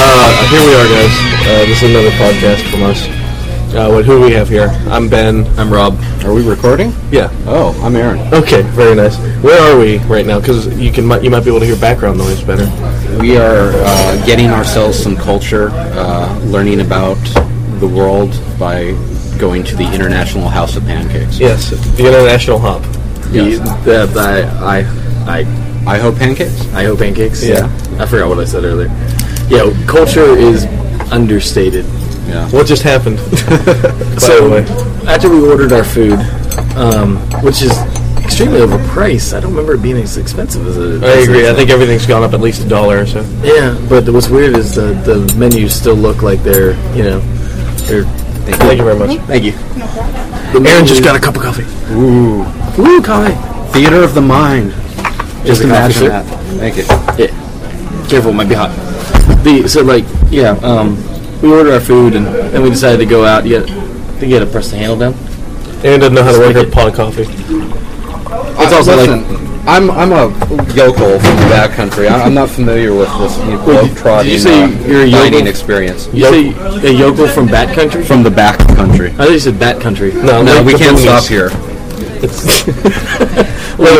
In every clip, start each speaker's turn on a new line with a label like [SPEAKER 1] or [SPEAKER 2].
[SPEAKER 1] we are, guys. Uh, this is another podcast from us. Uh, what who we have here? I'm Ben.
[SPEAKER 2] I'm Rob.
[SPEAKER 3] Are we recording?
[SPEAKER 1] Yeah.
[SPEAKER 3] Oh, I'm Aaron.
[SPEAKER 1] Okay. Very nice. Where are we right now? Because you can mi- you might be able to hear background noise better.
[SPEAKER 3] We are uh, getting ourselves some culture, uh, learning about the world by going to the International House of Pancakes.
[SPEAKER 1] Yes. The International Hop.
[SPEAKER 3] Yes.
[SPEAKER 2] The, the, I, I,
[SPEAKER 3] I hope pancakes.
[SPEAKER 2] I hope pancakes.
[SPEAKER 1] Yeah.
[SPEAKER 2] I forgot what I said earlier. Yeah, culture is understated.
[SPEAKER 3] Yeah.
[SPEAKER 1] What just happened? By
[SPEAKER 2] so
[SPEAKER 1] the way.
[SPEAKER 2] after we ordered our food, um, which is extremely overpriced, I don't remember it being as expensive as it.
[SPEAKER 1] I agree. I think everything's gone up at least a dollar or so.
[SPEAKER 2] Yeah, but what's weird is the the menus still look like they're you know they're.
[SPEAKER 1] Thank you very much.
[SPEAKER 3] Thank you.
[SPEAKER 2] The
[SPEAKER 1] Aaron just
[SPEAKER 2] menus-
[SPEAKER 1] got a cup of coffee.
[SPEAKER 3] Ooh,
[SPEAKER 2] Woo, coffee.
[SPEAKER 3] theater of the mind.
[SPEAKER 2] Just imagine
[SPEAKER 3] Coffee, sir.
[SPEAKER 2] that.
[SPEAKER 3] Thank you.
[SPEAKER 2] Yeah. Careful, it might be hot. The so like yeah, um, we ordered our food and then we decided to go out. You got to get to press the handle down.
[SPEAKER 1] Aaron doesn't know how to work
[SPEAKER 2] Stick
[SPEAKER 1] a
[SPEAKER 2] it.
[SPEAKER 1] pot of coffee.
[SPEAKER 3] It's also like I'm I'm a yokel from the backcountry. I- I'm not familiar with this you know,
[SPEAKER 2] Wait, did-
[SPEAKER 3] globetrotting
[SPEAKER 2] did you say
[SPEAKER 3] uh,
[SPEAKER 2] you're a yokel?
[SPEAKER 3] dining experience
[SPEAKER 2] You say a yokel from Bat Country?
[SPEAKER 3] from the back country.
[SPEAKER 2] I thought you said Bat Country.
[SPEAKER 1] No,
[SPEAKER 3] No,
[SPEAKER 1] like
[SPEAKER 3] we
[SPEAKER 1] the
[SPEAKER 3] can't
[SPEAKER 1] boonies.
[SPEAKER 3] stop here.
[SPEAKER 2] we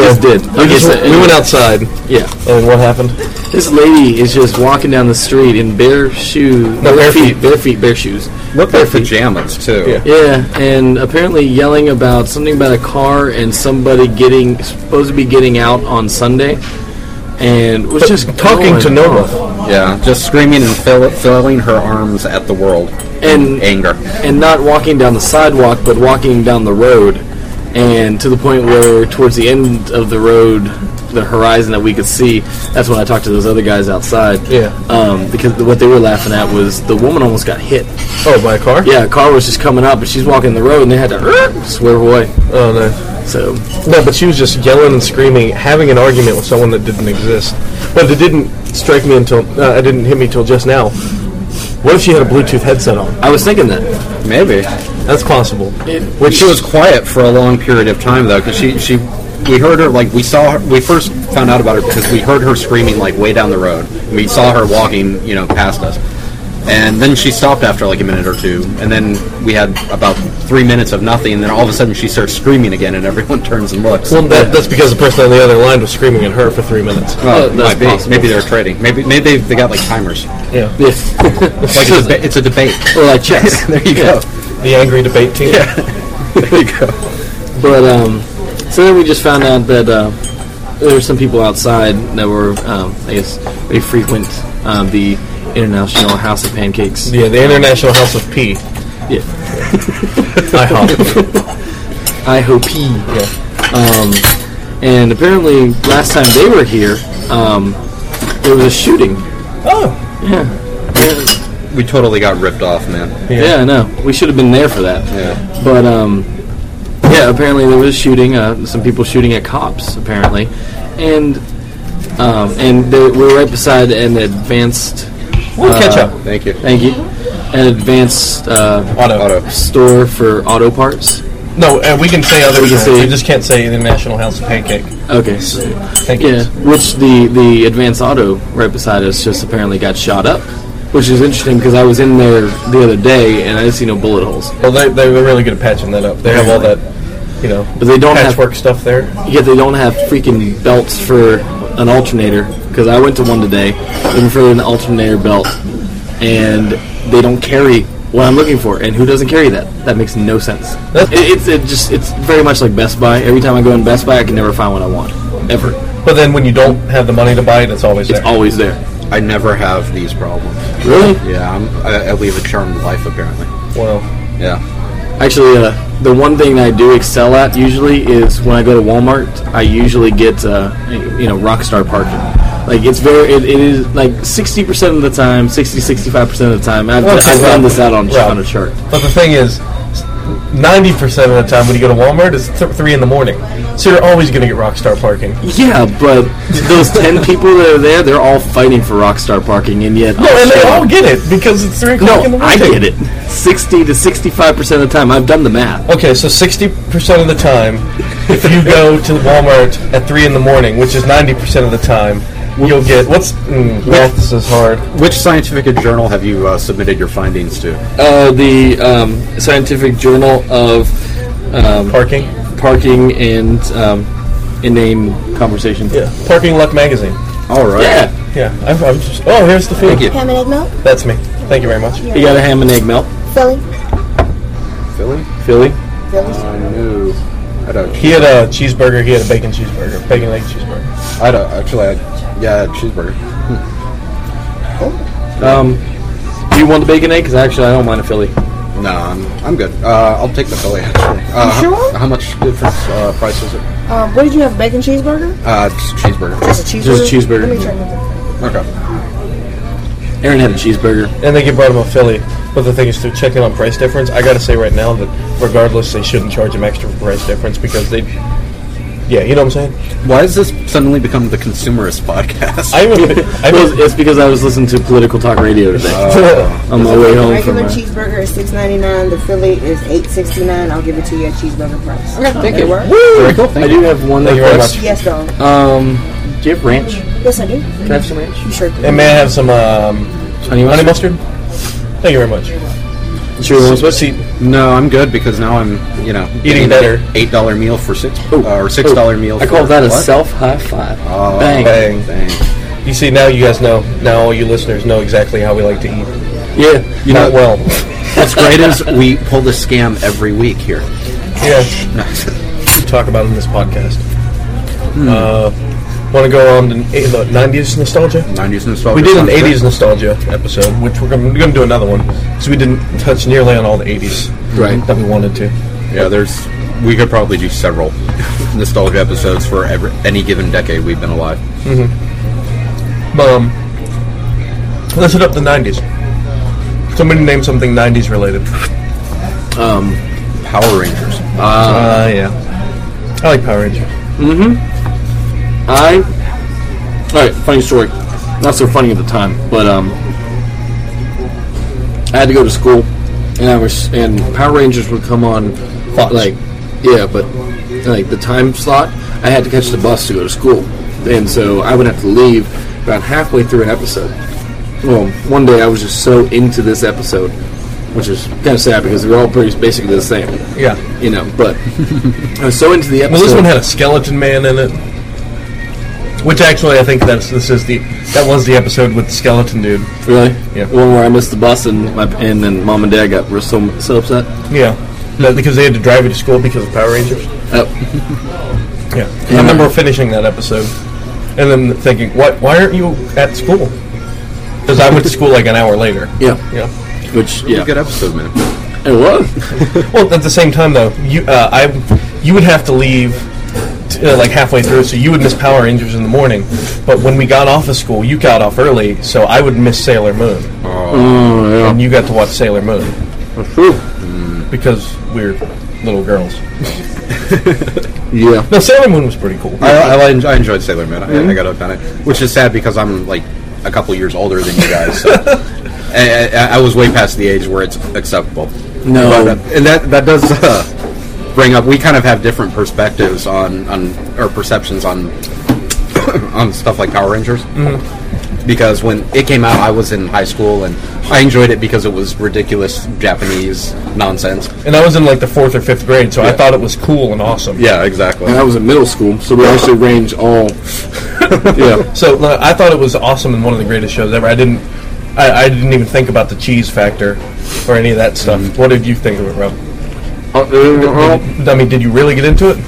[SPEAKER 2] just did.
[SPEAKER 1] We, just-
[SPEAKER 2] Okay, so-
[SPEAKER 1] we went outside,
[SPEAKER 2] Yeah,
[SPEAKER 1] and what happened?
[SPEAKER 2] this lady is just walking down the street in bare shoes,
[SPEAKER 1] No, bare feet.
[SPEAKER 2] bare feet, bare shoes.
[SPEAKER 3] Look at pajamas too.
[SPEAKER 1] Yeah.
[SPEAKER 2] Yeah, and apparently yelling about something about a car and somebody getting supposed to be getting out on Sunday, and was just
[SPEAKER 1] Talking
[SPEAKER 2] going
[SPEAKER 1] to no
[SPEAKER 2] off.
[SPEAKER 1] one.
[SPEAKER 3] Yeah, just screaming and fill, filling her arms at the world
[SPEAKER 2] and
[SPEAKER 3] anger.
[SPEAKER 2] and not walking down the sidewalk, but walking down the road, and to the point where towards the end of the road, the horizon that we could see. That's when I talked to those other guys outside.
[SPEAKER 1] Yeah.
[SPEAKER 2] Um, because what they were laughing at was the woman almost got hit.
[SPEAKER 1] Oh, by a car.
[SPEAKER 2] Yeah, a car was just coming up, and she's walking the road, and they had to "Er," swerve away.
[SPEAKER 1] Oh no.
[SPEAKER 2] So
[SPEAKER 1] No, but she was just yelling and screaming, having an argument with someone that didn't exist. But it didn't strike me until uh, it didn't hit me till just now. What if she had a Bluetooth headset on?
[SPEAKER 2] I was thinking that.
[SPEAKER 3] Maybe.
[SPEAKER 1] That's possible.
[SPEAKER 3] Which she was quiet for a long period of time though, because she she we heard her like we saw her, we first found out about her because we heard her screaming like way down the road. We saw her walking you know past us, and then she stopped after like a minute or two, and then we had about three minutes of nothing, and then all of a sudden she starts screaming again, and everyone turns and looks.
[SPEAKER 1] Well, that, that's because the person on the other line was screaming at her for three minutes.
[SPEAKER 3] Well,
[SPEAKER 2] that's
[SPEAKER 3] Oh, might be.
[SPEAKER 2] possible.
[SPEAKER 3] Maybe they're trading. Maybe maybe they got like timers.
[SPEAKER 1] Yeah,
[SPEAKER 2] Yeah.
[SPEAKER 3] It's like a deba- it's a debate.
[SPEAKER 2] or like chess.
[SPEAKER 3] there you go.
[SPEAKER 1] the angry debate team.
[SPEAKER 3] There you go.
[SPEAKER 2] But um, so then we just found out that uh, there were some people outside that were, um, I guess, they frequent um, the International House of Pancakes.
[SPEAKER 1] Yeah, the International House of P.
[SPEAKER 2] Yeah.
[SPEAKER 1] IHOP.
[SPEAKER 2] I hope he. Yeah. Um, and apparently, last time they were here, um, there was a shooting.
[SPEAKER 1] oh,
[SPEAKER 2] Yeah.
[SPEAKER 3] We totally got ripped off, man.
[SPEAKER 2] Yeah, I know. We should have been there for that.
[SPEAKER 3] Yeah.
[SPEAKER 2] But um, yeah, apparently there was shooting. Uh, some people shooting at cops, apparently, and um, and they, we were right beside an advanced.
[SPEAKER 1] we'll catch up.
[SPEAKER 3] Thank you.
[SPEAKER 2] Thank you. An advanced uh,
[SPEAKER 1] Auto.
[SPEAKER 3] Auto.
[SPEAKER 2] store for auto parts.
[SPEAKER 1] No, and we can say other. We,
[SPEAKER 2] can say-
[SPEAKER 1] we just can't say the International House of Pancake.
[SPEAKER 2] Okay. so-
[SPEAKER 1] Thank you.
[SPEAKER 2] Yeah, which the the advanced auto right beside us just apparently got shot up, which is interesting because I was in there the other day and I didn't see no bullet holes.
[SPEAKER 1] Well, they, they were really good at patching that up. They have all that, you know,
[SPEAKER 2] But they don't have-
[SPEAKER 1] patchwork stuff there.
[SPEAKER 2] Yet they don't have freaking belts for an alternator because I went to one today looking for an alternator belt, and they don't carry what I'm looking for. And who doesn't carry that? That makes no sense.
[SPEAKER 1] That's-
[SPEAKER 2] It, it's it just it's very much like Best Buy. Every time I go in Best Buy, I can never find what I want ever.
[SPEAKER 1] But then when you don't have the money to buy it, it's always
[SPEAKER 2] It's
[SPEAKER 1] there.
[SPEAKER 2] always there.
[SPEAKER 3] I never have these problems.
[SPEAKER 2] Really?
[SPEAKER 3] Yeah, I'm, I, I live a charmed life apparently.
[SPEAKER 1] wow.
[SPEAKER 3] Yeah,
[SPEAKER 2] Actually, uh, the one thing I do excel at usually is when I go to Walmart. I usually get uh, you know Rockstar parking. Like it's very it, it is like sixty percent of the time, 60 65 percent of the time. I've,
[SPEAKER 1] Okay,
[SPEAKER 2] I've
[SPEAKER 1] Rob.
[SPEAKER 2] done this out on,
[SPEAKER 1] Rob.
[SPEAKER 2] on a chart.
[SPEAKER 1] But the thing is, 90% of the time when you go to Walmart, it's th- 3 in the morning. So you're always going to get Rockstar parking.
[SPEAKER 2] Yeah, but those ten people that are there, they're all fighting for Rockstar parking, and yet
[SPEAKER 1] No, and they all get it because it's 3 o'clock in the
[SPEAKER 2] no, I
[SPEAKER 1] morning.
[SPEAKER 2] get it. Sixty to sixty-five percent of the time, I've done the math.
[SPEAKER 1] Okay, so 60% of the time, if you go to Walmart at 3 in the morning, which is 90% of the time, You'll get what's mm, math. This is hard.
[SPEAKER 3] Which scientific journal have you uh, submitted your findings to?
[SPEAKER 2] Uh, the um, Scientific Journal of um,
[SPEAKER 1] Parking.
[SPEAKER 2] Parking and um, Inane Conversation.
[SPEAKER 1] Yeah, Parking Luck magazine.
[SPEAKER 3] All right.
[SPEAKER 2] Yeah.
[SPEAKER 1] Yeah, I'm, I'm just. Oh, here's the food.
[SPEAKER 3] Thank you.
[SPEAKER 4] Ham and egg milk?
[SPEAKER 1] That's me. Thank you very much.
[SPEAKER 2] You got a ham and egg melt,
[SPEAKER 4] Philly?
[SPEAKER 3] Philly?
[SPEAKER 2] Philly.
[SPEAKER 4] Philly's?
[SPEAKER 3] I knew. I don't.
[SPEAKER 1] He had a cheeseburger. He had a bacon cheeseburger, bacon egg cheeseburger.
[SPEAKER 3] I don't. Actually, I, yeah, cheeseburger.
[SPEAKER 2] Um, do you want the bacon egg? Because actually, I don't mind a Philly.
[SPEAKER 3] No, I'm, I'm good. Uh, I'll take the Philly, actually. Uh,
[SPEAKER 4] You
[SPEAKER 3] how-
[SPEAKER 4] sure?
[SPEAKER 3] How much difference uh, price is it?
[SPEAKER 4] Um, what did you have? Bacon cheeseburger?
[SPEAKER 3] Uh, just cheeseburger.
[SPEAKER 4] Just a cheeseburger?
[SPEAKER 2] Just a cheeseburger.
[SPEAKER 4] Let me try another.
[SPEAKER 3] Okay.
[SPEAKER 2] Aaron had a cheeseburger.
[SPEAKER 1] And they get brought him a Philly. But the thing is, they're checking on price difference. I gotta say right now that regardless, they shouldn't charge him extra for price difference because they. Yeah, you know what I'm saying.
[SPEAKER 3] Why has this suddenly become the consumerist podcast?
[SPEAKER 1] I even. I
[SPEAKER 2] Well,
[SPEAKER 1] even
[SPEAKER 2] it's because I Uh, was listening to political talk radio today on my way
[SPEAKER 4] The
[SPEAKER 2] home from.
[SPEAKER 4] regular
[SPEAKER 2] uh,
[SPEAKER 4] cheeseburger is six ninety nine. The Philly is eight sixty nine. I'll give it to you at cheeseburger price. Okay, thank you.
[SPEAKER 3] Very cool. Thank
[SPEAKER 2] I do have one
[SPEAKER 1] Thank you very
[SPEAKER 2] request.
[SPEAKER 4] Yes, though.
[SPEAKER 2] Um, do you have ranch?
[SPEAKER 4] Yes, I do.
[SPEAKER 2] Can I have some ranch?
[SPEAKER 4] You sure do.
[SPEAKER 1] and may I have some um,
[SPEAKER 2] Honey
[SPEAKER 1] honey
[SPEAKER 2] mustard?
[SPEAKER 1] mustard? Thank you very much.
[SPEAKER 2] Sure, you want some?
[SPEAKER 1] See,
[SPEAKER 3] No, I'm good because now I'm, you know,
[SPEAKER 1] Eating
[SPEAKER 3] getting
[SPEAKER 1] better.
[SPEAKER 3] Eight dollar meal for six,
[SPEAKER 2] Oh,
[SPEAKER 3] uh, or six dollar
[SPEAKER 2] oh,
[SPEAKER 3] meal.
[SPEAKER 2] I call
[SPEAKER 3] for
[SPEAKER 2] that a
[SPEAKER 3] what?
[SPEAKER 2] self high five.
[SPEAKER 3] Oh,
[SPEAKER 2] Bang.
[SPEAKER 3] bang, bang.
[SPEAKER 1] you see now you guys know. Now all you listeners know exactly how we like to eat.
[SPEAKER 2] Yeah.
[SPEAKER 3] You
[SPEAKER 1] Not
[SPEAKER 3] know,
[SPEAKER 1] well.
[SPEAKER 3] what's great is we pull this scam every week here.
[SPEAKER 1] yeah. talk about in this podcast. Hmm. Uh, Want to go on to eight- the 90s nostalgia?
[SPEAKER 3] Nineties nostalgia.
[SPEAKER 1] We did an
[SPEAKER 3] sounds good.
[SPEAKER 1] 80s nostalgia episode, which we're going to do another one because we didn't touch nearly on all the 80s
[SPEAKER 3] Right.
[SPEAKER 1] that we wanted to.
[SPEAKER 3] Yeah, there's. We could probably do several nostalgia episodes for every, any given decade we've been alive.
[SPEAKER 1] Um, let's hit up the 90s. Somebody name something 90s related.
[SPEAKER 3] Power Rangers.
[SPEAKER 1] Uh, yeah. I like Power Rangers.
[SPEAKER 2] I. All right. Funny story. Not so funny at the time, but um, I had to go to school, and I was and Power Rangers would come on,
[SPEAKER 1] Fox.
[SPEAKER 2] like, yeah, but like the time slot, I had to catch the bus to go to school, and so I would have to leave about halfway through an episode. Well, one day I was just so into this episode, which is kind of sad because they were all pretty basically the same,
[SPEAKER 1] Yeah.
[SPEAKER 2] you know. But I was so into the episode.
[SPEAKER 1] Well, this one had a skeleton man in it, which actually I think that's this is the that was the episode with the skeleton dude.
[SPEAKER 2] Really?
[SPEAKER 1] Yeah.
[SPEAKER 2] The one where I missed the bus and my and then mom and dad got real so, so upset.
[SPEAKER 1] Yeah, That- because they had to drive it to school because of Power Rangers.
[SPEAKER 2] Oh,
[SPEAKER 1] Yeah, I remember finishing that episode and then thinking, "Why, why aren't you at school?" Because I went to school like an hour later.
[SPEAKER 2] yeah.
[SPEAKER 1] Yeah.
[SPEAKER 2] Which
[SPEAKER 3] Pretty
[SPEAKER 2] yeah,
[SPEAKER 3] good episode, man.
[SPEAKER 2] it was.
[SPEAKER 1] Well, at the same time though, you uh, I you would have to leave. t- Uh, like halfway through, so you would miss Power Rangers in the morning. But when we got off of school, you got off early, so I would miss Sailor Moon,
[SPEAKER 2] Oh
[SPEAKER 1] and you got to watch Sailor Moon.
[SPEAKER 2] yeah, Whew.
[SPEAKER 1] because we're little girls.
[SPEAKER 2] yeah.
[SPEAKER 1] No, Sailor Moon was pretty cool.
[SPEAKER 3] I, I, I, enjoy, I enjoyed Sailor Moon. I, I gotta admit it, which is sad because I'm like a couple years older than you guys. So. I, I, I was way past the age where it's acceptable.
[SPEAKER 2] No.
[SPEAKER 3] But, uh, and that that does uh, bring up. We kind of have different perspectives on on or perceptions on on stuff like Power Rangers. Because when it came out, I was in high school, and I enjoyed it because it was ridiculous Japanese nonsense.
[SPEAKER 1] And I was in like the fourth or fifth grade, so I
[SPEAKER 3] Yeah.
[SPEAKER 1] thought it was cool and awesome.
[SPEAKER 3] Yeah, exactly.
[SPEAKER 2] And I was in middle school, so we actually range all. yeah.
[SPEAKER 1] So no, I thought it was awesome and one of the greatest shows ever. I didn't, I, I didn't even think about the cheese factor or any of that stuff.
[SPEAKER 3] Mm-hmm.
[SPEAKER 1] What did you think of it, Rob? I mean, did you really get into it?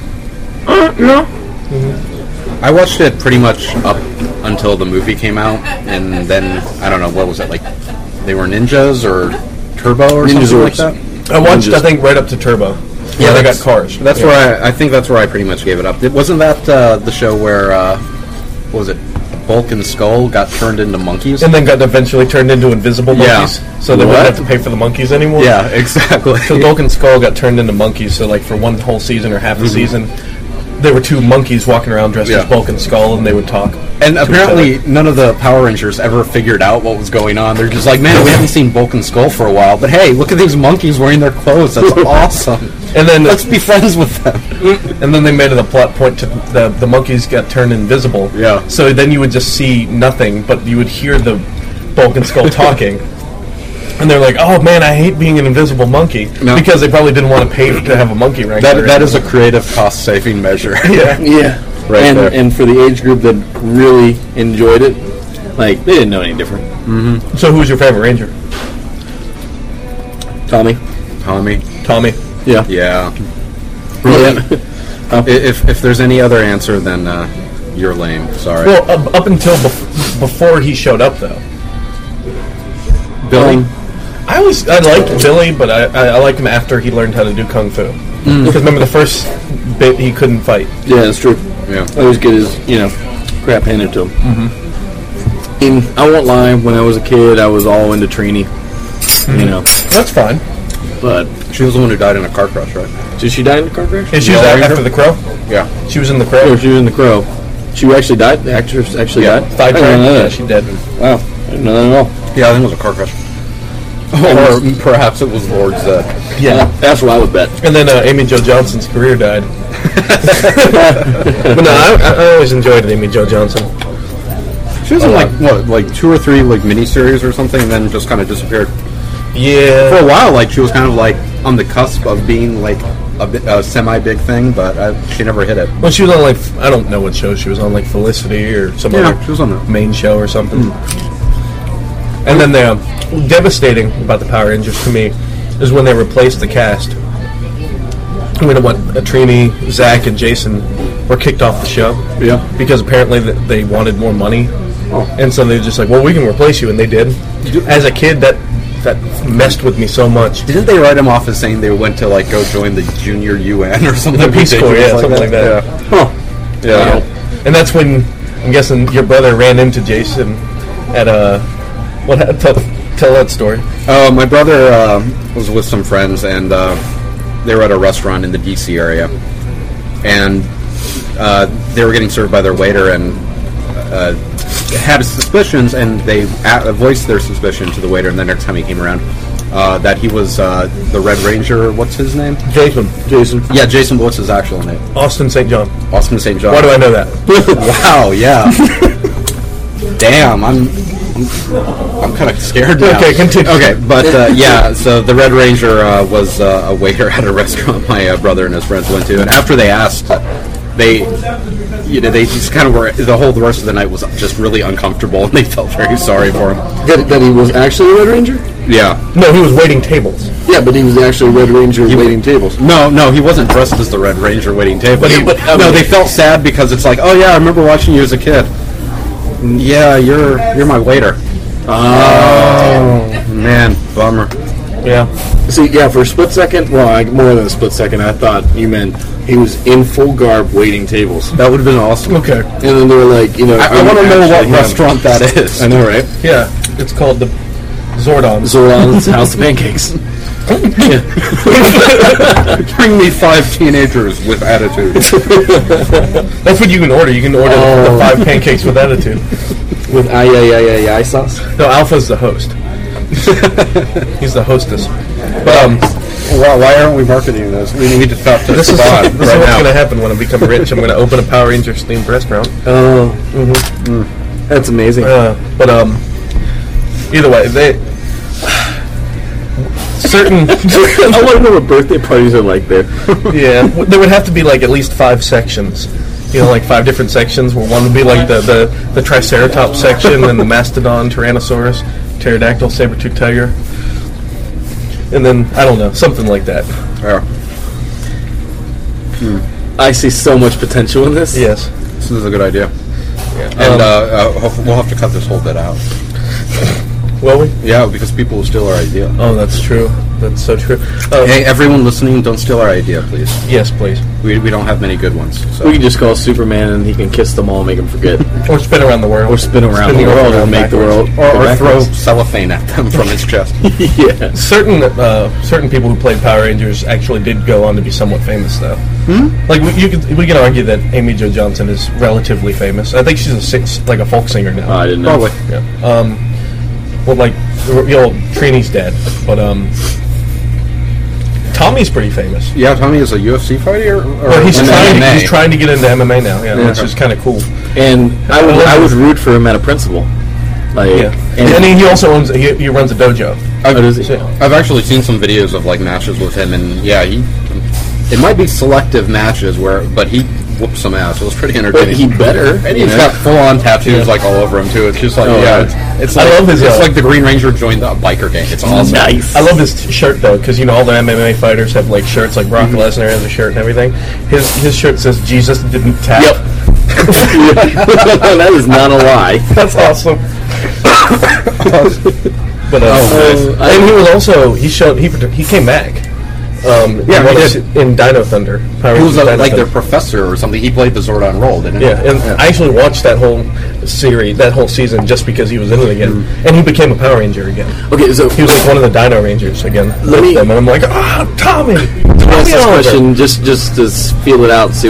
[SPEAKER 3] I watched it pretty much up until the movie came out, and then I don't know what was it like. They were ninjas or turbo or something like
[SPEAKER 2] Ninjazords.
[SPEAKER 3] that.
[SPEAKER 1] I watched,
[SPEAKER 2] Ninjas.
[SPEAKER 1] I think, right up to Turbo. Yeah, they got
[SPEAKER 3] that's-
[SPEAKER 1] cars.
[SPEAKER 3] That's
[SPEAKER 1] yeah.
[SPEAKER 3] where I, I think that's where I pretty much gave it up. It wasn't that uh, the show where uh, what was it Bulk and Skull got turned into monkeys?
[SPEAKER 1] And then got eventually turned into invisible
[SPEAKER 3] Yeah.
[SPEAKER 1] monkeys, so they
[SPEAKER 2] What?
[SPEAKER 1] wouldn't have to pay for the monkeys anymore.
[SPEAKER 3] yeah, exactly.
[SPEAKER 1] So Dolk and Skull got turned into monkeys. So like for one whole season or half a season, there were two monkeys walking around dressed
[SPEAKER 3] Mm-hmm. Yeah.
[SPEAKER 1] as Bulk and Skull, and they would talk.
[SPEAKER 3] And apparently, none of the Power Rangers ever figured out what was going on. They're just like, man, we haven't seen Bulk and Skull for a while, but hey, look at these monkeys wearing their clothes. That's awesome.
[SPEAKER 1] And then
[SPEAKER 3] Let's be friends with them.
[SPEAKER 1] and then they made it a plot point to the the monkeys got turned invisible.
[SPEAKER 3] Yeah.
[SPEAKER 1] So then you would just see nothing, but you would hear the Bulk and Skull talking. And they're like, "Oh man, I hate being an invisible monkey,"
[SPEAKER 3] No.
[SPEAKER 1] because they probably didn't want to pay to have a monkey wrangler.
[SPEAKER 3] That, that is a creative cost saving measure.
[SPEAKER 1] yeah.
[SPEAKER 2] Yeah,
[SPEAKER 3] Right
[SPEAKER 2] And
[SPEAKER 3] there.
[SPEAKER 2] and for the age group that really enjoyed it, like they didn't know any different.
[SPEAKER 1] So who's your favorite ranger?
[SPEAKER 2] Tommy.
[SPEAKER 3] Tommy.
[SPEAKER 1] Tommy.
[SPEAKER 2] Yeah.
[SPEAKER 3] Yeah.
[SPEAKER 2] Yeah.
[SPEAKER 3] I- If, if there's any other answer, then uh, you're lame. Sorry.
[SPEAKER 1] Well, up, up until bef- before he showed up, though,
[SPEAKER 2] Building.
[SPEAKER 1] I always I liked Billy, but I, I, I liked him after he learned how to do kung fu.
[SPEAKER 3] Mm.
[SPEAKER 1] Because remember the first bit he couldn't fight.
[SPEAKER 2] Yeah, that's true.
[SPEAKER 3] Yeah.
[SPEAKER 2] I always get his, you know, crap handed to him. Mm-hmm. And I won't lie, when I was a kid, I was all into Trini.
[SPEAKER 3] Mm-hmm.
[SPEAKER 2] You know,
[SPEAKER 1] That's fine.
[SPEAKER 2] but
[SPEAKER 3] She was the one who died in a car crash, right?
[SPEAKER 2] did she die in the car crash?
[SPEAKER 1] And she was
[SPEAKER 3] Yellow
[SPEAKER 1] out
[SPEAKER 3] Ranger?
[SPEAKER 1] after the crow.
[SPEAKER 3] Yeah.
[SPEAKER 1] She was in the
[SPEAKER 2] Oh,
[SPEAKER 1] crow.
[SPEAKER 2] she was in The Crow. She actually died. The actress actually
[SPEAKER 3] Yeah,
[SPEAKER 2] died.
[SPEAKER 1] Thigh
[SPEAKER 2] I didn't
[SPEAKER 1] track.
[SPEAKER 2] know
[SPEAKER 1] Oh, Yeah,
[SPEAKER 2] that.
[SPEAKER 1] she did.
[SPEAKER 2] wow, I didn't know that at all.
[SPEAKER 3] Yeah, I think it was a car crash. Or perhaps it Oh, was Lord Zed.
[SPEAKER 1] Yeah.
[SPEAKER 2] Uh, that's what I would bet.
[SPEAKER 1] And then uh, Amy Jo Johnson's career died. but no, I, I always enjoyed Amy Jo Johnson.
[SPEAKER 3] She was in like what, like two or three like miniseries or something, and then just kind of disappeared for
[SPEAKER 1] Yeah.
[SPEAKER 3] a while. Like she was kind of like on the cusp of being like a, bi- a semi big thing, but I, she never hit it.
[SPEAKER 1] Well, she was on like f- I don't know what show she was on, like Felicity or some
[SPEAKER 3] Yeah,
[SPEAKER 1] other
[SPEAKER 3] she was on that.
[SPEAKER 1] main show or something. And then the um, devastating about the Power Rangers to me is when they replaced the cast. I mean, what Trini, Zach, and Jason were kicked off the show.
[SPEAKER 3] Yeah.
[SPEAKER 1] Because apparently th- they wanted more money, and so they were just like, "Well, we can replace you," and they did. As a kid, that that messed with me so much.
[SPEAKER 3] Didn't they write him off as saying they went to like go join the junior UN or something?
[SPEAKER 1] The Peace Corps, yeah,
[SPEAKER 3] ridiculous
[SPEAKER 1] something like that.
[SPEAKER 3] Yeah. Yeah.
[SPEAKER 1] And that's when I'm guessing your brother ran into Jason at a what? ha- Tell, tell that story.
[SPEAKER 3] Uh, my brother uh, was with some friends, and uh, they were at a restaurant in the DC area, and uh, they were getting served by their waiter, and uh, had suspicions, and they a- voiced their suspicion to the waiter. And the next time he came around, uh, that he was uh, the Red Ranger. What's his name?
[SPEAKER 1] Jason,
[SPEAKER 2] Jason.
[SPEAKER 3] Yeah, Jason. What's his actual name?
[SPEAKER 1] Austin St. John.
[SPEAKER 3] Austin St. John.
[SPEAKER 1] Why do I know that?
[SPEAKER 3] Wow. Yeah. Damn. I'm. I'm, I'm kind of scared now.
[SPEAKER 1] Okay, continue.
[SPEAKER 3] Okay, but uh, yeah. So the Red Ranger uh, was uh, a waiter at a restaurant my uh, brother and his friends went to, and after they asked, uh, they, you know, they just kind of were. The whole the rest of the night was just really uncomfortable, and they felt very sorry for him.
[SPEAKER 2] That, that he was actually a Red Ranger?
[SPEAKER 3] Yeah.
[SPEAKER 1] No, he was waiting tables.
[SPEAKER 2] Yeah, but he was actually Red Ranger waiting tables.
[SPEAKER 3] No, no, he wasn't dressed as the Red Ranger waiting table.
[SPEAKER 1] But he-
[SPEAKER 3] He-
[SPEAKER 1] but, I
[SPEAKER 3] no,
[SPEAKER 1] mean-
[SPEAKER 3] they felt sad because it's like, oh yeah, I remember watching you as a kid. Yeah, you're you're my waiter. Oh man, bummer.
[SPEAKER 1] Yeah.
[SPEAKER 2] See, yeah, for a split second, well, I, more than a split second, I thought you meant he was in full garb waiting tables.
[SPEAKER 3] That would have been awesome.
[SPEAKER 1] Okay.
[SPEAKER 2] And then they were like, you know,
[SPEAKER 3] I,
[SPEAKER 2] are
[SPEAKER 3] want to
[SPEAKER 2] you
[SPEAKER 3] know what
[SPEAKER 2] actually him?
[SPEAKER 3] restaurant that is.
[SPEAKER 2] I know, right?
[SPEAKER 1] Yeah. It's called the Zordon.
[SPEAKER 2] Zoran's House of Pancakes.
[SPEAKER 3] Bring me five teenagers with attitude.
[SPEAKER 1] That's what you can order. You can order the five pancakes with attitude.
[SPEAKER 2] With aye, aye, aye, aye, aye sauce.
[SPEAKER 1] No, Alpha's the host. He's the hostess. But um,
[SPEAKER 3] why, why aren't we marketing this? We need to talk to
[SPEAKER 1] this is, this is
[SPEAKER 3] Saban right
[SPEAKER 1] what's
[SPEAKER 3] now.
[SPEAKER 1] going to happen when I become rich. I'm going to open a Power Rangers themed restaurant.
[SPEAKER 2] Oh. That's amazing.
[SPEAKER 1] Uh, but um, either way, they certain
[SPEAKER 2] I want to know what birthday parties are like there.
[SPEAKER 1] yeah. w- There would have to be like at least five sections. You know, like five different sections where one would be like the the, the Triceratops section, then the Mastodon, Tyrannosaurus, Pterodactyl, saber-toothed tiger, and then I don't know something like that.
[SPEAKER 3] Yeah,
[SPEAKER 2] I see so much potential in this.
[SPEAKER 1] Yes.
[SPEAKER 3] this is a good idea.
[SPEAKER 1] Um,
[SPEAKER 3] And uh, uh, ho- we'll have to cut this whole bit out.
[SPEAKER 1] Will we?
[SPEAKER 3] Yeah, because people will steal our idea.
[SPEAKER 1] Oh, that's true. That's so true. Uh,
[SPEAKER 3] Hey, everyone listening, don't steal our idea, please.
[SPEAKER 1] Yes, please.
[SPEAKER 3] We, we don't have many good ones. So.
[SPEAKER 2] We can just call Superman and he can kiss them all and make them forget.
[SPEAKER 1] Or spin around the world.
[SPEAKER 2] or spin around
[SPEAKER 1] Spin
[SPEAKER 2] the
[SPEAKER 1] the
[SPEAKER 2] world
[SPEAKER 1] world
[SPEAKER 2] and make the world.
[SPEAKER 1] backwards.
[SPEAKER 3] or,
[SPEAKER 2] go
[SPEAKER 3] or throw
[SPEAKER 2] backwards.
[SPEAKER 3] cellophane at them from his chest.
[SPEAKER 2] yeah.
[SPEAKER 1] certain uh, certain people who played Power Rangers actually did go on to be somewhat famous, though. Hmm? Like we, you could, we can argue that Amy Jo Johnson is relatively famous. I think she's a six, like a folk singer now.
[SPEAKER 2] Oh, I didn't know.
[SPEAKER 3] Probably.
[SPEAKER 1] Yeah. Um, well, like you know, Trini's dead, but um, Tommy's pretty famous.
[SPEAKER 3] Yeah, Tommy is a UFC fighter. Or
[SPEAKER 1] But he's,
[SPEAKER 3] MMA?
[SPEAKER 1] trying to, he's trying to get into MMA now, yeah,
[SPEAKER 2] Yeah.
[SPEAKER 1] which is kind of cool.
[SPEAKER 2] And I would, I would root for him at a principal. Like,
[SPEAKER 1] Yeah, and,
[SPEAKER 2] and,
[SPEAKER 1] he- he also owns he, he runs a dojo.
[SPEAKER 2] what is it?
[SPEAKER 3] I've actually seen some videos of like matches with him, and yeah, he. It might be selective matches where, but he whooped some ass. It was pretty entertaining.
[SPEAKER 2] But he better,
[SPEAKER 3] and
[SPEAKER 2] you
[SPEAKER 3] he's
[SPEAKER 2] know?
[SPEAKER 3] got full on tattoos like all over him too. It's just like
[SPEAKER 2] Oh,
[SPEAKER 3] yeah,
[SPEAKER 2] yeah.
[SPEAKER 3] it's, it's
[SPEAKER 1] I
[SPEAKER 3] like
[SPEAKER 1] love his,
[SPEAKER 3] it's
[SPEAKER 1] uh,
[SPEAKER 3] like the Green Ranger joined the biker gang. It's awesome.
[SPEAKER 2] Nice.
[SPEAKER 1] I love his t- shirt though, because you know all the MMA fighters have like shirts, like Brock Lesnar has a shirt and everything. His his shirt says Jesus didn't tap.
[SPEAKER 2] Yep. that is not a lie.
[SPEAKER 1] That's awesome. but uh,
[SPEAKER 2] Oh, nice.
[SPEAKER 1] and he was also he showed he he came back. Um,
[SPEAKER 3] Yeah,
[SPEAKER 1] in-
[SPEAKER 3] he did.
[SPEAKER 1] in Dino Thunder. Pirates
[SPEAKER 3] He was
[SPEAKER 1] of
[SPEAKER 3] uh,
[SPEAKER 1] Dino
[SPEAKER 3] like their
[SPEAKER 1] Thunder.
[SPEAKER 3] professor or something. He played the Zordon role, didn't he?
[SPEAKER 1] yeah, and I actually watched that whole series, that whole season, just because he was in it again, and he became a Power Ranger again.
[SPEAKER 2] Okay, so
[SPEAKER 1] He was like one of the Dino Rangers again.
[SPEAKER 2] Let me-
[SPEAKER 1] and I'm like, ah, Tommy.
[SPEAKER 2] ask
[SPEAKER 1] Tommy
[SPEAKER 2] this
[SPEAKER 1] Oliver."
[SPEAKER 2] question just just to s- feel it out. See,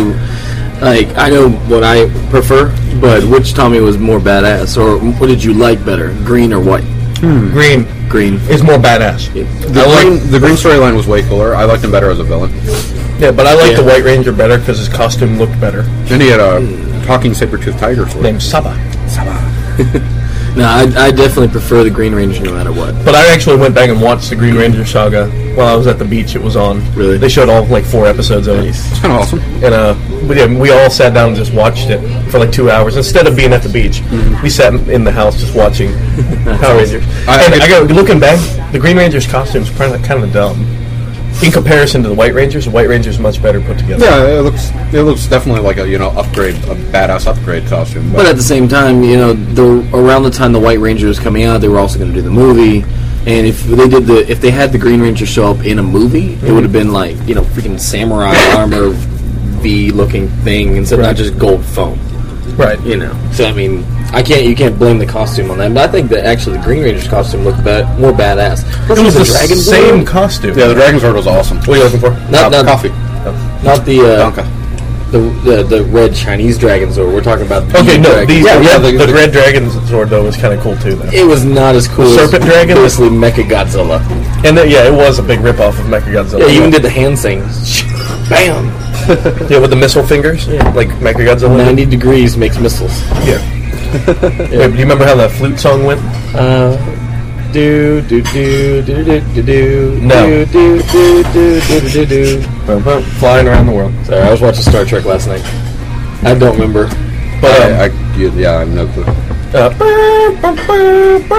[SPEAKER 2] like I know what I prefer, but which Tommy was more badass, or what did you like better, green or white?
[SPEAKER 1] Green
[SPEAKER 2] Green.
[SPEAKER 1] is more badass.
[SPEAKER 3] The Green, the Green storyline was way cooler. I liked him better as a villain.
[SPEAKER 1] Yeah, but I like
[SPEAKER 2] Yeah.
[SPEAKER 1] the White Ranger better because his costume looked better.
[SPEAKER 3] Then he had a talking saber-toothed tiger sword.
[SPEAKER 1] Named Saba.
[SPEAKER 2] No, I, I definitely prefer the Green Ranger no matter what.
[SPEAKER 1] But I actually went back and watched the Green Ranger saga while I was at the beach. It was on.
[SPEAKER 2] Really?
[SPEAKER 1] They showed all like four episodes of it.
[SPEAKER 2] Nice.
[SPEAKER 3] It's kind of awesome.
[SPEAKER 1] and uh, we, yeah, we all sat down and just watched it for like two hours instead of being at the beach. We sat in- in the house just watching Power Rangers.
[SPEAKER 3] I-
[SPEAKER 1] and
[SPEAKER 3] I-
[SPEAKER 1] I go looking back, the Green Ranger's costumes kind of kind of dumb in comparison to the White Rangers. The White Rangers are much better put together.
[SPEAKER 3] Yeah, it looks it looks definitely like a you know upgrade, a badass upgrade costume.
[SPEAKER 2] But
[SPEAKER 3] But,
[SPEAKER 2] at the same time, you know, the, around the time the White Ranger was coming out, they were also going to do the movie. And if they did the, if they had the Green Ranger show up in a movie, it would have been like you know freaking samurai armor V looking thing instead of not just gold foam.
[SPEAKER 1] Right.
[SPEAKER 2] You know, so I mean, I can't you can't blame the costume on that, but I think that actually the Green Ranger's costume looked ba- more badass. Plus,
[SPEAKER 1] It was the
[SPEAKER 2] dragon
[SPEAKER 1] same
[SPEAKER 2] blade,
[SPEAKER 1] costume.
[SPEAKER 3] yeah, the Dragon Sword was awesome.
[SPEAKER 1] What are you looking for? Oh.
[SPEAKER 2] Not- not-
[SPEAKER 3] coffee,
[SPEAKER 2] not the uh,
[SPEAKER 3] Donka.
[SPEAKER 2] the, the the red Chinese dragons. Or we're talking about the
[SPEAKER 1] Okay, no,
[SPEAKER 2] dragon.
[SPEAKER 1] the,
[SPEAKER 3] Yeah,
[SPEAKER 1] the,
[SPEAKER 3] yeah,
[SPEAKER 1] the,
[SPEAKER 3] the-
[SPEAKER 1] the red dragon sword though was kind of cool too. Though.
[SPEAKER 2] It was not as cool.
[SPEAKER 1] Serpent
[SPEAKER 2] as
[SPEAKER 1] dragon?
[SPEAKER 2] basically Mecha Godzilla.
[SPEAKER 1] And then, yeah, it was a big ripoff of Mechagodzilla.
[SPEAKER 2] Yeah, you even did the hand thing. Bam!
[SPEAKER 1] yeah, with the missile fingers,
[SPEAKER 2] Yeah.
[SPEAKER 1] like Mechagodzilla.
[SPEAKER 2] 90 degrees makes missiles.
[SPEAKER 1] Yeah. Wait, do you remember how that flute song went?
[SPEAKER 2] Uh, do, do, do, do, do, do, do.
[SPEAKER 1] No.
[SPEAKER 2] Do, do, do, do, do, do, do, do.
[SPEAKER 1] Bum, bum, Flying around the world.
[SPEAKER 2] Sorry, I was watching Star Trek last night. I don't remember.
[SPEAKER 1] But um,
[SPEAKER 3] I, I, you- yeah, I have no clue.
[SPEAKER 1] uh,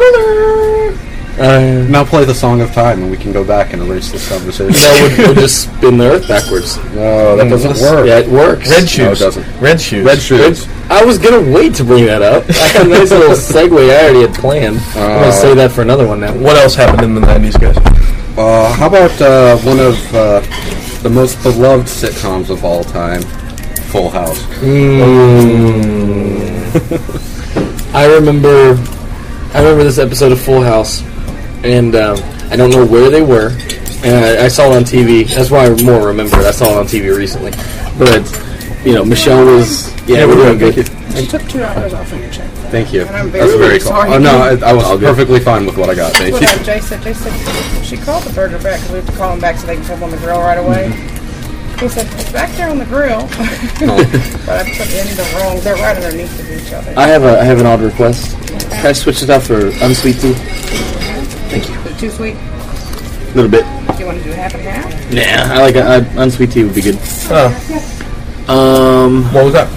[SPEAKER 2] Uh,
[SPEAKER 3] Now play the Song of Time, and we can go back and erase this conversation.
[SPEAKER 2] that would, would just spin the Earth backwards.
[SPEAKER 3] no, that doesn't work.
[SPEAKER 2] Yeah, it works.
[SPEAKER 1] red shoes.
[SPEAKER 3] doesn't.
[SPEAKER 1] Oh, red shoes.
[SPEAKER 3] Red shoes.
[SPEAKER 2] I was gonna wait to bring that up. I got a nice little segue I already had planned. I'm
[SPEAKER 3] Oh.
[SPEAKER 2] gonna say that for another one now.
[SPEAKER 1] What else happened in the nineties, guys?
[SPEAKER 3] Uh, how about uh, one of uh, the most beloved sitcoms of all time, Full House?
[SPEAKER 2] I remember, I remember this episode of Full House, and um, I don't know where they were, and I, I saw it on TV. That's why I more remember it. I saw it on TV recently, but you know, Michelle was yeah, we're doing good.
[SPEAKER 4] You took two dollars off of your check.
[SPEAKER 3] Thank you.
[SPEAKER 4] And I'm
[SPEAKER 3] That's
[SPEAKER 4] very
[SPEAKER 3] very cool.
[SPEAKER 4] sorry.
[SPEAKER 3] Oh no, I, I was perfectly fine with what I got. Thank
[SPEAKER 4] What
[SPEAKER 3] you.
[SPEAKER 4] up, Jason? Jason, she called the burger back 'cause we have to call him back so they can put him on the grill right away. He said, it's back there on the grill. but I put it in the wrong, they're right underneath of each other.
[SPEAKER 2] I have a I have an odd request. Can I switch it up for unsweet tea?
[SPEAKER 4] Is it too sweet?
[SPEAKER 2] A little bit.
[SPEAKER 4] Do you want to do half and half?
[SPEAKER 2] Yeah, I like I, unsweet tea would be good.
[SPEAKER 1] Oh,
[SPEAKER 2] Um,
[SPEAKER 1] what was that?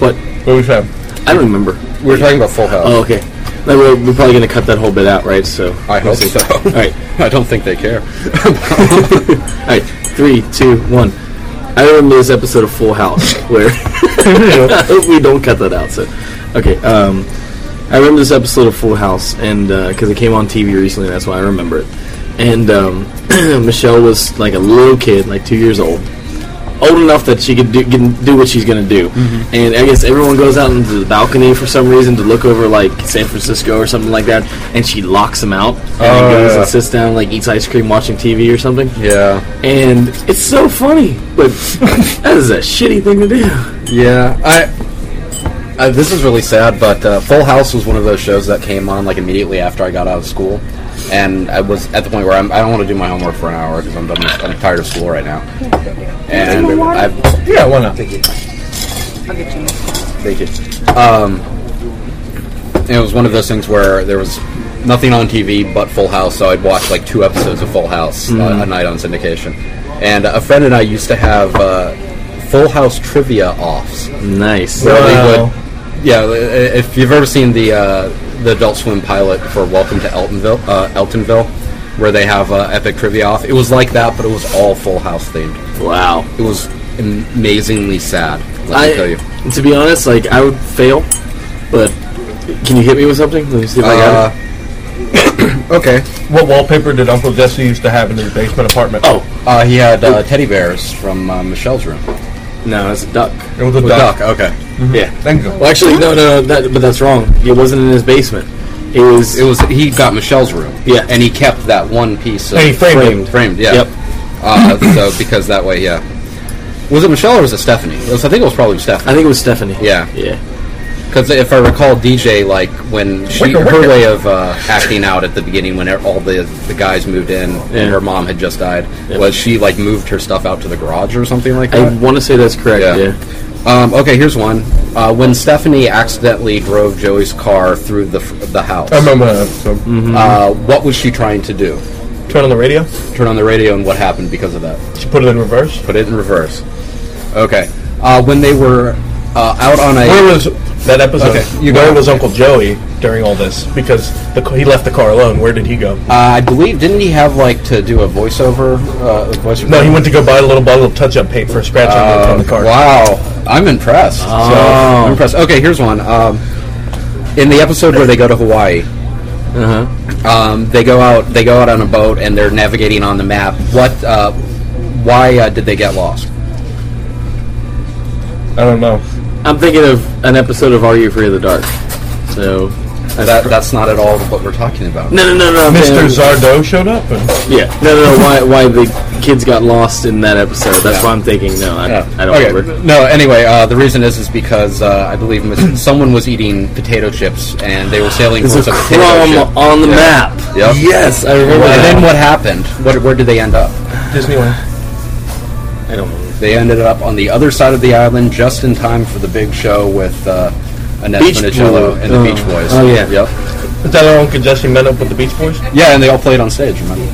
[SPEAKER 2] but
[SPEAKER 1] What was that?
[SPEAKER 2] I don't remember.
[SPEAKER 3] We were talking about Full House.
[SPEAKER 2] Oh, okay. No, We're, we're probably gonna cut that whole bit out, right? So,
[SPEAKER 3] I hope so.
[SPEAKER 2] all right.
[SPEAKER 3] I don't think they care.
[SPEAKER 2] All right, three, two, one. I remember this episode of Full House where I hope we don't cut that out. So, okay. Um, I remember this episode of Full House, and because it came on TV recently, that's why I remember it. And um, Michelle was like a little kid, like two years old, old enough that she could do, can do what she's gonna do.
[SPEAKER 3] Mm-hmm.
[SPEAKER 2] And I guess everyone goes out into the balcony for some reason to look over like San Francisco or something like that, and she locks them out and then
[SPEAKER 3] Oh,
[SPEAKER 2] goes
[SPEAKER 3] yeah.
[SPEAKER 2] and sits down, like eats ice cream, watching TV or something
[SPEAKER 3] yeah,
[SPEAKER 2] and it's so funny, but that is a shitty thing to do.
[SPEAKER 3] yeah. I, I this is really sad, but uh, Full House was one of those shows that came on like immediately after I got out of school, and I was at the point where I'm, I don't want to do my homework for an hour because I'm done. With, I'm tired of school right now, and
[SPEAKER 4] Some water?
[SPEAKER 3] I've
[SPEAKER 1] Yeah, why not?
[SPEAKER 4] I'll get you.
[SPEAKER 3] Thank you. Um, and it was one of those things where there was nothing on TV but Full House, so I'd watch like two episodes of Full House
[SPEAKER 2] Hmm.
[SPEAKER 3] uh, a night on syndication. And a friend and I used to have uh, Full House trivia offs.
[SPEAKER 2] Nice.
[SPEAKER 3] Where they
[SPEAKER 1] Wow.
[SPEAKER 3] would- yeah, i- if you've ever seen the uh, the Adult Swim pilot for Welcome to Eltonville, uh, Eltonville, where they have uh, epic trivia off, it was like that, but it was all Full House themed.
[SPEAKER 2] Wow.
[SPEAKER 3] It was amazingly sad. Let me
[SPEAKER 2] I,
[SPEAKER 3] tell you.
[SPEAKER 2] To be honest, like I would fail, but can you hit me with something? Let me see if I got it.
[SPEAKER 3] Uh, okay.
[SPEAKER 1] What wallpaper did Uncle Jesse used to have in his basement apartment?
[SPEAKER 2] Oh
[SPEAKER 3] Uh, he had uh, teddy bears from uh, Michelle's room.
[SPEAKER 2] no, it's a duck.
[SPEAKER 1] it was a
[SPEAKER 3] With
[SPEAKER 1] duck.
[SPEAKER 3] duck. okay.
[SPEAKER 2] Yeah.
[SPEAKER 1] Thank you.
[SPEAKER 2] Well, actually, no, no, no that, but that's wrong. It wasn't in his basement. It was.
[SPEAKER 3] It was he got Michelle's room.
[SPEAKER 2] Yeah.
[SPEAKER 3] and he kept that one piece. Of
[SPEAKER 1] And he framed it.
[SPEAKER 3] Framed, yeah.
[SPEAKER 2] Yep.
[SPEAKER 3] Uh, so because that way, yeah. Was it Michelle or was it Stephanie? It was, I think it was probably
[SPEAKER 2] I
[SPEAKER 3] Stephanie.
[SPEAKER 2] think it was Stephanie.
[SPEAKER 3] Yeah.
[SPEAKER 2] Yeah.
[SPEAKER 3] Because if I recall, DJ like when she
[SPEAKER 1] Wicker,
[SPEAKER 3] her
[SPEAKER 1] wicker.
[SPEAKER 3] way of uh, acting out at the beginning when all the the guys moved in
[SPEAKER 2] Yeah.
[SPEAKER 3] and her mom had just died
[SPEAKER 2] Yep.
[SPEAKER 3] was she like moved her stuff out to the garage or something like that.
[SPEAKER 2] I want to say that's correct.
[SPEAKER 3] Yeah.
[SPEAKER 2] Yeah.
[SPEAKER 3] Um, okay, here's one. Uh, when Stephanie accidentally drove Joey's car through the the house,
[SPEAKER 1] I remember that episode.
[SPEAKER 3] uh, what was she trying to do?
[SPEAKER 1] Turn on the radio.
[SPEAKER 3] Turn on the radio, and what happened because of that?
[SPEAKER 1] She put it in reverse.
[SPEAKER 3] Put it in reverse. Okay. Uh, when they were uh, out on a
[SPEAKER 1] Where was that episode?
[SPEAKER 3] Okay, you
[SPEAKER 1] Where
[SPEAKER 3] go.
[SPEAKER 1] was Uncle Joey during all this? Because the, c- he left the car alone. Where did he go?
[SPEAKER 3] uh, I believe, didn't he have like to do a voiceover? Uh, a voiceover?
[SPEAKER 1] No, he went to go buy a little bottle of touch-up paint for a scratch on the
[SPEAKER 3] Uh,
[SPEAKER 1] car.
[SPEAKER 3] Wow, I'm impressed. So,
[SPEAKER 2] Oh.
[SPEAKER 3] I'm impressed. Okay, here's one. Um, in the episode where they go to Hawaii,
[SPEAKER 2] Uh huh.
[SPEAKER 1] Uh-huh.
[SPEAKER 3] um, they go out. They go out on a boat and they're navigating on the map. What? Uh, why uh, did they get lost?
[SPEAKER 1] I don't know.
[SPEAKER 2] I'm thinking of an episode of Are You Afraid of the Dark? So.
[SPEAKER 3] That, that's not at all what we're talking about.
[SPEAKER 2] No, no, no, no. I'm
[SPEAKER 1] Mr.
[SPEAKER 2] thinking-
[SPEAKER 1] Zardo showed up. And,
[SPEAKER 2] Yeah. No, no, no. Why, why the kids got lost in that episode? That's
[SPEAKER 3] Yeah.
[SPEAKER 2] why I'm thinking. No, I,
[SPEAKER 3] Yeah.
[SPEAKER 2] I don't
[SPEAKER 3] okay.
[SPEAKER 2] remember.
[SPEAKER 3] No. Anyway, uh, the reason is is because uh, I believe mis- someone was eating potato chips and they were sailing
[SPEAKER 2] There's
[SPEAKER 3] towards
[SPEAKER 2] a
[SPEAKER 3] a potato chip.
[SPEAKER 2] crumb on the
[SPEAKER 3] Yeah.
[SPEAKER 2] map.
[SPEAKER 3] Yep.
[SPEAKER 2] Yes, I remember.
[SPEAKER 3] And
[SPEAKER 2] that.
[SPEAKER 3] then what happened? What, where did they end up?
[SPEAKER 1] Disneyland.
[SPEAKER 2] I don't remember.
[SPEAKER 3] They ended up on the other side of the island just in time for the big show with uh, Annette
[SPEAKER 2] Beach
[SPEAKER 3] Funicello
[SPEAKER 2] Boy.
[SPEAKER 3] and the
[SPEAKER 2] Oh.
[SPEAKER 3] Beach Boys.
[SPEAKER 2] Oh, yeah.
[SPEAKER 3] Yep.
[SPEAKER 1] Is that how Uncle Jesse met up with the Beach Boys?
[SPEAKER 3] Yeah, and they all played on stage. Remember?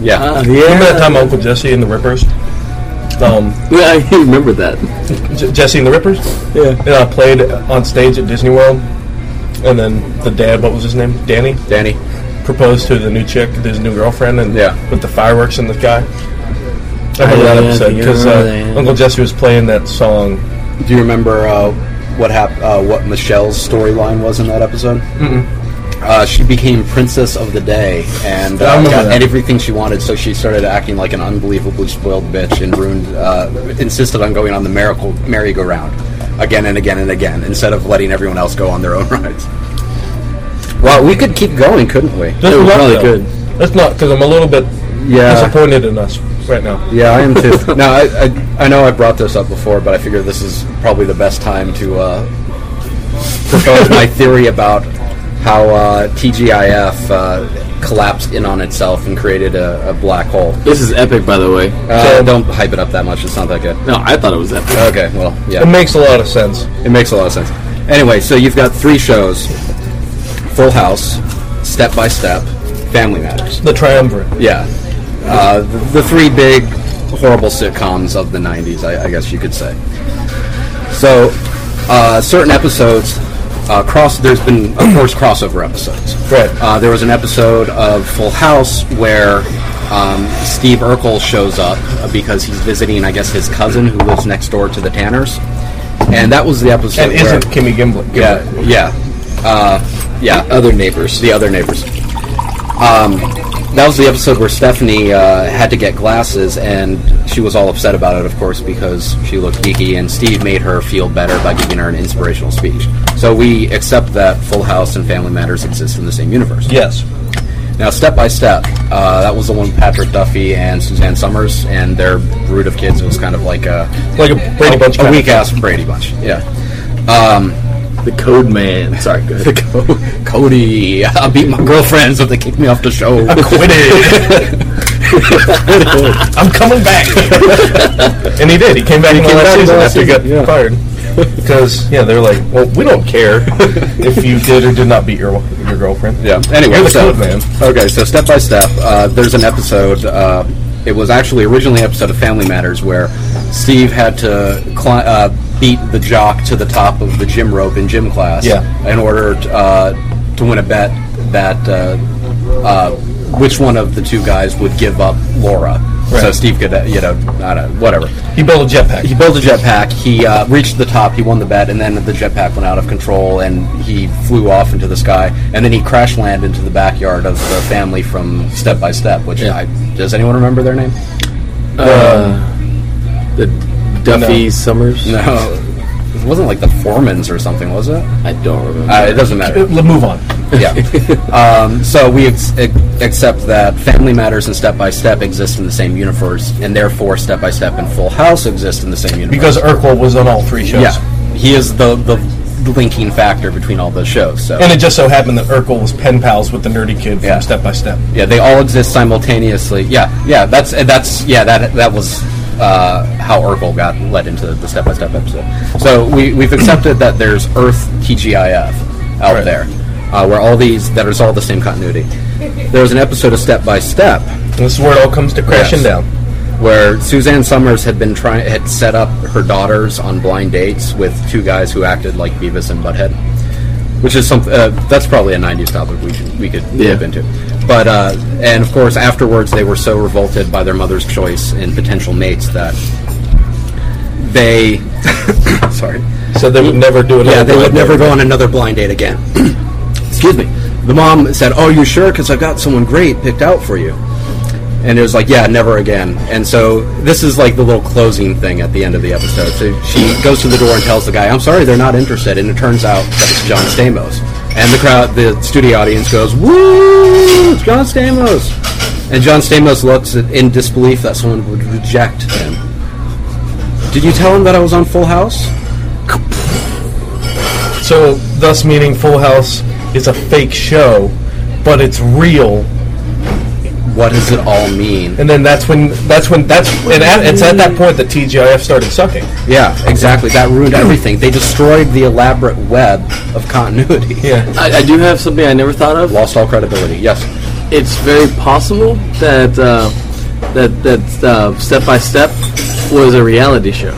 [SPEAKER 3] Yeah.
[SPEAKER 2] Uh.
[SPEAKER 1] Remember that time Uncle Jesse and the Rippers? Um,
[SPEAKER 2] Yeah, I remember that.
[SPEAKER 1] J- Jesse and the Rippers
[SPEAKER 2] Yeah.
[SPEAKER 1] uh, played on stage at Disney World, and then the dad, what was his name? Danny,
[SPEAKER 3] Danny.
[SPEAKER 1] proposed to the new chick, his new girlfriend, and
[SPEAKER 3] Yeah.
[SPEAKER 1] with the fireworks in the sky. I remember
[SPEAKER 2] yeah,
[SPEAKER 1] that
[SPEAKER 2] I
[SPEAKER 1] episode
[SPEAKER 2] think I
[SPEAKER 1] because
[SPEAKER 2] remember that,
[SPEAKER 1] uh,
[SPEAKER 2] yeah.
[SPEAKER 1] Uncle Jesse was playing that song.
[SPEAKER 3] Do you remember uh, what hap- uh, what Michelle's storyline was in that episode? mm Uh, she became princess of the day and
[SPEAKER 1] I
[SPEAKER 3] uh,
[SPEAKER 1] remember
[SPEAKER 3] got
[SPEAKER 1] that.
[SPEAKER 3] everything she wanted. So she started acting like an unbelievably spoiled bitch and ruined. Uh, insisted on going on the miracle merry-go-round again and again and again instead of letting everyone else go on their own rides. Well, we could keep going, couldn't we?
[SPEAKER 1] That's
[SPEAKER 2] It was
[SPEAKER 1] not,
[SPEAKER 2] probably
[SPEAKER 1] though.
[SPEAKER 2] good.
[SPEAKER 1] That's not because I'm a little bit
[SPEAKER 3] Yeah.
[SPEAKER 1] disappointed in us right now.
[SPEAKER 3] Yeah, I am too. no, I, I, I know I brought this up before, but I figure this is probably the best time to uh, propose my theory about how uh, TGIF uh, collapsed in on itself and created a, a black hole.
[SPEAKER 2] This is epic, by the way.
[SPEAKER 3] Uh, don't hype it up that much. It's not that good.
[SPEAKER 2] No, I thought it was epic.
[SPEAKER 3] Okay, well,
[SPEAKER 1] It
[SPEAKER 3] yeah,
[SPEAKER 1] makes a lot of sense.
[SPEAKER 3] it makes a lot of sense. Anyway, so you've got three shows: Full House, Step by Step, Family Matters.
[SPEAKER 1] The triumvirate.
[SPEAKER 3] Yeah. Uh, the, the three big horrible sitcoms of the 90s, I, I guess you could say. So, uh, certain episodes, uh, cross. there's been, of course, crossover episodes.
[SPEAKER 1] Right.
[SPEAKER 3] Uh, there was an episode of Full House where um, Steve Urkel shows up because he's visiting, I guess, his cousin who lives next door to the Tanners. And that was the
[SPEAKER 1] And
[SPEAKER 3] episode where,
[SPEAKER 1] isn't Kimmy Gimblet?
[SPEAKER 3] yeah, yeah, uh, yeah. Other neighbors, the other neighbors. Um, that was the episode where Stephanie uh, had to get glasses, and she was all upset about it, of course, because she looked geeky. And Steve made her feel better by giving her an inspirational speech. So we accept that Full House and Family Matters exist in the same universe.
[SPEAKER 1] Yes.
[SPEAKER 3] Now, step by step, uh, that was the one with Patrick Duffy and Suzanne Summers and their brood of kids. It was kind of like a oh,
[SPEAKER 1] Like a Brady Bunch.
[SPEAKER 3] a
[SPEAKER 1] kind of-
[SPEAKER 3] weak ass Brady Bunch. Yeah. Um,
[SPEAKER 2] The Code Man. Sorry, go ahead.
[SPEAKER 3] Cody, I beat my girlfriends if they kick me off the show.
[SPEAKER 1] I'm coming back. and he did. He came back in the
[SPEAKER 3] came
[SPEAKER 1] last
[SPEAKER 3] back in the
[SPEAKER 1] season
[SPEAKER 3] last
[SPEAKER 1] after he got
[SPEAKER 3] season, yeah.
[SPEAKER 1] fired. Because yeah, they're like, well, we don't care if you did or did not beat your your girlfriend.
[SPEAKER 3] Yeah. Anyway,
[SPEAKER 1] You're the
[SPEAKER 3] so
[SPEAKER 1] code man.
[SPEAKER 3] okay, so step by step, uh, there's an episode. Uh, it was actually originally an episode of Family Matters where Steve had to cli- uh, beat the jock to the top of the gym rope in gym class.
[SPEAKER 1] Yeah.
[SPEAKER 3] In order uh, to win a bet that uh, uh, which one of the two guys would give up Laura. So
[SPEAKER 1] Right.
[SPEAKER 3] Steve could, uh, you know, I don't know, whatever
[SPEAKER 1] He built a jetpack.
[SPEAKER 3] he built a jetpack. He uh, reached the top. He won the bet, and then the jetpack went out of control, and he flew off into the sky. And then he crash landed into the backyard of the family from Step by Step. Which I, does anyone remember their name?
[SPEAKER 2] The Duffy
[SPEAKER 1] No.
[SPEAKER 2] Summers.
[SPEAKER 3] No, it wasn't like the Foremans or something, was it?
[SPEAKER 2] I don't remember.
[SPEAKER 3] Uh, it doesn't matter.
[SPEAKER 1] Uh, let- Move on.
[SPEAKER 3] yeah. Um, so we ex- ac- accept that Family Matters and Step by Step exist in the same universe, and therefore Step by Step and Full House exist in the same universe.
[SPEAKER 1] Because Urkel was on all three shows.
[SPEAKER 3] yeah, he is the the linking factor between all those shows. So
[SPEAKER 1] And it just so happened that Urkel was pen pals with the nerdy kid from
[SPEAKER 3] Yeah.
[SPEAKER 1] Step by Step.
[SPEAKER 3] Yeah, they all exist simultaneously. Yeah, yeah, that's uh, that's yeah that that was uh, how Urkel got led into the step by step episode. So we we've accepted that there's Earth TGIF out
[SPEAKER 1] Right.
[SPEAKER 3] there, uh, where all these that is all the same continuity. There's an episode of Step by Step
[SPEAKER 1] And this is where it all comes to crashing
[SPEAKER 3] Yes.
[SPEAKER 1] down.
[SPEAKER 3] where Suzanne Summers had been trying had set up her daughters on blind dates with two guys who acted like Beavis and Butthead, which is something uh, that's probably a '90s topic we should, we could dip into. But uh, and of course afterwards they were so revolted by their mother's choice in potential mates that they sorry
[SPEAKER 1] So they would never do another
[SPEAKER 3] yeah, they
[SPEAKER 1] blind date.
[SPEAKER 3] would never go on another blind date again. Excuse me. The mom said, "Oh, you sure? Because I've got someone great picked out for you." And it was like, "Yeah, never again." And so this is like the little closing thing at the end of the episode. So she goes to the door and tells the guy, "I'm sorry, they're not interested." And it turns out that it's John Stamos. And the crowd, the studio audience goes, "Woo! It's John Stamos!" And John Stamos looks at- in disbelief that someone would reject him. Did you tell him that I was on Full House?
[SPEAKER 1] So, thus meaning Full House is a fake show, but it's real.
[SPEAKER 3] What does it all mean?
[SPEAKER 1] And then that's when that's when that's and at, it's at that point that TGIF started sucking.
[SPEAKER 3] Yeah, exactly. That ruined everything. They destroyed the elaborate web of continuity.
[SPEAKER 1] Yeah.
[SPEAKER 2] I, I do have something I never thought of.
[SPEAKER 3] Lost all credibility. Yes.
[SPEAKER 2] It's very possible that uh, that that uh, Step by Step was a reality show.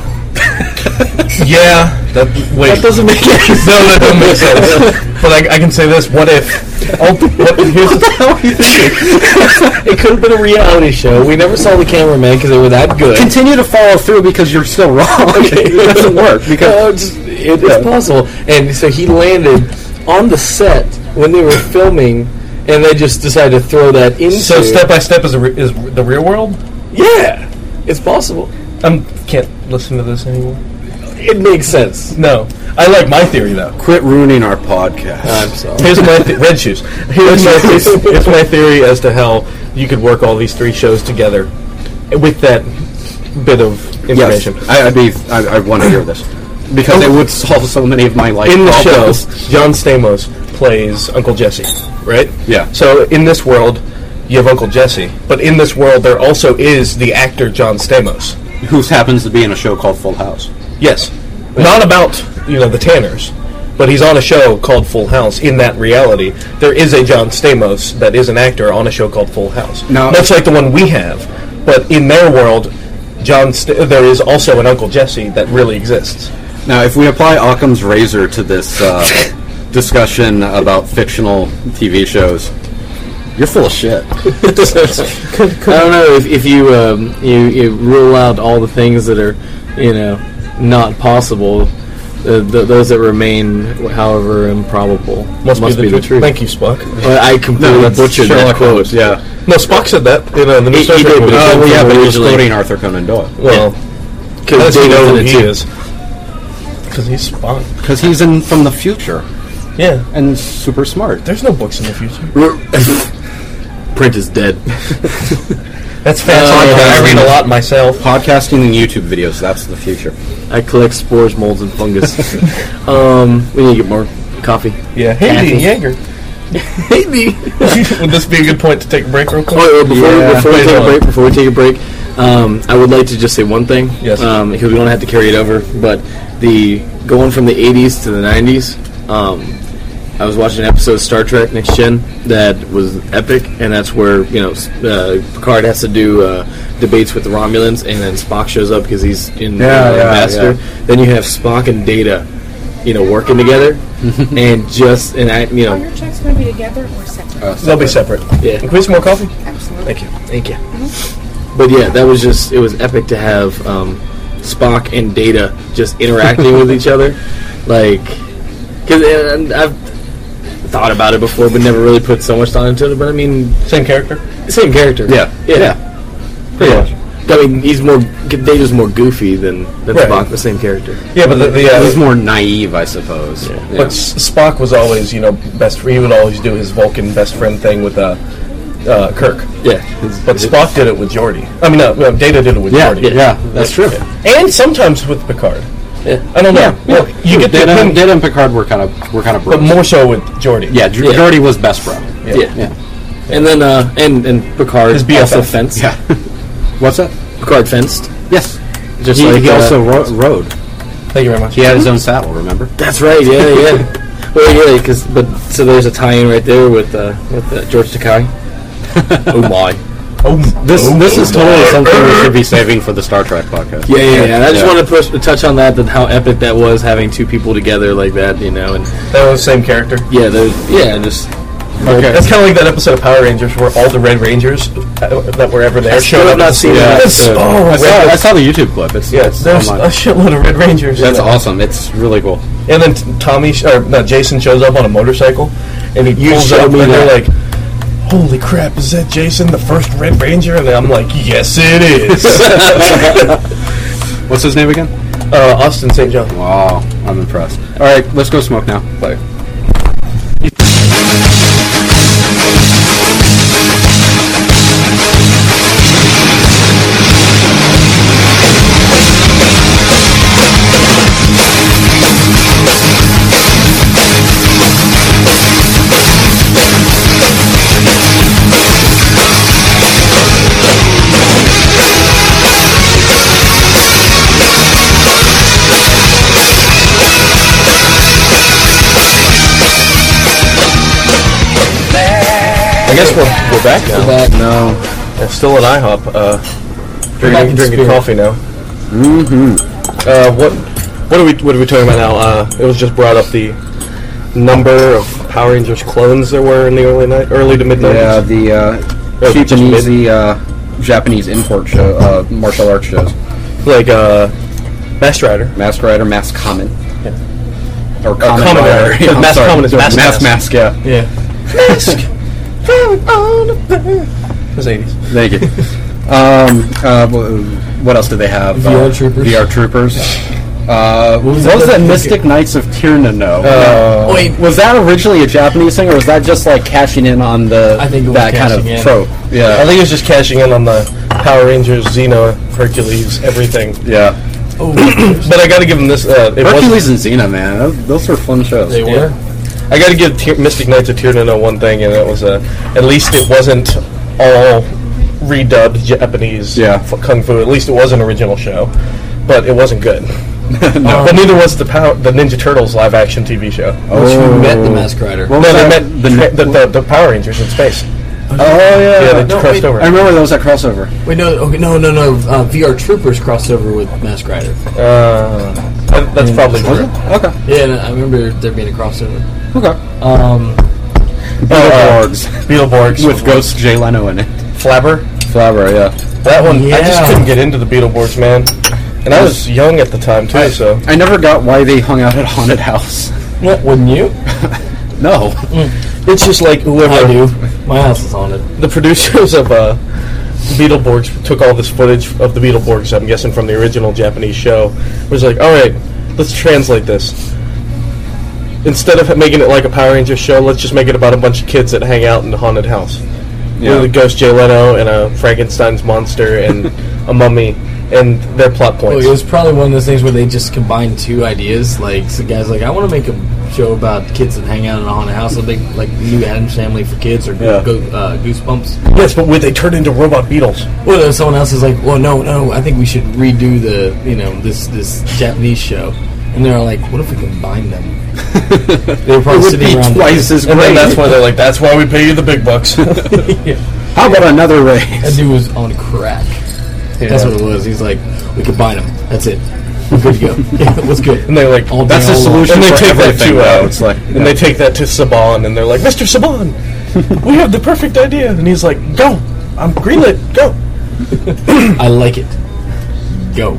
[SPEAKER 1] Yeah. That wait.
[SPEAKER 2] That doesn't make any
[SPEAKER 1] no, that doesn't make sense. But I, I can say this: What if? Oh, what, here's the,
[SPEAKER 2] It could have been a reality show. We never saw the cameraman because they were that good.
[SPEAKER 3] Continue to follow through because you're still wrong. it doesn't work because
[SPEAKER 2] No, it's- it- it's possible. And so he landed on the set when they were filming, and they just decided to throw that into.
[SPEAKER 1] so step by step is a, re- is the real world.
[SPEAKER 2] Yeah, it's possible.
[SPEAKER 1] I can't listen to this anymore.
[SPEAKER 2] It makes sense.
[SPEAKER 1] No, I like my theory though.
[SPEAKER 3] quit ruining our podcast.
[SPEAKER 2] I'm sorry.
[SPEAKER 1] Here's my th- red shoes. Here's my, th- here's my theory as to how you could work all these three shows together with that bit of
[SPEAKER 3] yes,
[SPEAKER 1] information.
[SPEAKER 3] I, I'd be. I, I want to hear this Oh. because it would solve so many of my life
[SPEAKER 1] in the show,
[SPEAKER 3] problems.
[SPEAKER 1] John Stamos plays Uncle Jesse, right?
[SPEAKER 3] Yeah.
[SPEAKER 1] So in this world, you have Uncle Jesse, but in this world, there also is the actor John Stamos.
[SPEAKER 3] Who happens to be in a show called Full House?
[SPEAKER 1] Yes, not about you know the Tanners, but he's on a show called Full House. In that reality, there is a John Stamos that is an actor on a show called Full House,
[SPEAKER 3] Now-
[SPEAKER 1] much like the one we have. But in their world, John St- there is also an Uncle Jesse that really exists.
[SPEAKER 3] Now, if we apply Occam's razor to this uh, discussion about fictional TV shows, you're full of shit.
[SPEAKER 2] I don't know if, if you, um, you you rule out all the things that are you know not possible. Uh, th- those that remain, however improbable,
[SPEAKER 1] Must, be, the, truth. Thank you, Spock.
[SPEAKER 2] But I completely
[SPEAKER 3] that's
[SPEAKER 2] butchered that
[SPEAKER 3] Sherlock
[SPEAKER 2] quote.
[SPEAKER 3] Yeah.
[SPEAKER 1] No, Spock said that in uh, the new
[SPEAKER 2] He-
[SPEAKER 1] Star
[SPEAKER 2] he
[SPEAKER 1] Trek
[SPEAKER 2] did,
[SPEAKER 1] movie. Uh,
[SPEAKER 2] but
[SPEAKER 3] Oh,
[SPEAKER 2] Well,
[SPEAKER 3] yeah, but he was
[SPEAKER 2] originally-
[SPEAKER 3] quoting Arthur Conan Doyle.
[SPEAKER 1] Well,
[SPEAKER 2] Because
[SPEAKER 1] that's
[SPEAKER 2] they know
[SPEAKER 1] who
[SPEAKER 2] that
[SPEAKER 1] he
[SPEAKER 2] too.
[SPEAKER 1] is. Because he's Spock.
[SPEAKER 3] Because he's in from the future
[SPEAKER 1] Yeah.
[SPEAKER 3] and super smart.
[SPEAKER 1] There's no books in the future.
[SPEAKER 2] Print is dead.
[SPEAKER 1] That's fast.
[SPEAKER 2] Uh,
[SPEAKER 1] I read a lot myself.
[SPEAKER 3] Podcasting and YouTube videos, that's the future.
[SPEAKER 2] I collect spores, molds, and fungus. um, we need to get more coffee.
[SPEAKER 1] Yeah, Hazy Jaeger.
[SPEAKER 2] Maybe.
[SPEAKER 1] Would this be a good point to take a break real quick?
[SPEAKER 2] Oh, uh, before,
[SPEAKER 3] Yeah.
[SPEAKER 2] before we
[SPEAKER 1] Wait,
[SPEAKER 2] take a
[SPEAKER 1] hold on.
[SPEAKER 2] break, before we take a break, um, I would like to just say one thing.
[SPEAKER 1] Yes.
[SPEAKER 2] Um, because we don't have to carry it over, but the going from the '80s to the '90s. Um, I was watching an episode of Star Trek Next Gen that was epic, and that's where you know s- uh, Picard has to do uh, debates with the Romulans, and then Spock shows up because he's in
[SPEAKER 3] Yeah,
[SPEAKER 2] uh,
[SPEAKER 3] yeah,
[SPEAKER 2] Ambassador. Then you have Spock and Data, you know, working together, and just and I, you
[SPEAKER 4] Are
[SPEAKER 2] know,
[SPEAKER 4] your checks going to be together or separate?
[SPEAKER 1] They'll be separate.
[SPEAKER 2] yeah.
[SPEAKER 1] Can we have some more coffee?
[SPEAKER 4] Absolutely.
[SPEAKER 1] Thank you.
[SPEAKER 2] Thank you. Mm-hmm. But yeah, that was just it was epic to have um, Spock and Data just interacting with each other, like because I've thought about it before, but never really put so much thought into it. But I mean,
[SPEAKER 1] Same character.
[SPEAKER 2] same character.
[SPEAKER 3] Yeah.
[SPEAKER 2] yeah, pretty much. I mean, he's more Data's more goofy than than
[SPEAKER 1] Right.
[SPEAKER 2] Spock, the same character.
[SPEAKER 1] Yeah, but the, the
[SPEAKER 3] It
[SPEAKER 1] uh,
[SPEAKER 3] was more naive, I suppose. Yeah.
[SPEAKER 1] But S- Spock was always, you know, best. He would always do his Vulcan best friend thing with uh, uh, Kirk.
[SPEAKER 2] Yeah,
[SPEAKER 1] But Spock did it with Geordi. I mean, no, no, Data did it with
[SPEAKER 3] Yeah,
[SPEAKER 1] Geordi.
[SPEAKER 3] yeah, that's true.
[SPEAKER 1] And sometimes with Picard.
[SPEAKER 2] Yeah.
[SPEAKER 1] I don't know.
[SPEAKER 3] Yeah, yeah.
[SPEAKER 1] Well, you get the
[SPEAKER 3] Data,
[SPEAKER 1] opinion,
[SPEAKER 3] Data and Picard were kind of were kind of
[SPEAKER 1] but
[SPEAKER 3] bros.
[SPEAKER 1] more so with Geordi.
[SPEAKER 3] yeah, J-
[SPEAKER 2] Yeah.
[SPEAKER 3] Geordi was best bro.
[SPEAKER 2] yeah. And then uh, and and Picard
[SPEAKER 1] His BFF.
[SPEAKER 2] also fenced.
[SPEAKER 3] Yeah. What's that?
[SPEAKER 2] Picard fenced.
[SPEAKER 3] Yes.
[SPEAKER 2] Just
[SPEAKER 3] He,
[SPEAKER 2] like
[SPEAKER 3] he
[SPEAKER 2] uh,
[SPEAKER 3] also ro- rode.
[SPEAKER 1] Thank you very much.
[SPEAKER 3] He had his own saddle. Remember?
[SPEAKER 2] That's right. Yeah, yeah. well, yeah, because but so there's a tie-in right there with uh, with uh, George Takei. oh my!
[SPEAKER 1] Oh,
[SPEAKER 3] This this is totally something we should be saving for the Star Trek podcast.
[SPEAKER 2] Yeah, yeah, yeah. I
[SPEAKER 3] Yeah.
[SPEAKER 2] just want to push, touch on that, that how epic that was having two people together like that, you know, and
[SPEAKER 1] that was the same character.
[SPEAKER 2] yeah, there's yeah, just
[SPEAKER 3] Okay.
[SPEAKER 1] That's kind of like that episode of Power Rangers where all the Red Rangers uh, that were ever there
[SPEAKER 2] still
[SPEAKER 1] showed up.
[SPEAKER 2] have not seen
[SPEAKER 3] Yeah.
[SPEAKER 2] that.
[SPEAKER 1] That's-
[SPEAKER 3] episode.
[SPEAKER 1] oh, I
[SPEAKER 3] I,
[SPEAKER 1] saw
[SPEAKER 3] saw,
[SPEAKER 1] this.
[SPEAKER 3] I saw the YouTube clip. It's yeah,
[SPEAKER 1] Yes,
[SPEAKER 3] it's
[SPEAKER 1] there's
[SPEAKER 3] online.
[SPEAKER 1] a shitload of Red Rangers.
[SPEAKER 3] That's
[SPEAKER 1] in it.
[SPEAKER 3] awesome. It's really cool.
[SPEAKER 1] And then t- Tommy sh- or no, Jason shows up on a motorcycle, and he pulls
[SPEAKER 2] showed
[SPEAKER 1] up,
[SPEAKER 2] me
[SPEAKER 1] and they're
[SPEAKER 2] that.
[SPEAKER 1] like, "Holy crap! Is that Jason, the first Red Ranger?" And I'm like, "Yes, it is."
[SPEAKER 3] What's his name again?
[SPEAKER 1] uh, Austin St. John.
[SPEAKER 3] Wow, I'm impressed. All right, let's go smoke now. Bye.
[SPEAKER 1] I guess we're, we're back now.
[SPEAKER 3] No.
[SPEAKER 1] Yeah, still at IHOP. Uh,
[SPEAKER 2] back
[SPEAKER 1] drinking
[SPEAKER 2] in
[SPEAKER 1] drinking
[SPEAKER 2] spirit.
[SPEAKER 1] coffee now. Mm-hmm. Uh, what what are we what are we talking about now? Uh, it was just brought up the number of Power Rangers clones there were in the early night, early to mid
[SPEAKER 3] Yeah,
[SPEAKER 1] 90s.
[SPEAKER 3] the uh,
[SPEAKER 1] Oh,
[SPEAKER 3] cheap
[SPEAKER 1] just
[SPEAKER 3] and
[SPEAKER 1] mid-
[SPEAKER 3] easy uh, Japanese import show, uh, martial arts shows.
[SPEAKER 1] Like uh, Master Rider.
[SPEAKER 3] Mask Rider, Mask Common. Or
[SPEAKER 1] Kamen
[SPEAKER 3] Oh, Common
[SPEAKER 1] Rider.
[SPEAKER 3] Rider. I'm
[SPEAKER 1] Mask
[SPEAKER 3] sorry.
[SPEAKER 1] Kamen is Mask
[SPEAKER 3] Mask.
[SPEAKER 1] Mask.
[SPEAKER 3] Mask, yeah.
[SPEAKER 1] Yeah. Mask. It was 80s.
[SPEAKER 3] Thank you. um, uh, wh- what else did they have?
[SPEAKER 1] VR Troopers.
[SPEAKER 3] VR Troopers. Uh, what was, that Mystic Knights of Tirnano?
[SPEAKER 1] Uh,
[SPEAKER 3] Wait, was that originally a Japanese thing, or was that just like cashing in on the
[SPEAKER 5] I think it was
[SPEAKER 3] that kind of
[SPEAKER 5] cashing in.
[SPEAKER 3] trope?
[SPEAKER 1] I
[SPEAKER 3] Yeah,
[SPEAKER 1] think it was just cashing in on the Power Rangers, Xena, Hercules, everything.
[SPEAKER 3] yeah.
[SPEAKER 1] But I got to give them this. Uh, it wasn't-
[SPEAKER 3] Hercules and Xena, man, those, those were fun shows.
[SPEAKER 5] They were.
[SPEAKER 1] I got to give Tyr- Mystic Knights of Tirnano one thing, and that was uh, at least it wasn't all redubbed Japanese
[SPEAKER 3] Yeah.
[SPEAKER 1] f- kung fu. At least it was an original show, but it wasn't good. But neither was the power, the Ninja Turtles live action TV show.
[SPEAKER 5] You met the Mask Rider.
[SPEAKER 3] What
[SPEAKER 1] no,
[SPEAKER 3] was
[SPEAKER 1] they
[SPEAKER 3] that?
[SPEAKER 1] met the, the, the, Power Rangers in space.
[SPEAKER 3] Oh yeah,
[SPEAKER 1] Yeah, they
[SPEAKER 5] no,
[SPEAKER 1] crossed
[SPEAKER 5] wait.
[SPEAKER 1] over.
[SPEAKER 3] I remember there was that crossover.
[SPEAKER 5] Wait, no, okay, no, no, no. Uh, VR Troopers crossed over with Mask Rider.
[SPEAKER 1] Uh, that- that's probably true.
[SPEAKER 3] Okay,
[SPEAKER 5] Yeah, and I remember there being a crossover.
[SPEAKER 3] okay.
[SPEAKER 5] Um,
[SPEAKER 3] Beetleborgs
[SPEAKER 1] Beetleborgs
[SPEAKER 3] Oh, uh, with Ghost Jay Leno in it.
[SPEAKER 1] Flabber.
[SPEAKER 3] Flabber, yeah.
[SPEAKER 1] That one, I just
[SPEAKER 5] Yeah.
[SPEAKER 1] couldn't get into the Beetleborgs, man. And I was young at the time too, so
[SPEAKER 3] I never got why they hung out at haunted house.
[SPEAKER 5] wouldn't you?
[SPEAKER 3] No.
[SPEAKER 1] it's just like
[SPEAKER 5] I
[SPEAKER 1] whoever
[SPEAKER 5] do. My house is haunted.
[SPEAKER 1] the producers of uh, Beetleborgs took all this footage of the Beetleborgs, I'm guessing from the original Japanese show, was like, all right, let's translate this. Instead of making it like a Power Rangers show, let's just make it about a bunch of kids that hang out in a haunted house. One of the ghost Jay Leno and a Frankenstein's monster and a mummy and their plot
[SPEAKER 5] Well,
[SPEAKER 1] points.
[SPEAKER 5] Oh, it was probably one of those things where they just combined two ideas. Like, so guys, like I want to make a show about kids that hang out in a haunted house. I think like the new Adams Family for kids or
[SPEAKER 2] Yeah.
[SPEAKER 5] go, uh, Goosebumps.
[SPEAKER 1] yes, but would they turn into robot beetles?
[SPEAKER 5] Well, then someone else is like, "Well, no, no, I think we should redo the, you know, this this Japanese show." And they're like, "What if we combine them?" they were probably sitting around.
[SPEAKER 3] twice as
[SPEAKER 1] And
[SPEAKER 3] great.
[SPEAKER 1] then that's why they're like, that's why we pay you the big bucks.
[SPEAKER 3] How about another
[SPEAKER 5] That
[SPEAKER 3] race?
[SPEAKER 5] dude was on crack. That's what it was. He's like, "We combine them. That's it. We're good to go. yeah, what's good?"
[SPEAKER 1] And they're like,
[SPEAKER 5] All
[SPEAKER 3] That's
[SPEAKER 5] day,
[SPEAKER 3] the
[SPEAKER 5] all
[SPEAKER 3] solution.
[SPEAKER 1] and they
[SPEAKER 3] for
[SPEAKER 1] take that
[SPEAKER 3] everything,
[SPEAKER 1] two
[SPEAKER 3] though.
[SPEAKER 1] out.
[SPEAKER 3] It's like,
[SPEAKER 1] and
[SPEAKER 3] yeah.
[SPEAKER 1] they take that to Saban, and they're like, "Mr. Saban, we have the perfect idea." And he's like, "Go, I'm greenlit. Go."
[SPEAKER 5] long. I like it. Go.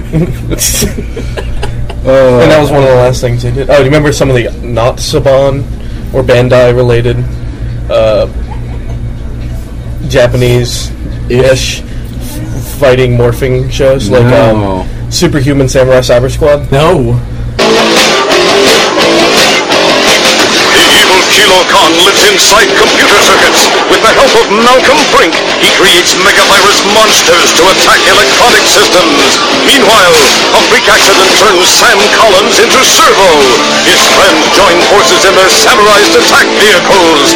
[SPEAKER 3] Uh,
[SPEAKER 1] and that was one of the last things they did. Oh, do you remember some of the not Saban or Bandai related uh, Japanese ish fighting morphing shows like
[SPEAKER 3] No.
[SPEAKER 1] um, Superhuman Samurai Cyber Squad?
[SPEAKER 5] No.
[SPEAKER 6] evil Kilo Khan lives inside computer circuits. With the help of Malcolm Brink, he creates megavirus monsters to attack electronic systems. Meanwhile, a freak accident turns Sam Collins into Servo. His friends join forces in their satirized attack vehicles.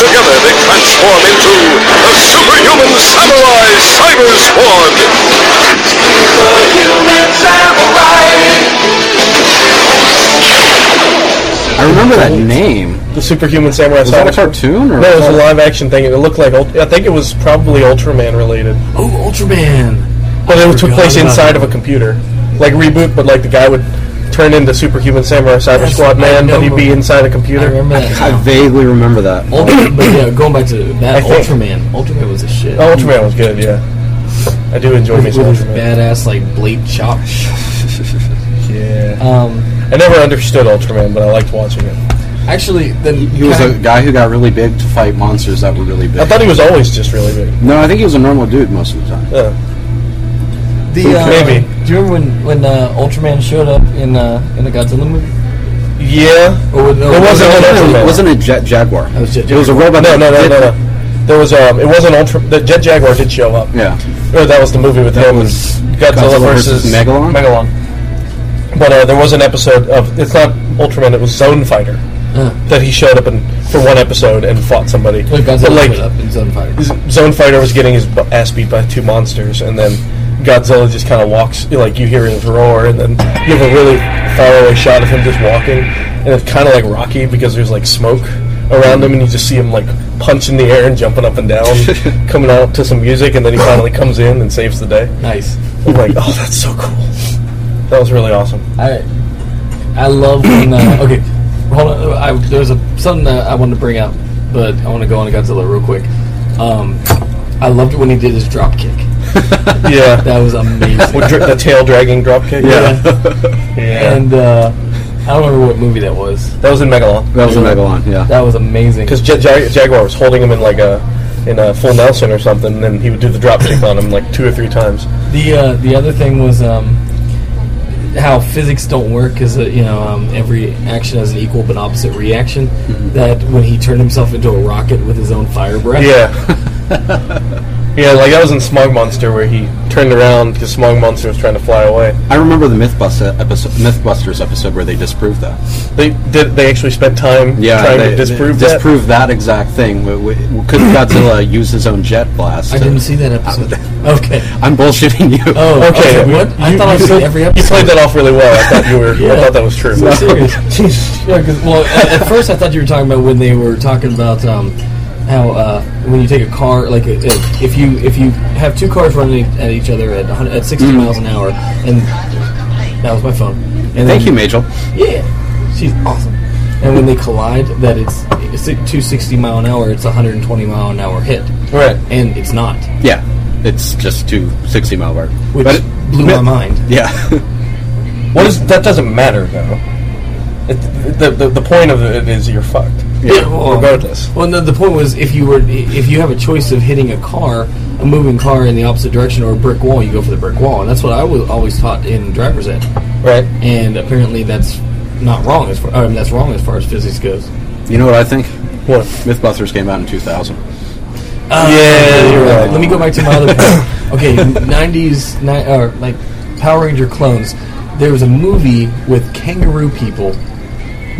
[SPEAKER 6] Together, they transform into the superhuman samurai cyber squad. Superhuman samurai.
[SPEAKER 3] I remember that name.
[SPEAKER 1] The Superhuman Samurai
[SPEAKER 3] Was
[SPEAKER 1] Cyber
[SPEAKER 3] that a
[SPEAKER 1] Squad.
[SPEAKER 3] cartoon or
[SPEAKER 1] No, it was
[SPEAKER 3] was
[SPEAKER 1] a
[SPEAKER 3] that-
[SPEAKER 1] live action thing. It looked like Ult- I think it was probably Ultraman related.
[SPEAKER 5] Oh, Ultraman.
[SPEAKER 1] But it took
[SPEAKER 5] forgot
[SPEAKER 1] place
[SPEAKER 5] about
[SPEAKER 1] inside
[SPEAKER 5] it.
[SPEAKER 1] of a computer, like reboot. But like the guy would turn into Superhuman Samurai Cyber
[SPEAKER 5] That's-
[SPEAKER 1] Squad
[SPEAKER 5] I
[SPEAKER 1] man, but
[SPEAKER 5] know.
[SPEAKER 1] he'd be inside a
[SPEAKER 5] I
[SPEAKER 1] computer.
[SPEAKER 5] remember that.
[SPEAKER 3] I
[SPEAKER 5] now.
[SPEAKER 3] vaguely remember that.
[SPEAKER 5] Ultra, but yeah, going back to that
[SPEAKER 1] I think-
[SPEAKER 5] Ultraman. Ultraman was a shit.
[SPEAKER 1] Oh, Ultraman was good, yeah. I do enjoy me
[SPEAKER 5] with
[SPEAKER 1] some
[SPEAKER 5] his
[SPEAKER 1] Ultraman.
[SPEAKER 5] badass like blade chop.
[SPEAKER 1] Yeah.
[SPEAKER 5] Um,
[SPEAKER 1] I never understood Ultraman, but I liked watching it.
[SPEAKER 5] actually, then
[SPEAKER 3] He was a
[SPEAKER 5] kinda-
[SPEAKER 3] guy who got really big to fight monsters that were really
[SPEAKER 1] I
[SPEAKER 3] big.
[SPEAKER 1] thought he was always just really big.
[SPEAKER 3] No, I think he was a normal dude most of the time.
[SPEAKER 1] Yeah.
[SPEAKER 5] the uh,
[SPEAKER 1] maybe.
[SPEAKER 5] Do you remember when when uh, Ultraman showed up in uh, in the Godzilla movie?
[SPEAKER 1] Yeah.
[SPEAKER 5] Or, no,
[SPEAKER 1] It wasn't
[SPEAKER 5] no,
[SPEAKER 1] Ultraman.
[SPEAKER 3] No, it wasn't a jet jaguar.
[SPEAKER 5] It was Jet
[SPEAKER 3] It was a robot.
[SPEAKER 1] No,
[SPEAKER 3] that
[SPEAKER 1] no, no,
[SPEAKER 3] did-
[SPEAKER 1] no, no. There was um, it wasn't Ultra. The Jet Jaguar did show up.
[SPEAKER 3] Yeah,
[SPEAKER 1] Or that was the movie with him.
[SPEAKER 3] was
[SPEAKER 1] Godzilla,
[SPEAKER 3] Godzilla
[SPEAKER 1] versus,
[SPEAKER 3] versus Megalon?
[SPEAKER 1] Megalon. But uh, there was an episode of it's not Ultraman. It was Zone Fighter
[SPEAKER 5] Uh.
[SPEAKER 1] that he showed up in for one episode and fought somebody.
[SPEAKER 5] When Godzilla
[SPEAKER 1] but like
[SPEAKER 5] showed up in Zone Fighter.
[SPEAKER 1] Z- Zone Fighter was getting his bu- ass beat by two monsters, and then Godzilla just kind of walks. Like you hear his roar, and then you have a really faraway shot of him just walking, and it's kind of like Rocky because there's like smoke around him, and you just see him like punching the air and jumping up and down, coming out to some music, and then he finally comes in and saves the day.
[SPEAKER 5] Nice.
[SPEAKER 1] I'm like, oh, that's so cool. That was really awesome.
[SPEAKER 5] I I love when uh, okay. Hold on, I, there's a something that I wanted to bring up, but I want to go on to Godzilla real quick. Um, I loved it when he did his drop kick.
[SPEAKER 1] Yeah.
[SPEAKER 5] That was amazing.
[SPEAKER 1] With dr- the tail dragging dropkick. yeah.
[SPEAKER 5] And uh, I don't remember what movie that was.
[SPEAKER 1] that was in Megalon.
[SPEAKER 3] that was a megalon. Yeah.
[SPEAKER 5] That was amazing.
[SPEAKER 1] because Jet Jag- Jaguar was holding him in like a in a full Nelson or something, and then he would do the drop kick on him like two or three times.
[SPEAKER 5] The uh, the other thing was um, how physics don't work is that you know um, every action has an equal but opposite reaction.
[SPEAKER 1] Mm-hmm.
[SPEAKER 5] That when he turned himself into a rocket with his own fire breath,
[SPEAKER 1] Yeah, yeah, like that was in Smog Monster where he turned around because Smog Monster was trying to fly away.
[SPEAKER 3] I remember the Mythbusters episode, Mythbusters episode where they disproved that.
[SPEAKER 1] They did. They actually spent time trying
[SPEAKER 3] they,
[SPEAKER 1] to disprove
[SPEAKER 3] they
[SPEAKER 1] that.
[SPEAKER 3] disprove that. exact thing. W- w- Could Godzilla use his own jet blast?
[SPEAKER 5] I didn't see that episode. okay.
[SPEAKER 3] I'm bullshitting you.
[SPEAKER 5] Oh,
[SPEAKER 1] Okay,
[SPEAKER 5] okay.
[SPEAKER 1] we-
[SPEAKER 5] what? I
[SPEAKER 1] you-
[SPEAKER 5] thought I
[SPEAKER 1] you-
[SPEAKER 5] seen every
[SPEAKER 1] You
[SPEAKER 5] episode.
[SPEAKER 1] played that off really well. I thought you were. I
[SPEAKER 5] Yeah.
[SPEAKER 1] thought that was true.
[SPEAKER 5] I'm serious. Yeah, 'cause- well, at, at first I thought you were talking about when they were talking about um, how uh, when you take a car, like a, a- if you if you have two cars running at each other at, 100 at 60 miles an hour, and that was my phone. And
[SPEAKER 3] Thank you,
[SPEAKER 5] then-
[SPEAKER 3] Majel.
[SPEAKER 5] Yeah, she's awesome. And when they collide, that it's, it's at 260 mile an hour, it's a 120 mile an hour hit,
[SPEAKER 1] Right.
[SPEAKER 5] and it's not,
[SPEAKER 3] Yeah, it's just two 60 mile mark.
[SPEAKER 5] which
[SPEAKER 3] But it-
[SPEAKER 5] blew my mind.
[SPEAKER 3] yeah.
[SPEAKER 1] What is that? Doesn't matter though. It, the, the the point of it is you're fucked.
[SPEAKER 5] Yeah, well,
[SPEAKER 1] regardless.
[SPEAKER 5] Well, no, the point was if you were if you have a choice of hitting a car, a moving car in the opposite direction, or a brick wall, you go for the brick wall, and that's what I was always taught in driver's ed.
[SPEAKER 1] Right.
[SPEAKER 5] And apparently, that's not wrong as far. I mean, that's wrong as far as physics goes.
[SPEAKER 3] you know what I think?
[SPEAKER 1] What?
[SPEAKER 3] Mythbusters came out in 2000.
[SPEAKER 5] Uh,
[SPEAKER 1] Yeah, you're right.
[SPEAKER 5] Let me go back to my other point. Okay, 90s, ni- or like Power Ranger clones. There was a movie with kangaroo people.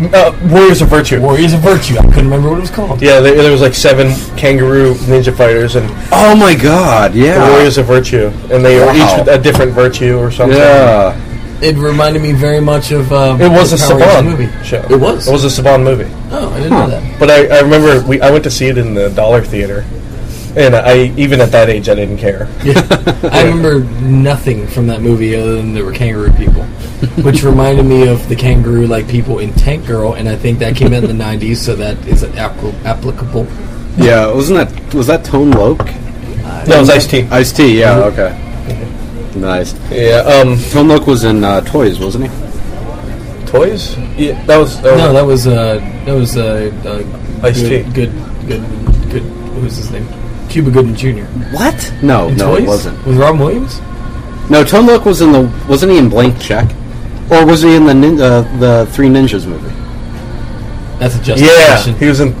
[SPEAKER 1] Uh, Warriors of Virtue.
[SPEAKER 5] Warriors of Virtue. I couldn't remember what it was called.
[SPEAKER 1] Yeah, there, there was like seven kangaroo ninja fighters and
[SPEAKER 3] Oh my god, yeah.
[SPEAKER 1] the Warriors of Virtue, and they were each
[SPEAKER 3] Wow.
[SPEAKER 1] with a different virtue or something.
[SPEAKER 3] Yeah.
[SPEAKER 5] It reminded me very much of um,
[SPEAKER 1] It was
[SPEAKER 5] the
[SPEAKER 1] a
[SPEAKER 5] Power Rangers
[SPEAKER 1] Saban
[SPEAKER 5] movie.
[SPEAKER 1] show.
[SPEAKER 5] It was.
[SPEAKER 1] It was a Saban movie.
[SPEAKER 5] Oh, I didn't know that.
[SPEAKER 1] But I, I remember we, I went to see it in the Dollar Theater, and I even at that age I didn't care.
[SPEAKER 5] Yeah. I remember nothing from that movie other than there were kangaroo people, which reminded me of the kangaroo like people in Tank Girl, and I think that came out in the '90s, so that is appli- applicable.
[SPEAKER 3] Yeah, wasn't that was that Tone Loke?
[SPEAKER 1] No, it was Ice T.
[SPEAKER 3] Ice T, yeah, okay. Nice.
[SPEAKER 1] Yeah. Um,
[SPEAKER 3] Tone Loke was in uh, Toys, wasn't he?
[SPEAKER 1] toys. Yeah, that was. Uh,
[SPEAKER 5] No, that was uh, that was uh, uh,
[SPEAKER 1] Ice
[SPEAKER 5] good,
[SPEAKER 1] T.
[SPEAKER 5] good, good, good. Who's his name? Cuba Gooden Jr.
[SPEAKER 3] What? No,
[SPEAKER 5] In
[SPEAKER 3] no,
[SPEAKER 5] Toys?
[SPEAKER 3] it wasn't.
[SPEAKER 5] Was Robin Williams?
[SPEAKER 3] No, Tone Loke was in the wasn't he in Blank Check? Or was he in the nin- uh, the Three Ninjas movie?
[SPEAKER 5] That's a
[SPEAKER 1] yeah,
[SPEAKER 5] justification.
[SPEAKER 1] he was in.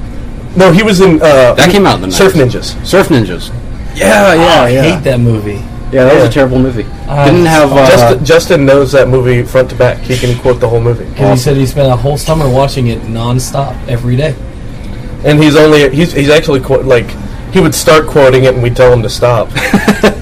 [SPEAKER 1] No, he was in. Uh,
[SPEAKER 3] That came out in the
[SPEAKER 1] Surf
[SPEAKER 3] 90s.
[SPEAKER 1] Ninjas.
[SPEAKER 3] Surf Ninjas.
[SPEAKER 1] Yeah,
[SPEAKER 5] Ah, I hate that movie.
[SPEAKER 3] Yeah, that was
[SPEAKER 1] Yeah.
[SPEAKER 3] a terrible movie.
[SPEAKER 5] Uh,
[SPEAKER 3] Didn't have uh,
[SPEAKER 1] Justin, Justin knows that movie front to back. He can quote the whole movie,
[SPEAKER 5] Because he said he spent a whole summer watching it nonstop every day.
[SPEAKER 1] and he's only he's he's actually quote like he would start quoting it, and we'd tell him to stop.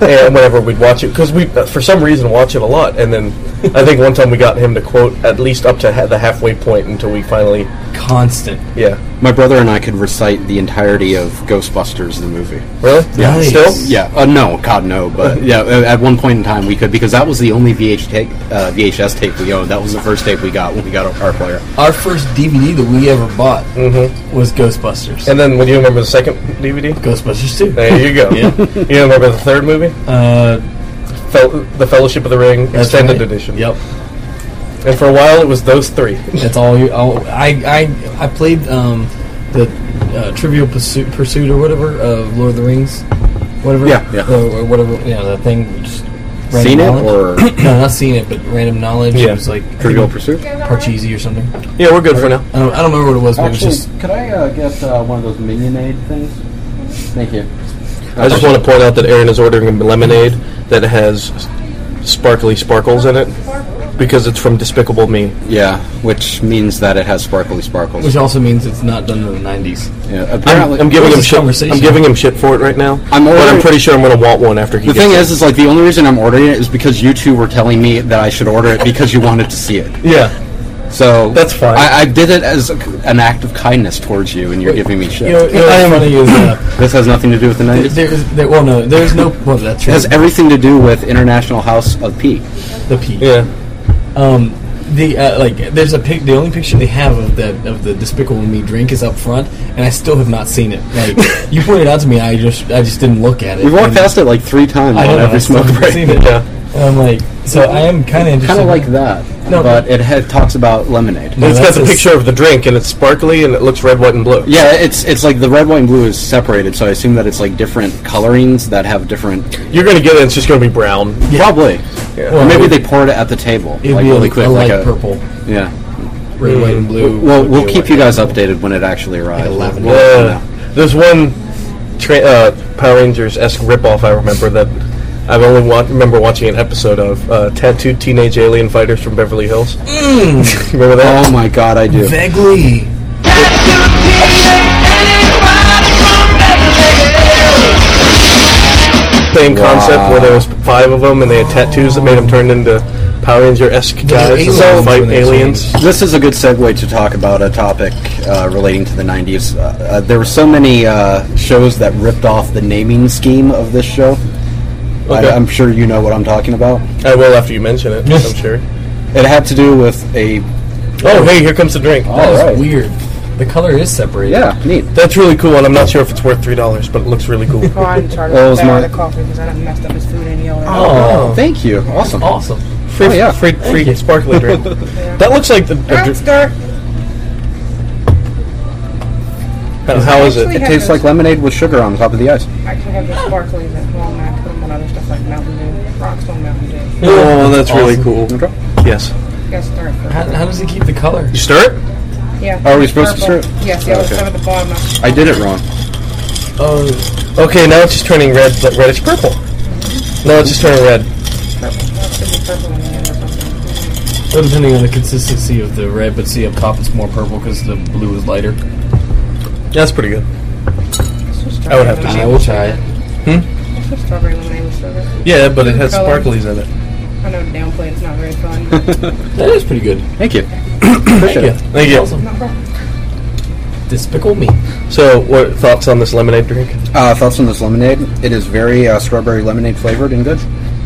[SPEAKER 1] and whenever we'd watch it, because we uh, for some reason watch it a lot, and then I think one time we got him to quote at least up to ha- the halfway point until we finally
[SPEAKER 5] Constant.
[SPEAKER 1] yeah.
[SPEAKER 3] my brother and I could recite the entirety of Ghostbusters the movie.
[SPEAKER 1] Really?
[SPEAKER 5] Yeah. Nice.
[SPEAKER 1] Still?
[SPEAKER 3] Yeah. Uh, no, God, no. But yeah, uh, at one point in time we could because that was the only VH tape, uh, VHS tape we owned. That was the first tape we got when we got our player.
[SPEAKER 5] Our first DVD that we ever bought was Ghostbusters.
[SPEAKER 1] And then, would you remember the second DVD?
[SPEAKER 5] Ghostbusters 2.
[SPEAKER 1] There you go.
[SPEAKER 5] Yeah.
[SPEAKER 1] You remember the third movie?
[SPEAKER 5] Uh,
[SPEAKER 1] Fel- the Fellowship of the Ring
[SPEAKER 5] that's
[SPEAKER 1] Extended
[SPEAKER 5] right.
[SPEAKER 1] Edition.
[SPEAKER 5] Yep.
[SPEAKER 1] And for a while, it was those three.
[SPEAKER 5] That's all you. All, I, I I played um, the uh, Trivial Pursuit, Pursuit or whatever of Lord of the Rings, whatever.
[SPEAKER 3] Yeah, yeah.
[SPEAKER 5] Or, or whatever. You know that thing. Just random
[SPEAKER 3] Seen it
[SPEAKER 5] knowledge.
[SPEAKER 3] or
[SPEAKER 5] no, not seen it, but random knowledge. It
[SPEAKER 1] Yeah.
[SPEAKER 5] was like
[SPEAKER 3] Trivial Pursuit?
[SPEAKER 5] Parcheesi or something.
[SPEAKER 1] Yeah, we're good for now.
[SPEAKER 5] I don't, I don't remember what it was, but it was just
[SPEAKER 3] could I uh, get uh, one of those Minionade things? Thank you.
[SPEAKER 1] I just want to point out that Aaron is ordering a lemonade that has sparkly sparkles in it because it's from Despicable Me.
[SPEAKER 3] Yeah, which means that it has sparkly sparkles.
[SPEAKER 5] which also means it's not done in the nineties.
[SPEAKER 3] Yeah,
[SPEAKER 1] I'm,
[SPEAKER 3] apparently,
[SPEAKER 1] I'm giving
[SPEAKER 5] What's
[SPEAKER 1] him
[SPEAKER 5] this
[SPEAKER 1] shit.
[SPEAKER 5] conversation?
[SPEAKER 1] I'm giving him shit for it right now.
[SPEAKER 3] I'm
[SPEAKER 1] but I'm
[SPEAKER 3] ordering-
[SPEAKER 1] pretty sure I'm going to want one after he.
[SPEAKER 3] The
[SPEAKER 1] gets
[SPEAKER 3] thing
[SPEAKER 1] it.
[SPEAKER 3] is, is like the only reason I'm ordering it is because you two were telling me that I should order it because you wanted to see it.
[SPEAKER 1] yeah,
[SPEAKER 3] So
[SPEAKER 1] That's fine.
[SPEAKER 3] I, I did it as a, an act of kindness towards you, and you're giving me shit.
[SPEAKER 5] You know, you know what's funny is uh,
[SPEAKER 3] this has nothing to do with the
[SPEAKER 5] there-
[SPEAKER 3] 90s. It
[SPEAKER 5] there is there, well no there's no well that's
[SPEAKER 3] has everything to do with International House of P.
[SPEAKER 5] the peak.
[SPEAKER 1] yeah.
[SPEAKER 5] Um, the uh, like, there's a pic. The only picture they have of the of the Despicable Me drink is up front, and I still have not seen it. Like you pointed out to me, I just I just didn't look at it.
[SPEAKER 3] We walked
[SPEAKER 5] And
[SPEAKER 3] past it like three times
[SPEAKER 5] I
[SPEAKER 3] on
[SPEAKER 5] don't know, I
[SPEAKER 3] every
[SPEAKER 5] still
[SPEAKER 3] smoke
[SPEAKER 5] haven't
[SPEAKER 3] break.
[SPEAKER 5] seen it.
[SPEAKER 1] Yeah.
[SPEAKER 5] And I'm like, so I am kind of interested.
[SPEAKER 3] Kind of like that,
[SPEAKER 5] No.
[SPEAKER 3] but it had, talks about lemonade.
[SPEAKER 5] No,
[SPEAKER 1] it's
[SPEAKER 5] that's
[SPEAKER 1] got the
[SPEAKER 5] a s-
[SPEAKER 1] picture of the drink and it's sparkly and it looks red, white, and blue.
[SPEAKER 3] Yeah, it's it's like the red, white, and blue is separated, so I assume that it's like different colorings that have different.
[SPEAKER 1] You're going to get it. It's just going to be brown.
[SPEAKER 3] Probably,
[SPEAKER 1] Well,
[SPEAKER 3] or maybe they poured it at the table,
[SPEAKER 5] It'd
[SPEAKER 3] like
[SPEAKER 5] be
[SPEAKER 3] really
[SPEAKER 5] a,
[SPEAKER 3] quick,
[SPEAKER 5] a
[SPEAKER 3] like a
[SPEAKER 5] light
[SPEAKER 3] Mm-hmm.
[SPEAKER 5] purple,
[SPEAKER 3] yeah.
[SPEAKER 5] red, white, and blue.
[SPEAKER 3] Well,
[SPEAKER 5] would
[SPEAKER 3] we'll
[SPEAKER 5] be a
[SPEAKER 3] keep
[SPEAKER 5] light
[SPEAKER 3] you guys
[SPEAKER 5] purple.
[SPEAKER 3] updated when it actually arrives.
[SPEAKER 5] lavender.
[SPEAKER 3] We'll let you
[SPEAKER 1] Uh,
[SPEAKER 3] know.
[SPEAKER 1] there's one tra- uh, Power Rangers esque ripoff I remember that I've only wa- remember watching an episode of uh, tattooed teenage alien fighters from Beverly Hills. remember that?
[SPEAKER 3] Oh my god, I do.
[SPEAKER 5] Vaguely.
[SPEAKER 1] Same concept
[SPEAKER 3] Wow.
[SPEAKER 1] where there was five of them and they had tattoos that made them turn into Power Ranger esque
[SPEAKER 5] were
[SPEAKER 1] guys
[SPEAKER 5] aliens
[SPEAKER 1] that fight
[SPEAKER 5] when they
[SPEAKER 1] aliens.
[SPEAKER 3] This is a good segue to talk about a topic uh, relating to the 90s. Uh, uh, there were so many uh, shows that ripped off the naming scheme of this show.
[SPEAKER 1] Okay.
[SPEAKER 3] I, I'm sure you know what I'm talking about.
[SPEAKER 1] I will after you mention it. I'm sure.
[SPEAKER 3] It had to do with a.
[SPEAKER 1] Oh hey, here comes the drink.
[SPEAKER 5] That was
[SPEAKER 3] Alright.
[SPEAKER 5] weird. The color is separated.
[SPEAKER 3] Yeah, neat.
[SPEAKER 1] That's really cool, and I'm not sure if it's worth three dollars, but it looks really cool.
[SPEAKER 4] Oh, I didn't charge
[SPEAKER 3] Well,
[SPEAKER 4] him
[SPEAKER 3] it's
[SPEAKER 4] that
[SPEAKER 3] not-
[SPEAKER 4] the coffee because I done messed up his food and yelled at him.
[SPEAKER 5] Oh,
[SPEAKER 3] Thank you. Awesome.
[SPEAKER 5] awesome.
[SPEAKER 1] Free,
[SPEAKER 3] Oh, yeah.
[SPEAKER 1] free, free
[SPEAKER 5] you.
[SPEAKER 1] sparkly drink. That looks like the. the
[SPEAKER 4] That's
[SPEAKER 1] dr-
[SPEAKER 4] dark.
[SPEAKER 1] how is it?
[SPEAKER 3] It tastes like lemonade with sugar on top of the ice.
[SPEAKER 4] I actually have those sparklies at home. and I put them on other stuff like Mountain Dew, Rockstone Mountain Dew.
[SPEAKER 1] Oh, that's really
[SPEAKER 5] Awesome.
[SPEAKER 1] cool.
[SPEAKER 3] Okay.
[SPEAKER 1] Yes.
[SPEAKER 4] You gotta stir it
[SPEAKER 5] How,
[SPEAKER 4] first.
[SPEAKER 5] how does it keep the color?
[SPEAKER 1] You stir it.
[SPEAKER 4] Yeah.
[SPEAKER 3] Are we supposed to
[SPEAKER 4] Purple.
[SPEAKER 3] stir
[SPEAKER 4] Yes, yeah,
[SPEAKER 3] Okay.
[SPEAKER 4] okay. at the bottom.
[SPEAKER 3] I did it wrong.
[SPEAKER 5] Oh,
[SPEAKER 1] Okay, now it's just turning red, but reddish purple. No, it's just turning red.
[SPEAKER 5] So depending on the consistency of the red, but see up top it's more purple because the blue is lighter.
[SPEAKER 1] That's pretty good.
[SPEAKER 4] I
[SPEAKER 1] would have to
[SPEAKER 5] I will try.
[SPEAKER 4] Strawberry lemonade with sugar.
[SPEAKER 1] Yeah, but it has
[SPEAKER 4] Color.
[SPEAKER 1] sparklies in it.
[SPEAKER 4] I know downplay it's not very fun. but
[SPEAKER 5] That is pretty good.
[SPEAKER 3] Thank you.
[SPEAKER 5] Appreciate it.
[SPEAKER 1] Thank you.
[SPEAKER 5] Awesome. Despicable me.
[SPEAKER 1] So, what thoughts on this lemonade drink?
[SPEAKER 3] Uh, thoughts on this lemonade? It is very uh, strawberry lemonade flavored and good.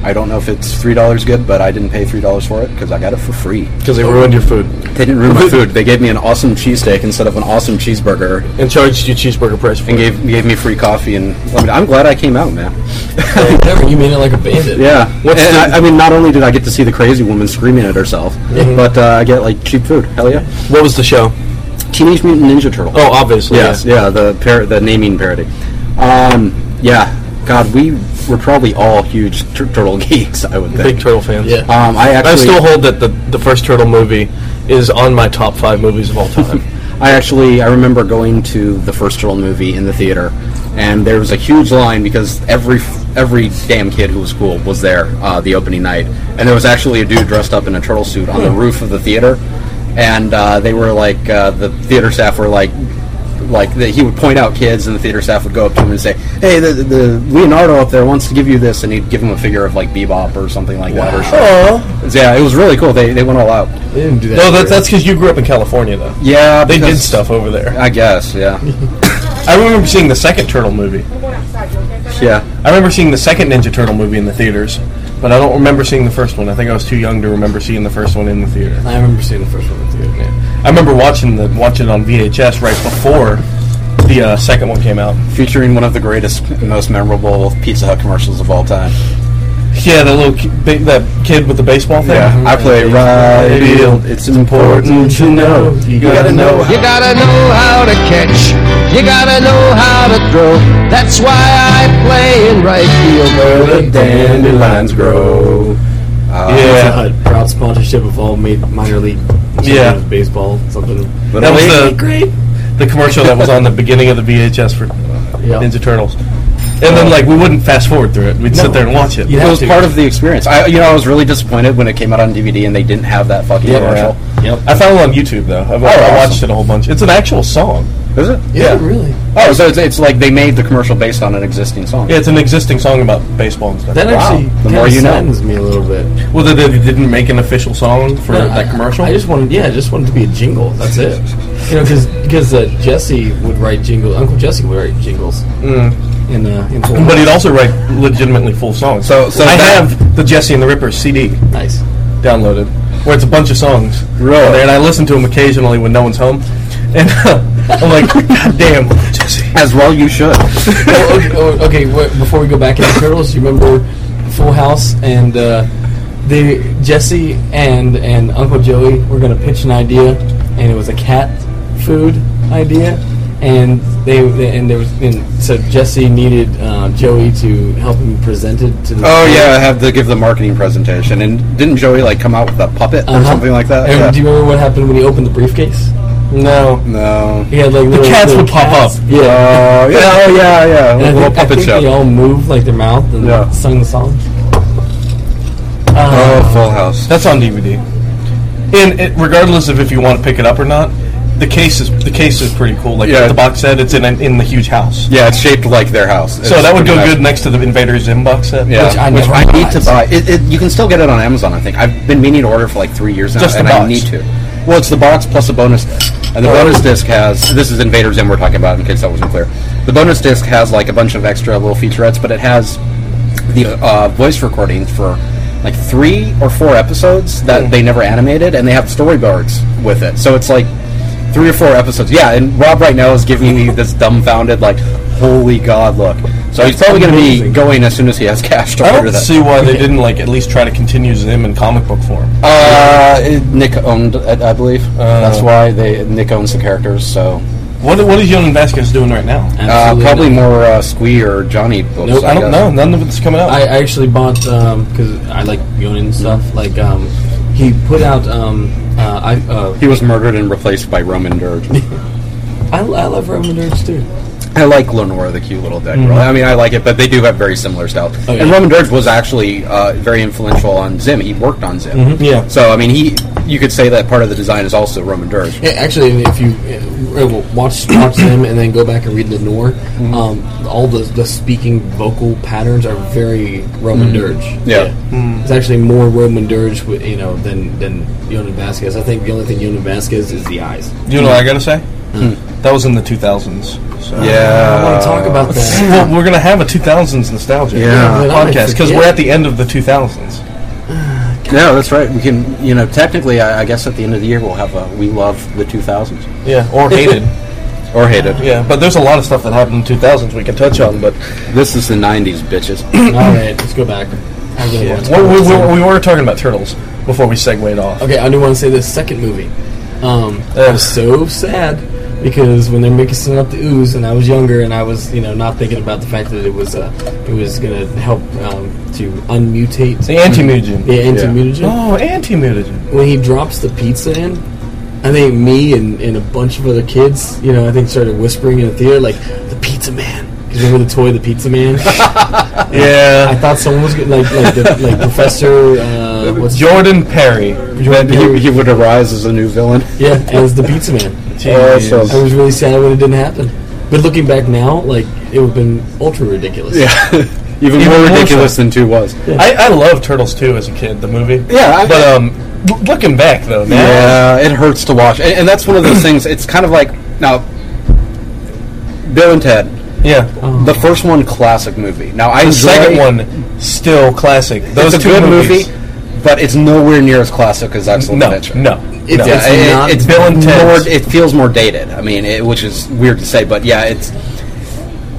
[SPEAKER 3] I don't know if it's three dollars good, but I didn't pay three dollars for it because I got it for free.
[SPEAKER 1] Because they ruined your food
[SPEAKER 3] They didn't ruin my food. They gave me an awesome cheesesteak instead of an awesome cheeseburger,
[SPEAKER 1] and charged you cheeseburger price for
[SPEAKER 3] and
[SPEAKER 1] it.
[SPEAKER 3] gave gave me free coffee and lemonade. I'm glad I came out, man.
[SPEAKER 5] Whatever, you mean it like a bandit.
[SPEAKER 3] Yeah.
[SPEAKER 1] What's
[SPEAKER 3] and
[SPEAKER 1] the-
[SPEAKER 3] I, I mean, not only did I get to see the crazy woman screaming at herself, but uh, I get like cheap food. Hell yeah!
[SPEAKER 1] What was the show?
[SPEAKER 3] Teenage Mutant Ninja Turtle.
[SPEAKER 1] Oh, obviously.
[SPEAKER 3] Yes, yeah, the par- the naming parody. Um, yeah, God, we were probably all huge tur- turtle geeks. I would
[SPEAKER 1] Big
[SPEAKER 3] think.
[SPEAKER 1] turtle fans.
[SPEAKER 5] Yeah.
[SPEAKER 3] um, I actually,
[SPEAKER 1] I still hold that the, the first turtle movie is on my top five movies of all time.
[SPEAKER 3] I actually, I remember going to the first turtle movie in the theater, and there was a huge line because every every damn kid who was cool was there uh, the opening night, and there was actually a dude dressed up in a turtle suit on the
[SPEAKER 1] Hmm.
[SPEAKER 3] roof of the theater, and uh, they were like uh, the theater staff were like like that he would point out kids and the theater staff would go up to him and say hey the, the leonardo up there wants to give you this and he'd give him a figure of like bebop or something like that or Shrek. yeah it was really cool they, they went all out
[SPEAKER 5] They didn't do that.
[SPEAKER 1] no, that, that's because you grew up in California, though.
[SPEAKER 3] yeah
[SPEAKER 1] They did
[SPEAKER 3] because-
[SPEAKER 1] stuff over there.
[SPEAKER 3] i guess yeah
[SPEAKER 1] I remember seeing the second turtle movie.
[SPEAKER 3] yeah
[SPEAKER 1] I remember seeing the second Ninja Turtle movie in the theaters, but I don't remember seeing the first one. I think I was too young to remember seeing the first one in the theater.
[SPEAKER 5] I remember seeing the first one with you. Yeah.
[SPEAKER 1] I remember watching the watching it on VHS right before the uh, second one came out.
[SPEAKER 3] featuring one of the greatest, most memorable Pizza Hut commercials of all time.
[SPEAKER 1] Yeah, that little ki- big, that kid with the baseball thing.
[SPEAKER 3] I play right field. It's important to know. You gotta know. You gotta know how to catch. You gotta know how to throw. That's why I play in right field where the dandelions grow.
[SPEAKER 1] Yeah,
[SPEAKER 5] Pizza Hut, proud sponsorship of all made minor league
[SPEAKER 1] Yeah.
[SPEAKER 5] baseball, something.
[SPEAKER 3] But
[SPEAKER 1] That was
[SPEAKER 3] wait,
[SPEAKER 1] the-
[SPEAKER 5] Great.
[SPEAKER 1] the commercial that was on the beginning of the VHS for
[SPEAKER 5] Yeah.
[SPEAKER 1] Ninja Turtles, and then like we wouldn't fast forward through it. We'd sit there and watch it.
[SPEAKER 5] You
[SPEAKER 3] it
[SPEAKER 5] have
[SPEAKER 3] was
[SPEAKER 5] to.
[SPEAKER 3] part of the experience. I, you know, I was really disappointed when it came out on DVD and they didn't have that fucking
[SPEAKER 5] Yeah.
[SPEAKER 3] commercial.
[SPEAKER 5] Yep.
[SPEAKER 1] I found it on YouTube though. I've, I watched it a whole bunch. It's an actual song.
[SPEAKER 3] Is it?
[SPEAKER 5] Oh, Yeah, really.
[SPEAKER 3] Oh, so it's, it's like they made the commercial based on an existing song.
[SPEAKER 1] Yeah, it's an existing song about baseball and stuff.
[SPEAKER 5] That
[SPEAKER 3] Wow.
[SPEAKER 5] actually
[SPEAKER 3] The
[SPEAKER 5] kind
[SPEAKER 3] more
[SPEAKER 5] of
[SPEAKER 3] you know.
[SPEAKER 5] saddens me a little bit.
[SPEAKER 1] Well, they, they didn't make an official song for
[SPEAKER 5] No,
[SPEAKER 1] that
[SPEAKER 5] I-
[SPEAKER 1] commercial.
[SPEAKER 5] I just wanted, yeah, I just wanted to be a jingle. That's it. You know, because uh, Jesse would write jingles. Uncle Jesse would write jingles.
[SPEAKER 3] Mm.
[SPEAKER 5] In uh, in full
[SPEAKER 1] but he'd also write legitimately full songs.
[SPEAKER 3] So- so
[SPEAKER 1] I
[SPEAKER 3] that-
[SPEAKER 1] have the Jesse and the Ripper CD
[SPEAKER 5] nice.
[SPEAKER 1] downloaded, where it's a bunch of songs.
[SPEAKER 3] Really?
[SPEAKER 1] on there, And I listen to them occasionally when no one's home, and I'm like, God damn, Jesse.
[SPEAKER 3] As well, you should.
[SPEAKER 5] oh, okay, oh, okay wait, before we go back into Turtles, you remember Full House and uh, they Jesse and and Uncle Joey were gonna pitch an idea, and it was a cat food idea, and they, they- and there was and so Jesse needed uh, Joey to help him present it to. The
[SPEAKER 3] Oh yeah, I have to give the marketing presentation, and didn't Joey like come out with a puppet or
[SPEAKER 5] Uh-huh.
[SPEAKER 3] something like that?
[SPEAKER 5] And
[SPEAKER 3] Yeah.
[SPEAKER 5] Do you remember what happened when he opened the briefcase?
[SPEAKER 1] No.
[SPEAKER 3] no.
[SPEAKER 5] He had like
[SPEAKER 1] The
[SPEAKER 5] little,
[SPEAKER 1] cats
[SPEAKER 5] little
[SPEAKER 1] would pop
[SPEAKER 5] cats.
[SPEAKER 1] up.
[SPEAKER 5] Yeah.
[SPEAKER 3] Oh yeah, oh, yeah, yeah.
[SPEAKER 5] And I
[SPEAKER 3] Little
[SPEAKER 5] think, I
[SPEAKER 3] puppet
[SPEAKER 5] think
[SPEAKER 3] show.
[SPEAKER 5] they all moved like their mouth and
[SPEAKER 3] Yeah.
[SPEAKER 5] sung the song.
[SPEAKER 3] oh, Full House.
[SPEAKER 1] That's on DVD. And it, regardless of if you want to pick it up or not, the case is the case is pretty cool. Like
[SPEAKER 3] Yeah.
[SPEAKER 1] the box set, it's in an, in the huge house.
[SPEAKER 3] Yeah, it's shaped like their house.
[SPEAKER 1] So
[SPEAKER 3] It's
[SPEAKER 1] that would go
[SPEAKER 3] pretty nice.
[SPEAKER 1] good next to the Invader Zim box set.
[SPEAKER 3] Yeah,
[SPEAKER 5] Which I never
[SPEAKER 3] need
[SPEAKER 5] bought.
[SPEAKER 3] to buy. It, it, you can still get it on Amazon, I think. I've been meaning to order for like three years now,
[SPEAKER 1] Just the
[SPEAKER 3] and I
[SPEAKER 1] box.
[SPEAKER 3] need to. Well, it's the box plus a bonus disc, and the bonus disc has this is Invader Zim we're talking about in case that wasn't clear. The bonus disc has like a bunch of extra little featurettes, but it has the uh, voice recordings for like three or four episodes that they never animated, and they have storyboards with it. So it's like three or four episodes. Yeah, and Rob right now is giving me this dumbfounded like. Holy God! Look, so he's probably going to be going as soon as he has cash to
[SPEAKER 1] I
[SPEAKER 3] order
[SPEAKER 1] don't
[SPEAKER 3] that.
[SPEAKER 1] see why they didn't like at least try to continue Zim in comic book form.
[SPEAKER 3] Uh, it- Nick owned it, I believe. That's why they Nick owns the characters. So
[SPEAKER 1] What what is Yonan Vasquez doing right now?
[SPEAKER 3] uh,
[SPEAKER 5] Absolutely
[SPEAKER 3] probably
[SPEAKER 5] not.
[SPEAKER 3] more uh, Squee or Johnny books.
[SPEAKER 5] Nope,
[SPEAKER 3] I,
[SPEAKER 1] I don't
[SPEAKER 3] guess.
[SPEAKER 1] know. None of it's coming out.
[SPEAKER 5] I actually bought because I like Yonin stuff. Like um, he put out um, uh, I, uh,
[SPEAKER 3] He was murdered and replaced by Roman Dirge.
[SPEAKER 5] I I love Roman Nerds too.
[SPEAKER 3] I like Lenora the Cute Little Dead Girl. I mean, I like it, but they do have very similar stuff.
[SPEAKER 5] Oh, yeah.
[SPEAKER 3] And Roman Dodge was actually uh, very influential on Zim. He worked on Zim.
[SPEAKER 5] Yeah.
[SPEAKER 3] So, I mean, he you could say that part of the design is also Roman Dodge.
[SPEAKER 5] Yeah, actually, and if you uh, well, watch watch them and then go back and read Lenore, um, all the the speaking vocal patterns are very Roman dirge.
[SPEAKER 3] Yeah.
[SPEAKER 5] it's actually more Roman dirge, wi- you know, than than Yonan Vasquez. I think the only thing Yonan Vasquez is the eyes.
[SPEAKER 1] You know what I gotta say?
[SPEAKER 3] Hmm.
[SPEAKER 1] That was in the 2000s. So.
[SPEAKER 5] I want to
[SPEAKER 3] Uh.
[SPEAKER 5] talk about that.
[SPEAKER 1] Well, we're gonna have a 2000s nostalgia
[SPEAKER 3] Yeah.
[SPEAKER 1] podcast because we're at the end of the 2000s.
[SPEAKER 3] No, that's right. We can, you know, technically, I, I guess at the end of the year we'll have a We Love the 2000s.
[SPEAKER 1] Yeah, or hated.
[SPEAKER 3] Or hated.
[SPEAKER 1] yeah, but there's a lot of stuff that happened in the 2000s we can touch on. But
[SPEAKER 3] This is the 90s, bitches.
[SPEAKER 5] all right. Let's go back. I really want to.
[SPEAKER 1] we,
[SPEAKER 5] talk
[SPEAKER 1] we,
[SPEAKER 5] about Zim.
[SPEAKER 1] we, we were talking about turtles before we segued off.
[SPEAKER 5] Okay, I do want to say this second movie. Um, I was so sad because when they're mixing up the ooze, and I was younger, and I was you know not thinking about the fact that it was uh, it was gonna help um, to unmutate
[SPEAKER 1] The anti-mutagen.
[SPEAKER 5] the anti-mutagen.
[SPEAKER 1] Oh, anti-mutagen.
[SPEAKER 5] When he drops the pizza in, I think me and, and a bunch of other kids, you know, I think started whispering in the theater like the Pizza Man. 'Cause Remember the toy, the Pizza Man? I
[SPEAKER 1] Yeah.
[SPEAKER 5] thought someone was gonna, like like the, like Professor. Uh, what's
[SPEAKER 1] Jordan Perry.
[SPEAKER 5] Jordan Peele.
[SPEAKER 3] he would arise as a new villain. Oh,
[SPEAKER 5] Yeah, as the Pizza Man.
[SPEAKER 1] Jeez.
[SPEAKER 5] I was really sad when it didn't happen. But looking back now, like it would have been ultra ridiculous.
[SPEAKER 3] Yeah. Even,
[SPEAKER 1] Even
[SPEAKER 3] more
[SPEAKER 1] more
[SPEAKER 3] ridiculous
[SPEAKER 1] so.
[SPEAKER 3] than 2 was.
[SPEAKER 1] I, I love Turtles 2 as a kid, the movie.
[SPEAKER 3] Yeah, I-
[SPEAKER 1] but um, l- looking back though, man,
[SPEAKER 3] Yeah, it hurts to watch, and, and that's one of those things. It's kind of like now, Bill and Ted,
[SPEAKER 1] yeah,
[SPEAKER 3] the first one, classic movie. Now I
[SPEAKER 1] the
[SPEAKER 3] enjoy,
[SPEAKER 1] second one still classic. Those
[SPEAKER 3] it's a
[SPEAKER 1] two
[SPEAKER 3] good
[SPEAKER 1] movies,
[SPEAKER 3] movie, but it's nowhere near as classic as Excellent
[SPEAKER 1] No,
[SPEAKER 3] Adventure.
[SPEAKER 1] no,
[SPEAKER 5] It's-
[SPEAKER 3] No,
[SPEAKER 5] it's
[SPEAKER 3] it-
[SPEAKER 5] not
[SPEAKER 3] it's
[SPEAKER 1] Bill and Ted's.
[SPEAKER 3] More, it feels more dated. I mean, it, which is weird to say, but yeah, it's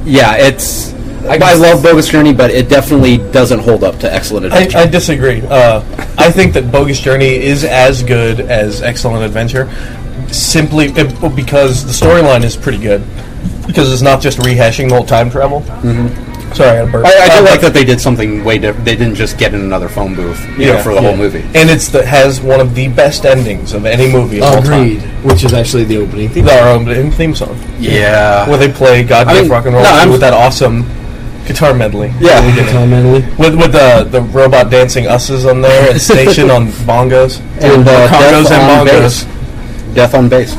[SPEAKER 3] yeah, it's. I, I love Bogus Journey, but it definitely doesn't hold up to Excellent
[SPEAKER 1] I,
[SPEAKER 3] Adventure.
[SPEAKER 1] I disagree. Uh, I think that Bogus Journey is as good as Excellent Adventure, simply it- because the storyline is pretty good. Because it's not just rehashing the whole time travel. Mm-hmm. Sorry, I, burped.
[SPEAKER 3] I, I,
[SPEAKER 1] Uh,
[SPEAKER 3] do
[SPEAKER 1] but-
[SPEAKER 3] like that they did something way different. They didn't just get in another phone booth, you know, for the whole movie.
[SPEAKER 1] and it's the has one of the best endings of any movie. Of all time.
[SPEAKER 5] Agreed. Which is actually the opening theme.
[SPEAKER 1] Our own theme song.
[SPEAKER 3] Yeah.
[SPEAKER 1] where they play God
[SPEAKER 3] I
[SPEAKER 1] Give
[SPEAKER 3] mean,
[SPEAKER 1] Rock and Roll
[SPEAKER 3] no, I'm-
[SPEAKER 1] with that awesome guitar medley.
[SPEAKER 3] yeah.
[SPEAKER 5] Tom Manley.
[SPEAKER 1] With, with the, the robot dancing usses on there and station on bongos.
[SPEAKER 3] and uh,
[SPEAKER 1] Congos
[SPEAKER 3] death on
[SPEAKER 1] and
[SPEAKER 3] base.
[SPEAKER 1] bongos.
[SPEAKER 3] Death on base.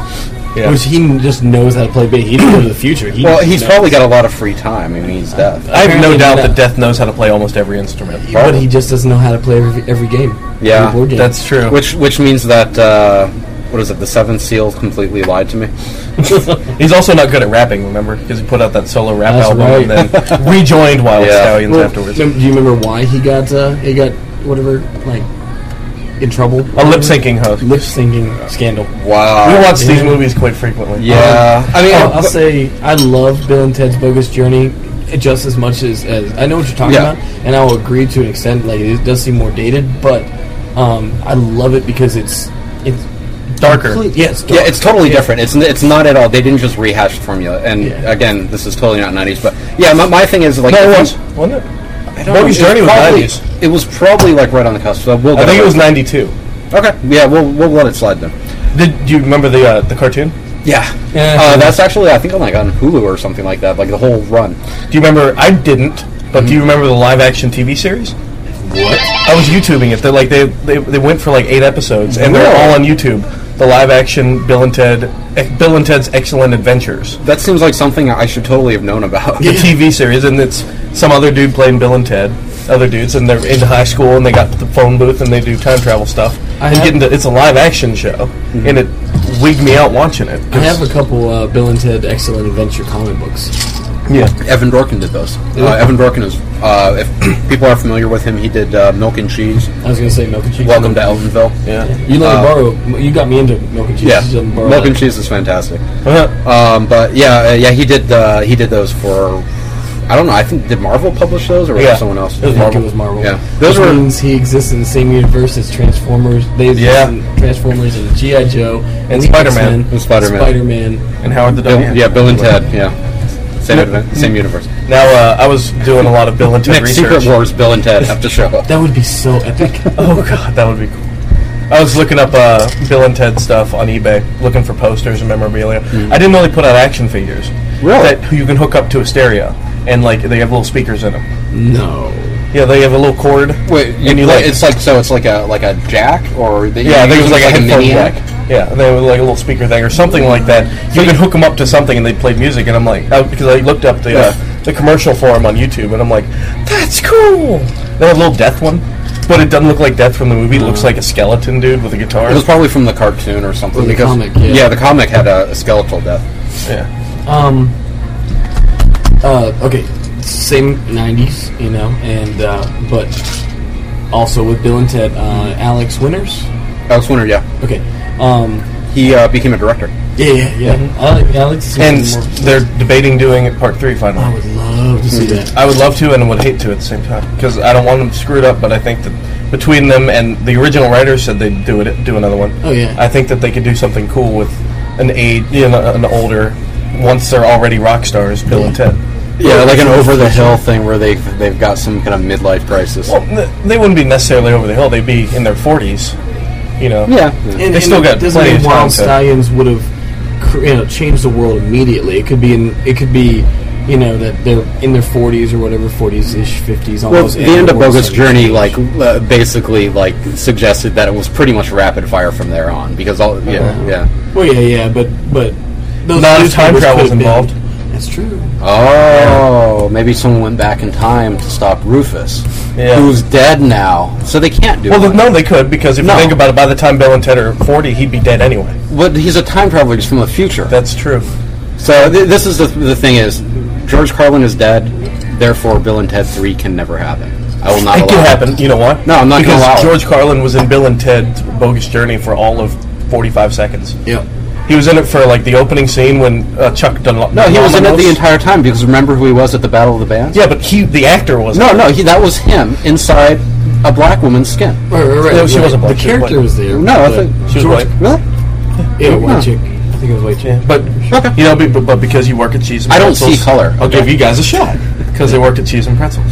[SPEAKER 1] Yeah.
[SPEAKER 5] Which he just knows how to play bass. He didn't go to the future. He
[SPEAKER 3] Well,
[SPEAKER 5] just
[SPEAKER 3] he's
[SPEAKER 5] knows.
[SPEAKER 3] probably got a lot of free time. I mean, he's deaf.
[SPEAKER 1] I have no
[SPEAKER 5] Apparently
[SPEAKER 1] doubt
[SPEAKER 5] not.
[SPEAKER 1] that Death knows how to play almost every instrument.
[SPEAKER 5] But he just doesn't know how to play every, every game.
[SPEAKER 3] Yeah,
[SPEAKER 5] Every board game.
[SPEAKER 1] That's true.
[SPEAKER 3] Which which means that uh, what is it? The Seventh Seal completely lied to me.
[SPEAKER 1] He's also not good at rapping, remember? Because he put out that solo rap
[SPEAKER 5] That's
[SPEAKER 1] album
[SPEAKER 5] right.
[SPEAKER 1] and then rejoined Wild
[SPEAKER 3] Yeah.
[SPEAKER 1] Stallions
[SPEAKER 5] Well,
[SPEAKER 1] afterwards.
[SPEAKER 5] mem- Do you remember why he got uh, he got whatever like in trouble?
[SPEAKER 1] A lip syncing host.
[SPEAKER 5] lip syncing scandal.
[SPEAKER 1] We
[SPEAKER 3] Wow.
[SPEAKER 1] watch these
[SPEAKER 5] Yeah.
[SPEAKER 1] movies quite frequently.
[SPEAKER 3] Yeah. Um, I mean,
[SPEAKER 5] Oh, I'll
[SPEAKER 3] but-
[SPEAKER 5] say I love Bill and Ted's Bogus Journey just as much as, as I know what you're talking
[SPEAKER 3] Yeah.
[SPEAKER 5] about, and I will agree to an extent. Like it does seem more dated, but um, I love it because it's it's
[SPEAKER 1] Darker.
[SPEAKER 5] complete- Yeah, it's dark.
[SPEAKER 3] yeah, it's totally different. It's n- it's not at all. They didn't just rehash the formula. And
[SPEAKER 5] Yeah.
[SPEAKER 3] again, this is totally not '90s. But yeah, my, my thing is like
[SPEAKER 1] No,
[SPEAKER 3] if
[SPEAKER 1] it
[SPEAKER 3] you-
[SPEAKER 1] was. Wasn't it?
[SPEAKER 3] I don't
[SPEAKER 1] Bogus
[SPEAKER 3] know, it
[SPEAKER 1] Journey was
[SPEAKER 3] probably-
[SPEAKER 1] 90s.
[SPEAKER 3] It was probably like right on the cusp. So we'll
[SPEAKER 1] I
[SPEAKER 3] go
[SPEAKER 1] think it
[SPEAKER 3] with
[SPEAKER 1] was 92.
[SPEAKER 3] Okay. Yeah, we'll we'll let it slide then.
[SPEAKER 1] Did do you remember the uh, the cartoon?
[SPEAKER 3] Yeah.
[SPEAKER 5] Yeah.
[SPEAKER 3] Uh, that's actually I think on like on Hulu or something like that. Like the whole run.
[SPEAKER 1] Do you remember? I didn't, but
[SPEAKER 5] Mm-hmm.
[SPEAKER 1] do you remember the live action TV series?
[SPEAKER 3] What?
[SPEAKER 1] I was YouTubing it. They're like they they, they went for like eight episodes, and they're
[SPEAKER 3] Really?
[SPEAKER 1] all on YouTube. The live action Bill and Ted, Ec- Bill and Ted's Excellent Adventures,
[SPEAKER 3] That seems like something I should totally have known about.
[SPEAKER 1] the TV series, and it's some other dude playing Bill and Ted, other dudes, and they're in high school, and they got the phone booth, and they do time travel stuff.
[SPEAKER 5] I
[SPEAKER 1] and
[SPEAKER 5] have- Mm-hmm.
[SPEAKER 1] get into, it's a live action show, and it wigged me out watching it.
[SPEAKER 5] I have a couple uh, Bill and Ted Excellent Adventure comic books.
[SPEAKER 1] yeah,
[SPEAKER 3] Evan Dorkin did those. Uh, Evan Dorkin is, uh, if people are familiar with him, he did uh, Milk and Cheese,
[SPEAKER 5] I was gonna say Milk and Cheese.
[SPEAKER 3] Welcome to Elvenville.
[SPEAKER 1] yeah.
[SPEAKER 5] You let me borrow. You got me into Milk and Cheese.
[SPEAKER 3] Yeah,
[SPEAKER 5] You let me borrow
[SPEAKER 3] Milk and
[SPEAKER 5] that.
[SPEAKER 3] Cheese is fantastic.
[SPEAKER 1] Uh,
[SPEAKER 3] Um, but yeah, uh, yeah, he did uh, he did those for. I don't know. I think did Marvel publish those or was
[SPEAKER 1] Yeah.
[SPEAKER 3] it someone else?
[SPEAKER 1] It was
[SPEAKER 5] I think it was Marvel.
[SPEAKER 3] Yeah,
[SPEAKER 5] Those
[SPEAKER 3] those
[SPEAKER 5] Which
[SPEAKER 3] were.
[SPEAKER 5] means he exists in the same universe as Transformers. They exist
[SPEAKER 1] Yeah.
[SPEAKER 5] in Transformers and G.I. Joe and
[SPEAKER 1] Spider-Man.
[SPEAKER 5] X-Men,
[SPEAKER 3] And Spider-Man.
[SPEAKER 5] Spider-Man.
[SPEAKER 1] and Howard the Duck.
[SPEAKER 3] Bill, yeah, Bill and Ted. Yeah, same advent, same universe.
[SPEAKER 1] Now uh, I was doing a lot of Bill and Ted
[SPEAKER 3] Next
[SPEAKER 1] research.
[SPEAKER 3] Secret Wars, Bill and Ted have to show up.
[SPEAKER 5] That would be so epic.
[SPEAKER 1] Oh god, that would be cool. I was looking up
[SPEAKER 5] Mm-hmm.
[SPEAKER 1] uh, Bill and Ted stuff on eBay, looking for posters and memorabilia. I didn't know they put out action figures,
[SPEAKER 2] Really?
[SPEAKER 1] that you can hook up to a stereo, and like they have little speakers in them.
[SPEAKER 2] No.
[SPEAKER 1] Yeah, they have a little cord.
[SPEAKER 3] Wait, you,
[SPEAKER 1] And you
[SPEAKER 3] play-
[SPEAKER 1] like-
[SPEAKER 3] it's like so it's like a like a jack or the,
[SPEAKER 1] Yeah, I think it was like, a headphone
[SPEAKER 3] jack.
[SPEAKER 1] jack. Yeah, they were like a little speaker thing or something like that. You could hook them up to something and they played music. And I'm like, I, because I looked up the uh, the commercial for them on YouTube, and I'm like, that's cool. They had a little death one, but it doesn't look like death from the movie. It looks like a skeleton dude with a guitar.
[SPEAKER 3] It was probably from the cartoon or something.
[SPEAKER 2] Or the
[SPEAKER 3] because-
[SPEAKER 2] comic, yeah.
[SPEAKER 3] the comic had a, a skeletal death.
[SPEAKER 1] yeah,
[SPEAKER 5] Um. Uh, okay, same '90s, you know, and uh, but also with Bill and Ted, uh, Alex Winters.
[SPEAKER 3] Alex Winter, yeah,
[SPEAKER 5] Okay. Um.
[SPEAKER 3] he uh, became a director.
[SPEAKER 5] Yeah, yeah, yeah. Ale- Alex. is
[SPEAKER 1] Mm-hmm. and
[SPEAKER 5] more-
[SPEAKER 1] they're debating doing it part three
[SPEAKER 5] I
[SPEAKER 1] finally.
[SPEAKER 5] would love to see that.
[SPEAKER 1] I would love to, and would hate to at the same time because I don't want them screwed up. But I think that between them and the original writers said they'd do it, do another one.
[SPEAKER 5] Oh yeah.
[SPEAKER 1] I think that they could do something cool with an age, you know, an older. Once they're already rock stars, Bill and Ted.
[SPEAKER 3] Yeah, like an over the hill thing where they they've got some kind of midlife crisis.
[SPEAKER 1] Well, n- they wouldn't be necessarily over the hill. They'd be in their forties. You know.
[SPEAKER 3] yeah,
[SPEAKER 5] and,
[SPEAKER 1] They still got
[SPEAKER 5] it doesn't
[SPEAKER 1] plenty
[SPEAKER 5] mean
[SPEAKER 1] of time
[SPEAKER 5] Wild
[SPEAKER 1] to-
[SPEAKER 5] Stallions would have cr- you know changed the world immediately. It could be in it could be you know that they're in their 40s or whatever 40s ish 50s.
[SPEAKER 3] Well,
[SPEAKER 5] Almost
[SPEAKER 3] the end of
[SPEAKER 5] world
[SPEAKER 3] Bogus
[SPEAKER 5] started to
[SPEAKER 3] Journey, like
[SPEAKER 5] change.
[SPEAKER 3] uh, basically, like suggested that it was pretty much rapid fire from there on because all yeah yeah
[SPEAKER 5] Well, yeah, yeah, but but those
[SPEAKER 1] Not if time
[SPEAKER 5] newspapers
[SPEAKER 1] travel's
[SPEAKER 5] could've been-
[SPEAKER 1] involved.
[SPEAKER 5] That's true.
[SPEAKER 3] oh maybe someone went back in time to stop Rufus
[SPEAKER 1] Yeah.
[SPEAKER 3] who's dead now so they can't do
[SPEAKER 1] Well,
[SPEAKER 3] it.
[SPEAKER 1] th- no, they could because if
[SPEAKER 3] No.
[SPEAKER 1] you think about it, by the time Bill and Ted are forty, he'd be dead anyway.
[SPEAKER 3] but he's a time traveler just from the future
[SPEAKER 1] That's true.
[SPEAKER 3] So th- this is the, the thing is, George Carlin is dead. Therefore, Bill and Ted Three can never happen. I will not.
[SPEAKER 1] It
[SPEAKER 3] allow
[SPEAKER 1] could happen. You know what?
[SPEAKER 3] No, I'm not gonna
[SPEAKER 1] because
[SPEAKER 3] allow it.
[SPEAKER 1] George Carlin was in Bill and Ted's Bogus Journey for all of forty-five seconds.
[SPEAKER 5] Yep.
[SPEAKER 1] He was in it for like the opening scene when uh, Chuck Dunlop.
[SPEAKER 3] No, he was in it the
[SPEAKER 1] Dunlamos-
[SPEAKER 3] entire time because remember who he was at the Battle of the Bands.
[SPEAKER 1] Yeah, but he the actor was.
[SPEAKER 3] No, no, he, that was him inside a black woman's skin.
[SPEAKER 5] Right, right, right.
[SPEAKER 1] No, she
[SPEAKER 5] right.
[SPEAKER 1] wasn't
[SPEAKER 5] The
[SPEAKER 1] black, she was
[SPEAKER 5] character
[SPEAKER 1] white.
[SPEAKER 5] was there.
[SPEAKER 3] No, I
[SPEAKER 5] but-
[SPEAKER 3] think
[SPEAKER 1] she was white.
[SPEAKER 5] George-
[SPEAKER 3] Really?
[SPEAKER 5] Yeah, white
[SPEAKER 3] No.
[SPEAKER 5] chick. I think it was white chick.
[SPEAKER 1] Yeah, but you know, but, but because you work at Cheese and
[SPEAKER 3] I don't
[SPEAKER 1] Pretzels,
[SPEAKER 3] see color.
[SPEAKER 1] I'll give you guys a shot because they worked at Cheese and Pretzels,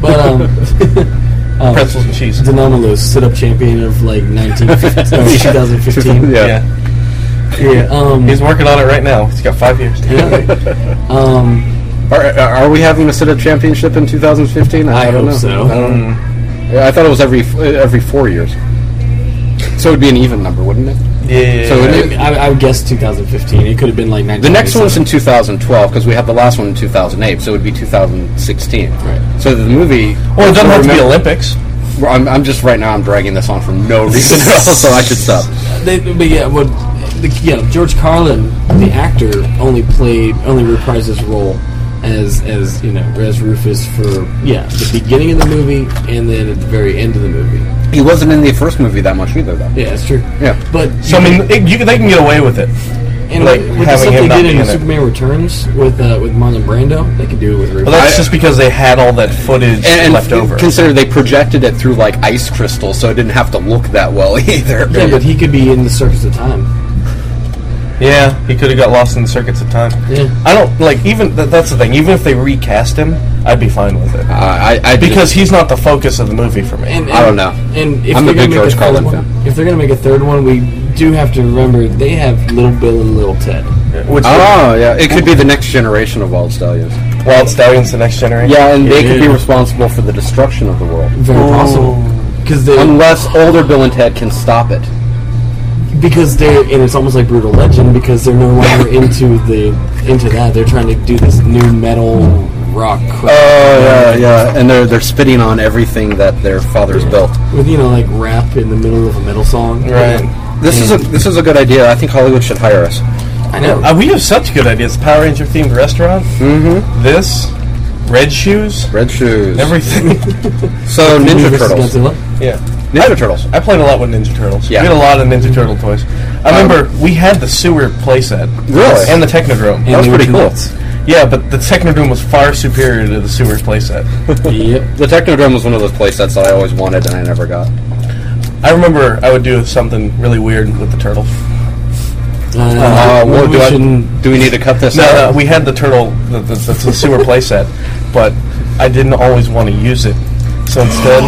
[SPEAKER 5] But um,
[SPEAKER 1] pretzels and cheese.
[SPEAKER 5] Denomalous, sit-up champion of like 1915, or 2015.
[SPEAKER 1] Yeah.
[SPEAKER 5] Yeah. Um,
[SPEAKER 1] he's working on it right now. He's got five years.
[SPEAKER 5] yeah. um,
[SPEAKER 3] Are, are we having a sit-up championship in 2015?
[SPEAKER 5] I
[SPEAKER 3] don't
[SPEAKER 5] hope
[SPEAKER 3] know.
[SPEAKER 5] so.
[SPEAKER 3] I don't know. Yeah, I thought it was every f- every four years. So it'd be an even number, wouldn't it?
[SPEAKER 1] Yeah.
[SPEAKER 3] So it-
[SPEAKER 5] I, I would guess 2015. It could have been like 19.
[SPEAKER 3] The next one's in 2012 because we had the last one in 2008, so it would be 2016.
[SPEAKER 5] Right.
[SPEAKER 3] So the movie.
[SPEAKER 1] well, it doesn't have to be Olympics.
[SPEAKER 3] Well, I'm, I'm just right now. I'm dragging this on for no reason at all, so I should stop.
[SPEAKER 5] They, but yeah, what? The, yeah, George Carlin, the actor, only played only reprised his role as as you know as Rufus for yeah the beginning of the movie and then at the very end of the movie.
[SPEAKER 3] He wasn't in the first movie that much either, though.
[SPEAKER 5] Yeah, that's true.
[SPEAKER 3] Yeah.
[SPEAKER 5] But
[SPEAKER 1] So I mean, it, you, can- they can get away with it.
[SPEAKER 5] and
[SPEAKER 1] like,
[SPEAKER 5] like with the
[SPEAKER 1] having
[SPEAKER 5] stuff
[SPEAKER 1] him
[SPEAKER 5] they
[SPEAKER 1] not
[SPEAKER 5] did
[SPEAKER 1] be
[SPEAKER 5] in
[SPEAKER 1] in it.
[SPEAKER 5] Superman Returns with uh, with Marlon Brando, they could do it with Rufus.
[SPEAKER 1] Well, that's
[SPEAKER 3] I-
[SPEAKER 1] just because they had all that footage
[SPEAKER 3] And, and
[SPEAKER 1] left over.
[SPEAKER 3] Consider they projected it through like ice crystals, so it didn't have to look that well either.
[SPEAKER 5] yeah, but he could be in the circus of time.
[SPEAKER 1] Yeah, he could have got lost in the circuits of time.
[SPEAKER 5] Yeah.
[SPEAKER 1] I don't like even th- that's the thing. Even if they recast him, I'd be fine with it
[SPEAKER 3] Uh, I, I, I did-
[SPEAKER 1] because he's not the focus of the movie for me.
[SPEAKER 5] And,
[SPEAKER 3] I don't know.
[SPEAKER 5] And if
[SPEAKER 3] I'm a
[SPEAKER 5] they're gonna
[SPEAKER 3] big
[SPEAKER 5] make
[SPEAKER 3] George
[SPEAKER 5] third
[SPEAKER 3] Carlin
[SPEAKER 5] one-
[SPEAKER 3] fan.
[SPEAKER 5] If they're going to make a third one, we do have to remember they have Little Bill and Little Ted.
[SPEAKER 1] Which
[SPEAKER 3] oh yeah, it could be the next generation of wild stallions.
[SPEAKER 1] Wild Stallions, the next generation.
[SPEAKER 3] Yeah, and they could be
[SPEAKER 5] Yeah.
[SPEAKER 3] responsible for the destruction of the world,
[SPEAKER 5] Very possible because they
[SPEAKER 3] unless older Bill and Ted can stop it.
[SPEAKER 5] because they're and it's almost like brutal legend because they're no longer into the into that. They're trying to do this new metal rock crap
[SPEAKER 3] Oh yeah, yeah, and they're they're spitting on everything that their fathers built.
[SPEAKER 5] with you know like rap in the middle of a metal song.
[SPEAKER 1] Right.
[SPEAKER 3] This is a this is a good idea. I think Hollywood should hire us.
[SPEAKER 5] I know.
[SPEAKER 1] Uh, we have such good ideas. Power Ranger themed restaurant. Mm-hmm. This, red shoes,
[SPEAKER 3] Red shoes.
[SPEAKER 1] everything.
[SPEAKER 3] so Ninja
[SPEAKER 5] Versus
[SPEAKER 3] Turtles.
[SPEAKER 5] Godzilla.
[SPEAKER 1] yeah,
[SPEAKER 3] Ninja Turtles.
[SPEAKER 1] I played a lot with Ninja Turtles.
[SPEAKER 3] Yeah. Um,
[SPEAKER 1] we had a lot of Ninja Turtle toys. I remember we had the sewer playset.
[SPEAKER 3] Really?
[SPEAKER 1] and the Technodrome.
[SPEAKER 5] And
[SPEAKER 3] That was
[SPEAKER 5] the
[SPEAKER 3] pretty cool.
[SPEAKER 5] original-
[SPEAKER 1] yeah, but the Technodrome was far superior to the sewer playset.
[SPEAKER 5] Yep.
[SPEAKER 3] The Technodrome was one of those playsets that I always wanted and I never got.
[SPEAKER 1] I remember I would do something really weird with the turtles.
[SPEAKER 5] Uh,
[SPEAKER 3] Uh, well,
[SPEAKER 5] we
[SPEAKER 3] do, I,
[SPEAKER 5] shouldn't-
[SPEAKER 3] do we need to cut this
[SPEAKER 1] No,
[SPEAKER 3] out?
[SPEAKER 1] no, we had the turtle, the, the, the, the sewer playset, but I didn't always want to use it. So instead.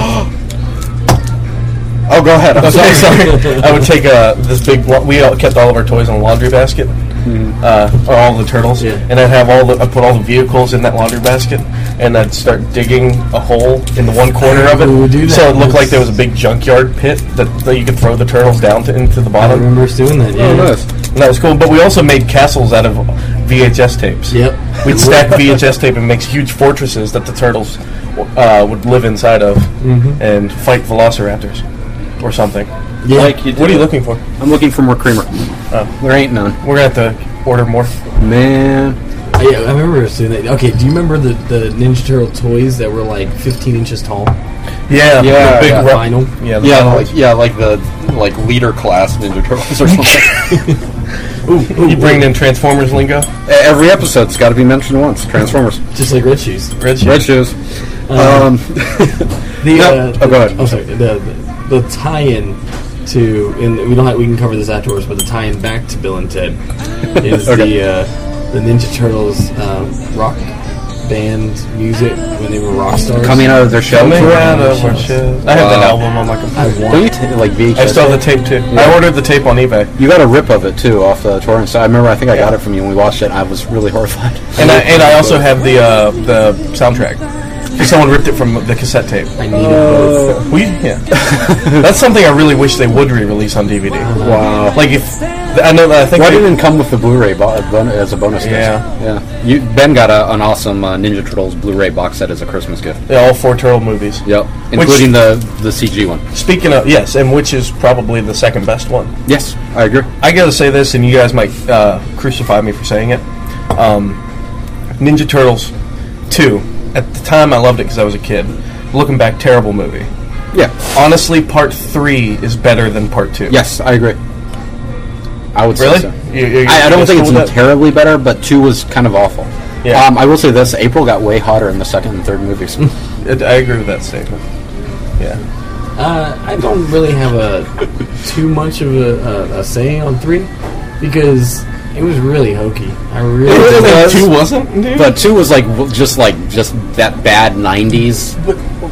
[SPEAKER 3] Oh, go ahead. I'm
[SPEAKER 1] Okay,
[SPEAKER 3] sorry.
[SPEAKER 1] sorry. I would take uh, this big. Wa- we all kept all of our toys in a laundry basket, uh, or all the turtles,
[SPEAKER 5] Hmm. Yeah.
[SPEAKER 1] and I'd have all the I put all the vehicles in that laundry basket, and I'd start digging a hole in the one corner of it,
[SPEAKER 5] We would do
[SPEAKER 1] so it
[SPEAKER 5] that.
[SPEAKER 1] looked like there was a big junkyard pit that, that you could throw the turtles down to, into the
[SPEAKER 5] I
[SPEAKER 1] bottom.
[SPEAKER 5] remember us doing that.
[SPEAKER 3] Oh,
[SPEAKER 5] Yeah.
[SPEAKER 1] And that was cool. But we also made castles out of VHS tapes.
[SPEAKER 5] Yep.
[SPEAKER 1] We'd stack VHS tape and make huge fortresses that the turtles uh, would live inside of and fight velociraptors or something.
[SPEAKER 5] Yeah.
[SPEAKER 3] Like you
[SPEAKER 1] What are you
[SPEAKER 3] did.
[SPEAKER 1] looking for?
[SPEAKER 3] I'm looking for more creamer. there ain't none.
[SPEAKER 1] We're going to have to order more.
[SPEAKER 3] Man.
[SPEAKER 5] Uh, yeah, I remember us doing that. Okay, do you remember the, the Ninja Turtle toys that were like 15 inches tall?
[SPEAKER 1] Yeah.
[SPEAKER 3] Yeah,
[SPEAKER 1] The big
[SPEAKER 3] yeah.
[SPEAKER 1] ru-
[SPEAKER 5] Vinyl.
[SPEAKER 1] Yeah. the
[SPEAKER 3] Yeah,
[SPEAKER 1] vinyl.
[SPEAKER 3] like yeah, like the like leader class Ninja Turtles or something.
[SPEAKER 1] you bring in Transformers lingo?
[SPEAKER 3] e-, Every episode's got to be mentioned once. Transformers,
[SPEAKER 5] Just like red shoes.
[SPEAKER 1] Red
[SPEAKER 3] Red
[SPEAKER 1] shoes.
[SPEAKER 3] Shoes. Um,
[SPEAKER 5] The,
[SPEAKER 3] No.
[SPEAKER 5] uh,
[SPEAKER 3] Oh, go ahead.
[SPEAKER 5] I'm sorry. The, the, the tie-in to, and we don't have, we can cover this afterwards, but the tie-in back to Bill and Ted is
[SPEAKER 3] Okay.
[SPEAKER 5] the uh, the Ninja Turtles um, rock band music when they were rock stars.
[SPEAKER 3] coming out of their shell.
[SPEAKER 1] Coming out of
[SPEAKER 5] Wow.
[SPEAKER 1] our shoes. I have that album on my
[SPEAKER 5] I
[SPEAKER 1] computer.
[SPEAKER 5] want
[SPEAKER 3] Don't you t- like VHS?
[SPEAKER 1] I still have the tape too. I ordered the tape on eBay.
[SPEAKER 3] You got a rip of it too off the torrent site. I remember. I think I got it from you. and We watched it. and I was really horrified.
[SPEAKER 1] And I, and I also have the uh, the soundtrack. Someone ripped it from the cassette tape. Oh.
[SPEAKER 5] I need 'em both.
[SPEAKER 1] We yeah. That's something I really wish they would re-release on DVD.
[SPEAKER 3] wow.
[SPEAKER 1] Like if I know that I think
[SPEAKER 3] Why
[SPEAKER 1] they-
[SPEAKER 3] didn't it come with the Blu-ray bo- bon- as a bonus? disc?
[SPEAKER 1] Yeah.
[SPEAKER 3] yeah. You, ben got a, an awesome uh, Ninja Turtles Blu-ray box set as a Christmas gift.
[SPEAKER 1] yeah, all four turtle movies.
[SPEAKER 3] Yep, including the the CG one.
[SPEAKER 1] Speaking of yes, and which is probably the second best one.
[SPEAKER 3] Yes, I agree.
[SPEAKER 1] I gotta say this, and you guys might uh, crucify me for saying it. Um, Ninja Turtles two. At the time, I loved it because I was a kid. Looking back, terrible movie.
[SPEAKER 3] Yeah.
[SPEAKER 1] Honestly, part three is better than part two.
[SPEAKER 3] Yes, I agree. I would
[SPEAKER 1] Really?
[SPEAKER 3] say so.
[SPEAKER 1] You- you-
[SPEAKER 3] I, I don't
[SPEAKER 1] you're
[SPEAKER 3] think
[SPEAKER 1] cool
[SPEAKER 3] it's
[SPEAKER 1] with that?
[SPEAKER 3] terribly better, but two was kind of awful.
[SPEAKER 1] Yeah.
[SPEAKER 3] Um, I will say this: April got way hotter in the second and third movies.
[SPEAKER 1] It- I agree with that statement. Yeah.
[SPEAKER 5] Uh, I don't really have a too much of a, a, a saying on three because it was really hokey. I really
[SPEAKER 3] It
[SPEAKER 5] didn't-
[SPEAKER 3] was-
[SPEAKER 1] two wasn't. dude?
[SPEAKER 3] But two was like w- just like just that bad '90s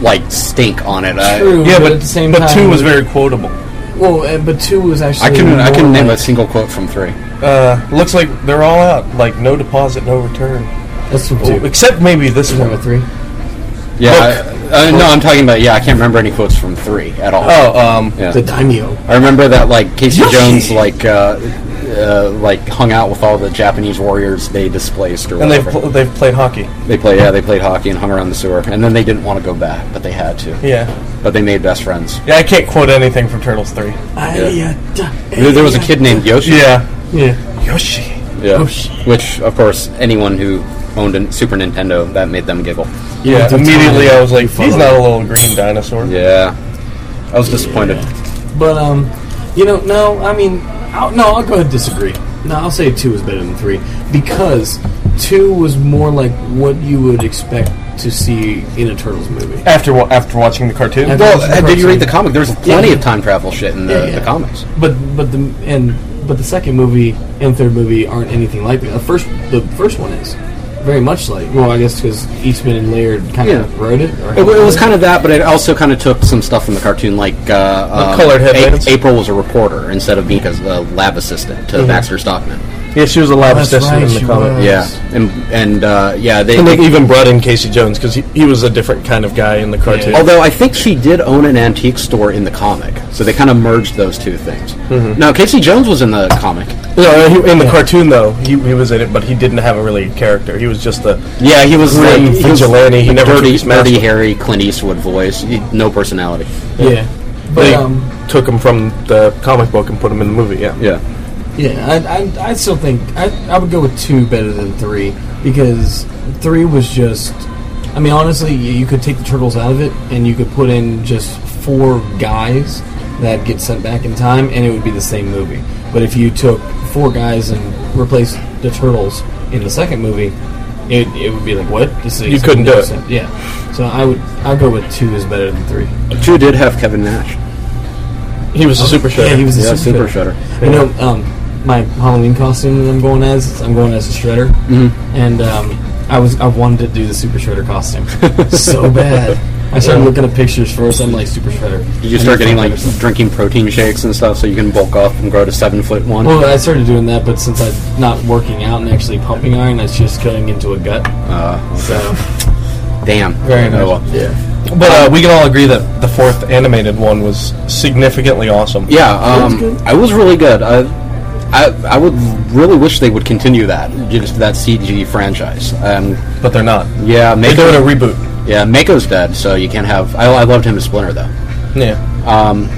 [SPEAKER 3] like stink on it. I,
[SPEAKER 5] True,
[SPEAKER 1] yeah,
[SPEAKER 5] but,
[SPEAKER 1] but
[SPEAKER 5] at the same
[SPEAKER 1] but
[SPEAKER 5] time,
[SPEAKER 1] two was very quotable.
[SPEAKER 5] well. uh, But two was actually.
[SPEAKER 3] I couldn't I
[SPEAKER 5] more
[SPEAKER 3] couldn't name a
[SPEAKER 5] like-
[SPEAKER 3] single quote from three.
[SPEAKER 1] Uh, looks like they're all out. Like no deposit, no return.
[SPEAKER 5] That's
[SPEAKER 3] Oh.
[SPEAKER 5] from two.
[SPEAKER 1] Except maybe this
[SPEAKER 5] Number
[SPEAKER 1] one.
[SPEAKER 5] three.
[SPEAKER 3] Yeah, I, uh, no, I'm talking about yeah. I can't remember any quotes from three at all.
[SPEAKER 1] Oh, um,
[SPEAKER 3] Yeah.
[SPEAKER 5] The daimyo.
[SPEAKER 3] I remember that like Casey Jones like uh, uh, like hung out with all the Japanese warriors they displaced or
[SPEAKER 1] and they've
[SPEAKER 3] whatever.
[SPEAKER 1] pl- they've played hockey.
[SPEAKER 3] they play yeah they played hockey and hung around the sewer and then they didn't want to go back but they had to
[SPEAKER 1] Yeah,
[SPEAKER 3] but they made best friends.
[SPEAKER 1] yeah. I can't quote anything from Turtles three.
[SPEAKER 5] Yeah.
[SPEAKER 3] There, there was a kid named Yoshi.
[SPEAKER 1] Yeah, Oh,
[SPEAKER 5] Yeah.
[SPEAKER 1] Yoshi.
[SPEAKER 3] Yeah.
[SPEAKER 5] Yoshi.
[SPEAKER 3] Which of course anyone who owned a Super Nintendo that made them giggle.
[SPEAKER 1] Yeah.
[SPEAKER 5] the
[SPEAKER 1] immediately,
[SPEAKER 5] time
[SPEAKER 1] I was like,
[SPEAKER 5] you
[SPEAKER 1] he's
[SPEAKER 5] follow
[SPEAKER 1] not
[SPEAKER 5] it.
[SPEAKER 1] a little green dinosaur.
[SPEAKER 3] Yeah. I was disappointed.
[SPEAKER 5] But um, you know, no, I mean, I'll, no, I'll go ahead and disagree. No, I'll say two is better than three because two was more like what you would expect to see in a Turtles movie.
[SPEAKER 1] After wa- after watching the cartoon,
[SPEAKER 5] After-
[SPEAKER 3] Well,
[SPEAKER 5] Well,
[SPEAKER 3] uh, did you read the
[SPEAKER 5] Yeah.
[SPEAKER 3] comic? There's plenty of time travel shit in the,
[SPEAKER 5] Yeah, yeah.
[SPEAKER 3] the comics.
[SPEAKER 5] But but the and but the second movie and third movie aren't anything like the first. The first one is very much like well, I guess because Eastman and Laird kind
[SPEAKER 3] Yeah.
[SPEAKER 5] of wrote it. Or
[SPEAKER 3] It, wa- it was kind of that, but it also kind of took some stuff from the cartoon, like uh, um,
[SPEAKER 1] colored headbands. Mm-hmm.
[SPEAKER 3] A- April was a reporter instead of being a a lab assistant to Baxter Stockman.
[SPEAKER 1] yeah, she was a lab
[SPEAKER 5] That's
[SPEAKER 1] assistant
[SPEAKER 5] right,
[SPEAKER 1] in the
[SPEAKER 5] she
[SPEAKER 1] comic.
[SPEAKER 5] was.
[SPEAKER 3] Yeah, and and uh, yeah, they.
[SPEAKER 1] And they even brought in Casey Jones because he, he was a different kind of guy in the cartoon.
[SPEAKER 3] although I think she did own an antique store in the comic, so they kind of merged those two things.
[SPEAKER 1] Mm-hmm.
[SPEAKER 3] No, Casey Jones was in the comic.
[SPEAKER 1] No, he, in the cartoon though, he, he was in it, but he didn't have a really character. He was just the
[SPEAKER 3] Yeah, he was
[SPEAKER 1] Grim
[SPEAKER 3] like he was
[SPEAKER 1] vigilante, he never took
[SPEAKER 3] dirty,
[SPEAKER 1] his mask
[SPEAKER 3] dirty,
[SPEAKER 1] off.
[SPEAKER 3] hairy Clint Eastwood voice, He- no personality.
[SPEAKER 5] yeah. But
[SPEAKER 1] they
[SPEAKER 5] um,
[SPEAKER 1] took him from the comic book and put him in the movie. Yeah,
[SPEAKER 3] Yeah,
[SPEAKER 5] Yeah, I, I, I still think I, I would go with two better than three because three was just. I mean, honestly, you, you could take the turtles out of it and you could put in just four guys that get sent back in time, and it would be the same movie. But if you took four guys and replaced the turtles in the second movie, it, it would be like what? This is
[SPEAKER 1] You couldn't do it.
[SPEAKER 5] Yeah, so I would I go with two is better than three.
[SPEAKER 3] two did have Kevin Nash.
[SPEAKER 1] he was a super show.
[SPEAKER 5] Yeah, he was a
[SPEAKER 3] Yeah,
[SPEAKER 5] super,
[SPEAKER 3] super shredder.
[SPEAKER 5] You know, um, my Halloween costume that I'm going as, I'm going as a shredder,
[SPEAKER 3] Mm-hmm.
[SPEAKER 5] mm and um, I was I wanted to do the super shredder costume so bad. I started looking at pictures first. I'm like super shredder.
[SPEAKER 3] You start getting like drinking protein shakes and stuff, so you can bulk up and grow to seven foot one.
[SPEAKER 5] Well, I started doing that, but since I'm not working out and actually pumping iron, that's just going into a gut.
[SPEAKER 3] Uh,
[SPEAKER 5] So
[SPEAKER 3] damn.
[SPEAKER 1] Very nice.
[SPEAKER 3] Oh, well.
[SPEAKER 5] yeah,
[SPEAKER 1] But uh, we can all agree that the fourth animated one was significantly awesome.
[SPEAKER 3] Yeah, um, I was really good. I, I, I would really wish they would continue that, just that CG franchise. Um,
[SPEAKER 1] But they're not.
[SPEAKER 3] yeah,
[SPEAKER 1] They're doing a
[SPEAKER 3] Mako,
[SPEAKER 1] reboot.
[SPEAKER 3] yeah, Mako's dead, so you can't have. I, I loved him as Splinter though.
[SPEAKER 1] Yeah.
[SPEAKER 3] Um,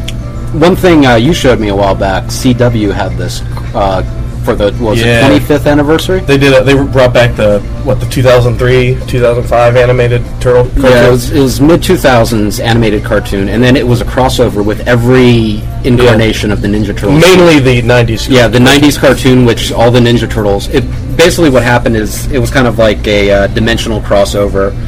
[SPEAKER 3] one thing uh, you showed me a while back, CW had this uh, for the what was
[SPEAKER 1] Yeah.
[SPEAKER 3] it 25th anniversary.
[SPEAKER 1] They did. A, they brought back the what the 2003, 2005 animated turtle.
[SPEAKER 3] Yeah, it
[SPEAKER 1] cartoon.
[SPEAKER 3] was, it was mid 2000s animated cartoon, and then it was a crossover with every incarnation of the Ninja Turtles.
[SPEAKER 1] mainly the 90s.
[SPEAKER 3] Yeah, the 90s cartoon, which all the Ninja Turtles. It basically what happened is it was kind of like a uh, dimensional crossover.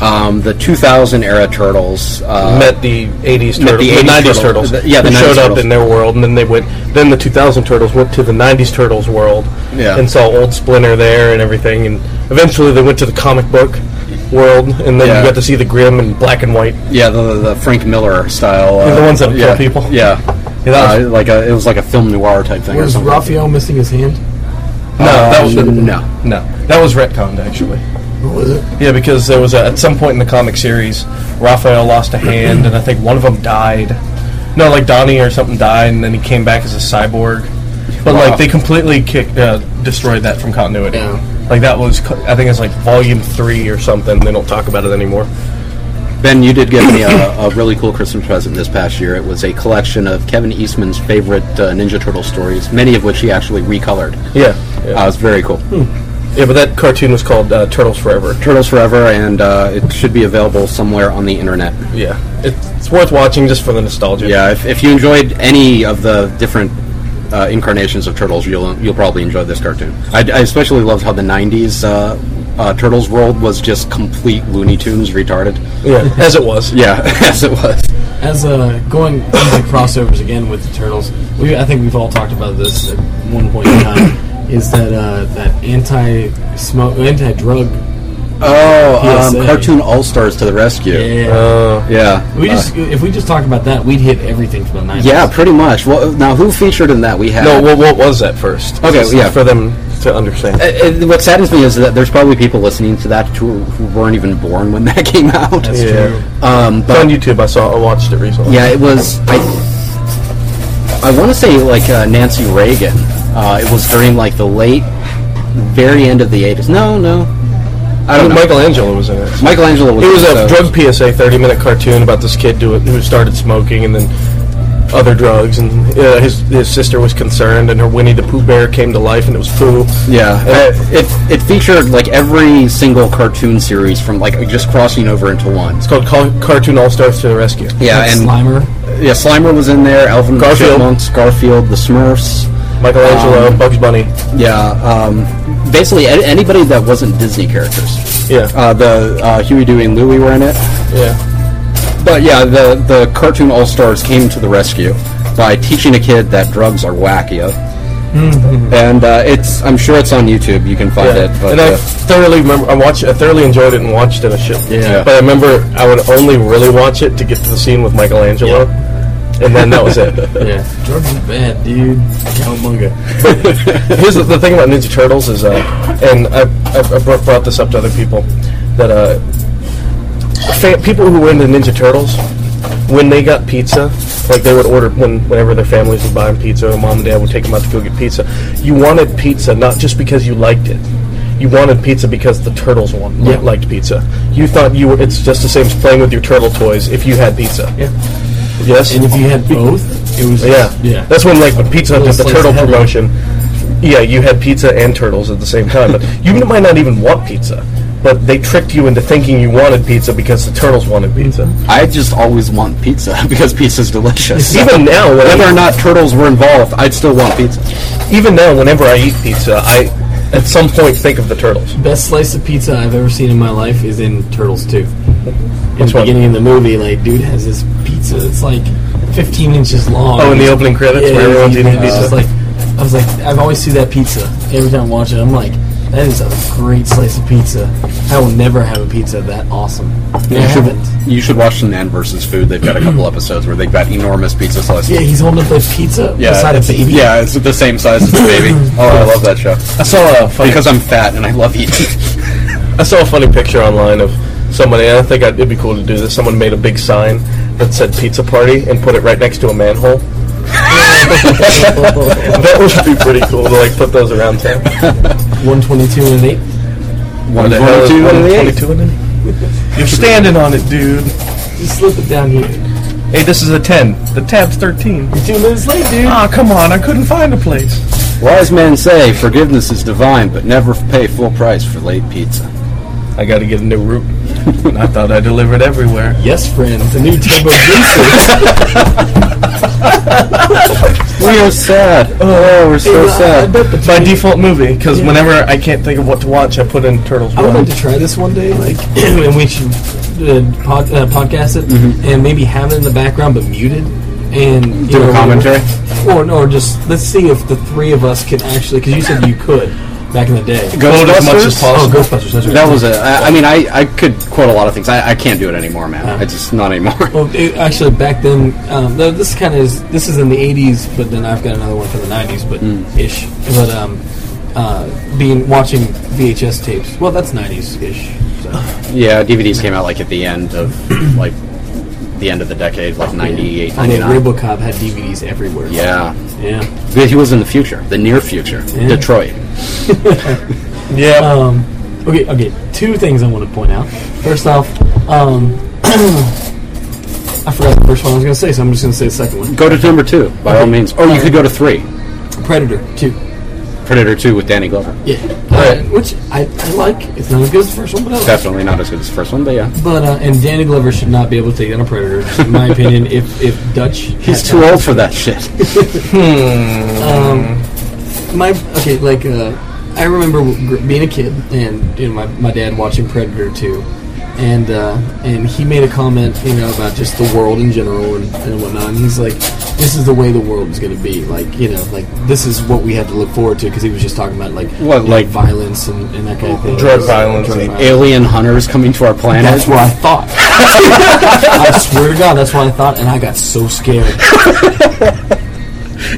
[SPEAKER 3] Um, the 2000 era Turtles uh,
[SPEAKER 1] met the 80s turtles,
[SPEAKER 3] met the
[SPEAKER 1] the,
[SPEAKER 3] 80s
[SPEAKER 1] 90s
[SPEAKER 3] turtles.
[SPEAKER 1] turtles.
[SPEAKER 3] The- yeah, the
[SPEAKER 1] who
[SPEAKER 3] 90s
[SPEAKER 1] showed up
[SPEAKER 3] turtles.
[SPEAKER 1] in their world, and then they went. Then the 2000 turtles went to the 90s turtles world,
[SPEAKER 3] Yeah.
[SPEAKER 1] and saw old Splinter there and everything. And eventually, they went to the comic book world, and then
[SPEAKER 3] Yeah.
[SPEAKER 1] you got to see the Grim and black and white.
[SPEAKER 3] yeah, the, the Frank Miller style. Uh,
[SPEAKER 1] the ones that would
[SPEAKER 3] yeah,
[SPEAKER 1] kill people.
[SPEAKER 3] Yeah.
[SPEAKER 1] Yeah, that was-
[SPEAKER 3] Uh, like a, it was like a film noir type thing. or
[SPEAKER 5] where's
[SPEAKER 3] something.
[SPEAKER 5] Raphael missing his hand?
[SPEAKER 1] No, that was
[SPEAKER 3] Uh, no.
[SPEAKER 1] No, that was retconned actually.
[SPEAKER 5] What was it?
[SPEAKER 1] Yeah, because there was a, at some point in the comic series, Raphael lost a hand, and I think one of them died. No, like Donnie or something died, and then he came back as a cyborg. But
[SPEAKER 3] Wow.
[SPEAKER 1] like they completely kicked, uh, destroyed that from continuity.
[SPEAKER 5] Yeah.
[SPEAKER 1] Like that was, co- I think it's like volume three or something. They don't talk about it anymore.
[SPEAKER 3] Ben, you did give me a, a really cool Christmas present this past year. It was a collection of Kevin Eastman's favorite uh, Ninja Turtle stories, many of which he actually recolored.
[SPEAKER 1] Yeah,
[SPEAKER 3] Uh, it
[SPEAKER 1] yeah.
[SPEAKER 3] was very cool.
[SPEAKER 1] yeah but that cartoon was called uh, Turtles Forever.
[SPEAKER 3] Turtles Forever, and uh, it should be available somewhere on the internet.
[SPEAKER 1] Yeah, it, it's worth watching just for the nostalgia.
[SPEAKER 3] Yeah, if, if you enjoyed any of the different uh, incarnations of Turtles, you'll you'll probably enjoy this cartoon. I, I especially loved how the '90s uh, uh, Turtles world was just complete Looney Tunes retarded.
[SPEAKER 1] yeah, as it was.
[SPEAKER 3] Yeah, as it was.
[SPEAKER 5] As uh, going into crossovers again with the turtles, we I think we've all talked about this at one point in time. Is that uh, that anti smoke, anti drug?
[SPEAKER 3] Oh,
[SPEAKER 5] PSA.
[SPEAKER 3] um, cartoon all stars to the rescue.
[SPEAKER 1] Uh,
[SPEAKER 3] Yeah.
[SPEAKER 5] we
[SPEAKER 3] Uh,
[SPEAKER 5] just if we just talked about that, we'd hit everything from the nineties.
[SPEAKER 3] yeah, pretty much. Well, now who featured in that? We had
[SPEAKER 1] no, what, what was that first?
[SPEAKER 3] Okay,
[SPEAKER 1] Just
[SPEAKER 3] yeah.
[SPEAKER 1] for them to understand.
[SPEAKER 3] Uh, uh, what saddens me is that there's probably people listening to that who, who weren't even born when that came out.
[SPEAKER 5] That's
[SPEAKER 1] Yeah.
[SPEAKER 5] true.
[SPEAKER 3] Um,
[SPEAKER 1] It's
[SPEAKER 3] but
[SPEAKER 1] on YouTube. I saw. I watched it recently.
[SPEAKER 3] yeah, it was. I I want to say like uh, Nancy Reagan. Uh, it was during like the late, very end of the 80s. No, no. I don't know.
[SPEAKER 1] Michelangelo was in it.
[SPEAKER 3] Michelangelo was.
[SPEAKER 1] It was a
[SPEAKER 3] also-
[SPEAKER 1] drug PSA, thirty-minute cartoon about this kid do who started smoking and then other drugs, and uh, his his sister was concerned, and her Winnie the Pooh bear came to life, and it was Pooh.
[SPEAKER 3] Yeah,
[SPEAKER 1] Uh,
[SPEAKER 3] it, it it featured like every single cartoon series from like just crossing over into one.
[SPEAKER 1] It's called Car- Cartoon All Stars to the Rescue.
[SPEAKER 3] Yeah,
[SPEAKER 5] Like
[SPEAKER 3] and
[SPEAKER 5] Slimer.
[SPEAKER 3] yeah, Slimer was in there. Alvin and the
[SPEAKER 1] Garfield.
[SPEAKER 3] Chipmunks, Garfield, the Smurfs.
[SPEAKER 1] Michelangelo,
[SPEAKER 3] Um,
[SPEAKER 1] Bugs Bunny.
[SPEAKER 3] Yeah, um, basically a- anybody that wasn't Disney characters.
[SPEAKER 1] Yeah,
[SPEAKER 3] Uh, the uh, Huey, Dewey, and Louie were in it.
[SPEAKER 1] yeah,
[SPEAKER 3] But yeah, the the cartoon all stars came to the rescue by teaching a kid that drugs are wacky. Uh, And uh, it's I'm sure it's on YouTube. You can find
[SPEAKER 1] yeah.
[SPEAKER 3] it. But
[SPEAKER 1] and I
[SPEAKER 3] uh,
[SPEAKER 1] thoroughly remember. I watched. I thoroughly enjoyed it and watched it a shit.
[SPEAKER 3] Yeah.
[SPEAKER 1] But I remember I would only really watch it to get to the scene with Michelangelo, and then that was it.
[SPEAKER 5] Yeah, drugs is bad, dude. Cowabunga.
[SPEAKER 1] Here's the, the thing about Ninja Turtles is, uh, and I, I, I brought brought this up to other people, that uh, fa- people who were into Ninja Turtles, when they got pizza, like they would order when whenever their families would buy them pizza, or mom and dad would take them out to go get pizza. You wanted pizza not just because you liked it. You wanted pizza because the turtles want,
[SPEAKER 5] Yeah.
[SPEAKER 1] liked pizza. You thought you were. It's just the same as playing with your turtle toys. If you had pizza,
[SPEAKER 5] Yeah.
[SPEAKER 1] yes.
[SPEAKER 5] And if you had both, it was
[SPEAKER 1] Yeah,
[SPEAKER 5] yeah.
[SPEAKER 1] That's when like when Pizza Hut did the
[SPEAKER 5] Slice
[SPEAKER 1] turtle
[SPEAKER 5] the head
[SPEAKER 1] promotion. Yeah, you had pizza and turtles at the same time, but you might not even want pizza. But they tricked you into thinking you wanted pizza because the turtles wanted pizza.
[SPEAKER 3] I just always want pizza because pizza's delicious.
[SPEAKER 1] Even now, when
[SPEAKER 3] Whether
[SPEAKER 1] I,
[SPEAKER 3] or not turtles were involved, I'd still want pizza.
[SPEAKER 1] even now, whenever I eat pizza, I at some point think of the turtles.
[SPEAKER 5] Best slice of pizza I've ever seen in my life is in Turtles 2. In
[SPEAKER 1] Which
[SPEAKER 5] the
[SPEAKER 1] one?
[SPEAKER 5] beginning of the movie, like, dude has this pizza that's like 15 inches long.
[SPEAKER 1] Oh, in the
[SPEAKER 5] He's-
[SPEAKER 1] opening credits
[SPEAKER 5] yeah,
[SPEAKER 1] where everyone's
[SPEAKER 5] he's-
[SPEAKER 1] eating
[SPEAKER 5] I was
[SPEAKER 1] pizza.
[SPEAKER 5] like, I was like, I've always seen that pizza every time I watch it. I'm like, That is a great slice of pizza. I will never have a pizza that awesome. I
[SPEAKER 3] You should,
[SPEAKER 5] haven't.
[SPEAKER 3] you should watch the Nan versus Food. They've got a couple episodes where they've got enormous pizza slices.
[SPEAKER 5] Yeah, he's holding up the pizza beside a
[SPEAKER 3] it's-
[SPEAKER 5] baby.
[SPEAKER 3] Yeah, it's the same size as the baby. Oh, I love that show.
[SPEAKER 1] I saw a funny,
[SPEAKER 3] Because I'm fat and I love eating.
[SPEAKER 1] I saw a funny picture online of somebody. And I think I'd, it'd be cool to do this. Someone made a big sign that said "pizza party" and put it right next to a manhole. that would be pretty cool to like put those around town.
[SPEAKER 5] 122 and an 8.
[SPEAKER 1] One
[SPEAKER 3] the hell is one and an eight?
[SPEAKER 1] You're standing on it, dude.
[SPEAKER 5] Just slip it down here.
[SPEAKER 1] Hey, this is a ten. The tab's thirteen.
[SPEAKER 5] Two minutes late, dude.
[SPEAKER 1] Ah, come on! I couldn't find a place.
[SPEAKER 3] Wise men say forgiveness is divine, but never pay full price for late pizza.
[SPEAKER 1] I got to get a new route. And I thought I delivered everywhere.
[SPEAKER 5] Yes, friend. The new Turbo Boost.
[SPEAKER 3] We are sad. Oh, we're so
[SPEAKER 5] I
[SPEAKER 3] sad.
[SPEAKER 5] bet the
[SPEAKER 1] My default movie, because whenever I can't think of what to watch, I put in Turtles.
[SPEAKER 5] I would
[SPEAKER 1] Run.
[SPEAKER 5] like to try this one day, like, and we should uh, pod, uh, podcast it, and maybe have it in the background but muted, and you
[SPEAKER 3] Mm-hmm. Do a commentary?
[SPEAKER 5] or or just let's see if the three of us can actually, because you said you could back in the day.
[SPEAKER 1] Quote as much as
[SPEAKER 3] Ghostbusters?
[SPEAKER 5] Oh,
[SPEAKER 1] possible.
[SPEAKER 5] Ghostbusters! That's right.
[SPEAKER 3] That was a. I, I mean, I, I could quote a lot of things. I, I can't do it anymore, man. I just not anymore.
[SPEAKER 5] Well, it, actually, back then, um, though this kind of is this is in the '80s, but then I've got another one for the '90s, but
[SPEAKER 3] Mm.
[SPEAKER 5] ish. But um, uh, being watching VHS tapes. Well, that's '90s ish. So.
[SPEAKER 3] Yeah, DVDs came out like at the end of like the end of the decade, like 98,
[SPEAKER 5] I mean,
[SPEAKER 3] 99.
[SPEAKER 5] RoboCop had DVDs everywhere.
[SPEAKER 3] Yeah,
[SPEAKER 5] yeah.
[SPEAKER 3] But he was in the future, the near future,
[SPEAKER 5] Yeah.
[SPEAKER 3] Detroit.
[SPEAKER 1] Yeah.
[SPEAKER 5] Um, okay, okay. Two things I want to point out. First off, um, I forgot the first one I was going to say, so I'm just going to say the second one.
[SPEAKER 3] Go to number two, by all means, or you could go to three,
[SPEAKER 5] Predator two.
[SPEAKER 3] Predator Two with Danny Glover.
[SPEAKER 5] Yeah,
[SPEAKER 1] Right.
[SPEAKER 5] Uh, which I, I like. It's not as good as the first one, but I like.
[SPEAKER 3] Definitely not as good as the first one, but yeah,
[SPEAKER 5] But uh, and Danny Glover should not be able to take down a Predator, in my opinion. If if Dutch,
[SPEAKER 3] he's too old for that shit.
[SPEAKER 5] Um, my okay, like uh, I remember w- gr- being a kid and you know, my my dad watching Predator two, and uh, and he made a comment you know about just the world in general and, and whatnot. And he's like, this is the way the world is going to be. Like you know, like this is what we have to look forward to because he was just talking about like
[SPEAKER 3] What,
[SPEAKER 5] you know,
[SPEAKER 3] like-
[SPEAKER 5] violence and, and that kind of thing,
[SPEAKER 1] Drug violence and
[SPEAKER 3] Alien hunters coming to our planet.
[SPEAKER 5] That's what I thought. I swear to God, that's what I thought, and I got so scared.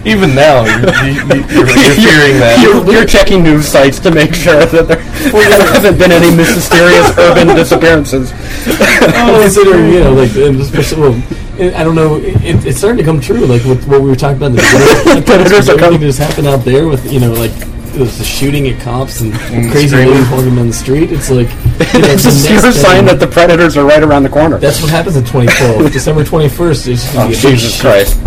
[SPEAKER 1] Even now, you, you, you're, you're hearing that.
[SPEAKER 3] You're, you're checking news sites to make sure that there, there haven't been any mysterious urban disappearances.
[SPEAKER 5] Well, considering you know, like, and especially, well, it, I don't know, it, it's starting to come true. Like with what we were talking about, in the beginning, like,
[SPEAKER 3] Predators are
[SPEAKER 5] everything
[SPEAKER 3] coming.
[SPEAKER 5] that just happened out there with you know, like it was the shooting at cops and crazy
[SPEAKER 1] screaming.
[SPEAKER 5] ladies walking down the street. It's like you know,
[SPEAKER 3] It's a
[SPEAKER 5] the next
[SPEAKER 3] sure sign
[SPEAKER 5] thing-
[SPEAKER 3] that the predators are right around the corner.
[SPEAKER 5] that's what happens in 2012, December 21st. It's just gonna be a big
[SPEAKER 3] Jesus
[SPEAKER 5] shit,
[SPEAKER 3] Christ.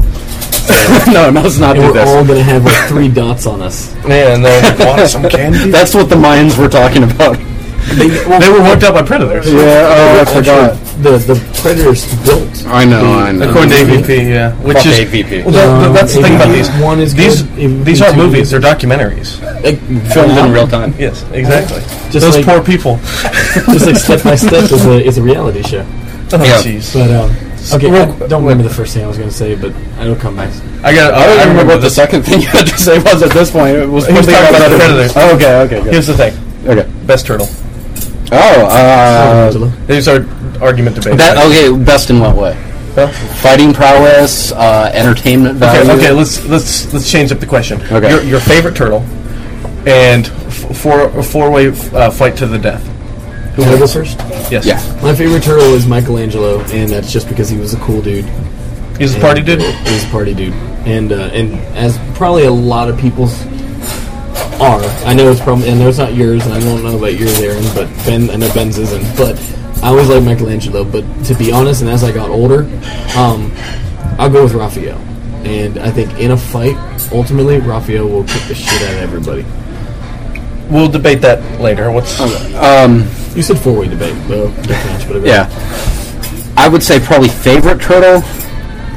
[SPEAKER 3] no, no, let's not
[SPEAKER 5] and
[SPEAKER 3] do
[SPEAKER 5] we're
[SPEAKER 3] this.
[SPEAKER 5] all gonna have like three dots on us.
[SPEAKER 1] Man, they want some candy.
[SPEAKER 3] That's what the Mayans were talking about.
[SPEAKER 5] They, well,
[SPEAKER 1] They were worked out by predators.
[SPEAKER 3] Yeah, oh, I forgot.
[SPEAKER 5] the the predators built.
[SPEAKER 3] I know, I know.
[SPEAKER 1] According to AVP, yeah. Which
[SPEAKER 3] Fuck
[SPEAKER 1] is
[SPEAKER 3] AVP.
[SPEAKER 1] Well, that- that- that's the thing about
[SPEAKER 5] AVP
[SPEAKER 1] these.
[SPEAKER 5] um, one is
[SPEAKER 1] these
[SPEAKER 5] good, AVP
[SPEAKER 1] these aren't
[SPEAKER 5] two is
[SPEAKER 1] movies; they're documentaries.
[SPEAKER 5] Like,
[SPEAKER 3] filmed in real time.
[SPEAKER 1] Yes, exactly.
[SPEAKER 5] Just
[SPEAKER 1] Those
[SPEAKER 5] like-
[SPEAKER 1] poor people.
[SPEAKER 5] just like step by step is a is a reality show.
[SPEAKER 1] Oh,
[SPEAKER 3] Yeah.
[SPEAKER 1] jeez.
[SPEAKER 5] But um, okay,
[SPEAKER 1] Real-
[SPEAKER 5] I don't remember the first thing I was going to say, but it'll come back.
[SPEAKER 1] I got.
[SPEAKER 3] I
[SPEAKER 1] I,
[SPEAKER 3] don't
[SPEAKER 1] I
[SPEAKER 3] remember what the
[SPEAKER 1] this.
[SPEAKER 3] second thing you had to say was at this point. It was
[SPEAKER 1] He was
[SPEAKER 3] something
[SPEAKER 1] talking about predators.
[SPEAKER 3] Oh, okay, okay, good.
[SPEAKER 1] Here's the thing:
[SPEAKER 3] okay.
[SPEAKER 1] best turtle.
[SPEAKER 3] Oh, uh,
[SPEAKER 1] These are argument debate.
[SPEAKER 3] that okay. Best in what way?
[SPEAKER 1] Huh?
[SPEAKER 3] Fighting prowess, uh, entertainment value.
[SPEAKER 1] Okay, okay. Let's let's let's change up the question.
[SPEAKER 3] Okay.
[SPEAKER 1] Your, your favorite turtle, and f- four four way uh, fight to the death.
[SPEAKER 5] Who will go first?
[SPEAKER 1] Yes.
[SPEAKER 3] Yeah.
[SPEAKER 5] My favorite turtle is Michelangelo, and that's just because he was a cool dude.
[SPEAKER 1] He's a party dude.
[SPEAKER 5] He was a party dude, and uh, and as probably a lot of people's are. I know it's probably I know it's not yours, and I don't know about yours, Aaron, but Ben I know Ben's isn't. But I always like Michelangelo. But to be honest, and as I got older, um, I'll go with Raphael. And I think in a fight, ultimately, Raphael will kick the shit out of everybody.
[SPEAKER 1] We'll debate that later. What's
[SPEAKER 3] Um,
[SPEAKER 5] You said four way debate,
[SPEAKER 1] Oh,
[SPEAKER 5] well, deathmatch, whatever.
[SPEAKER 3] yeah. I would say probably favorite turtle.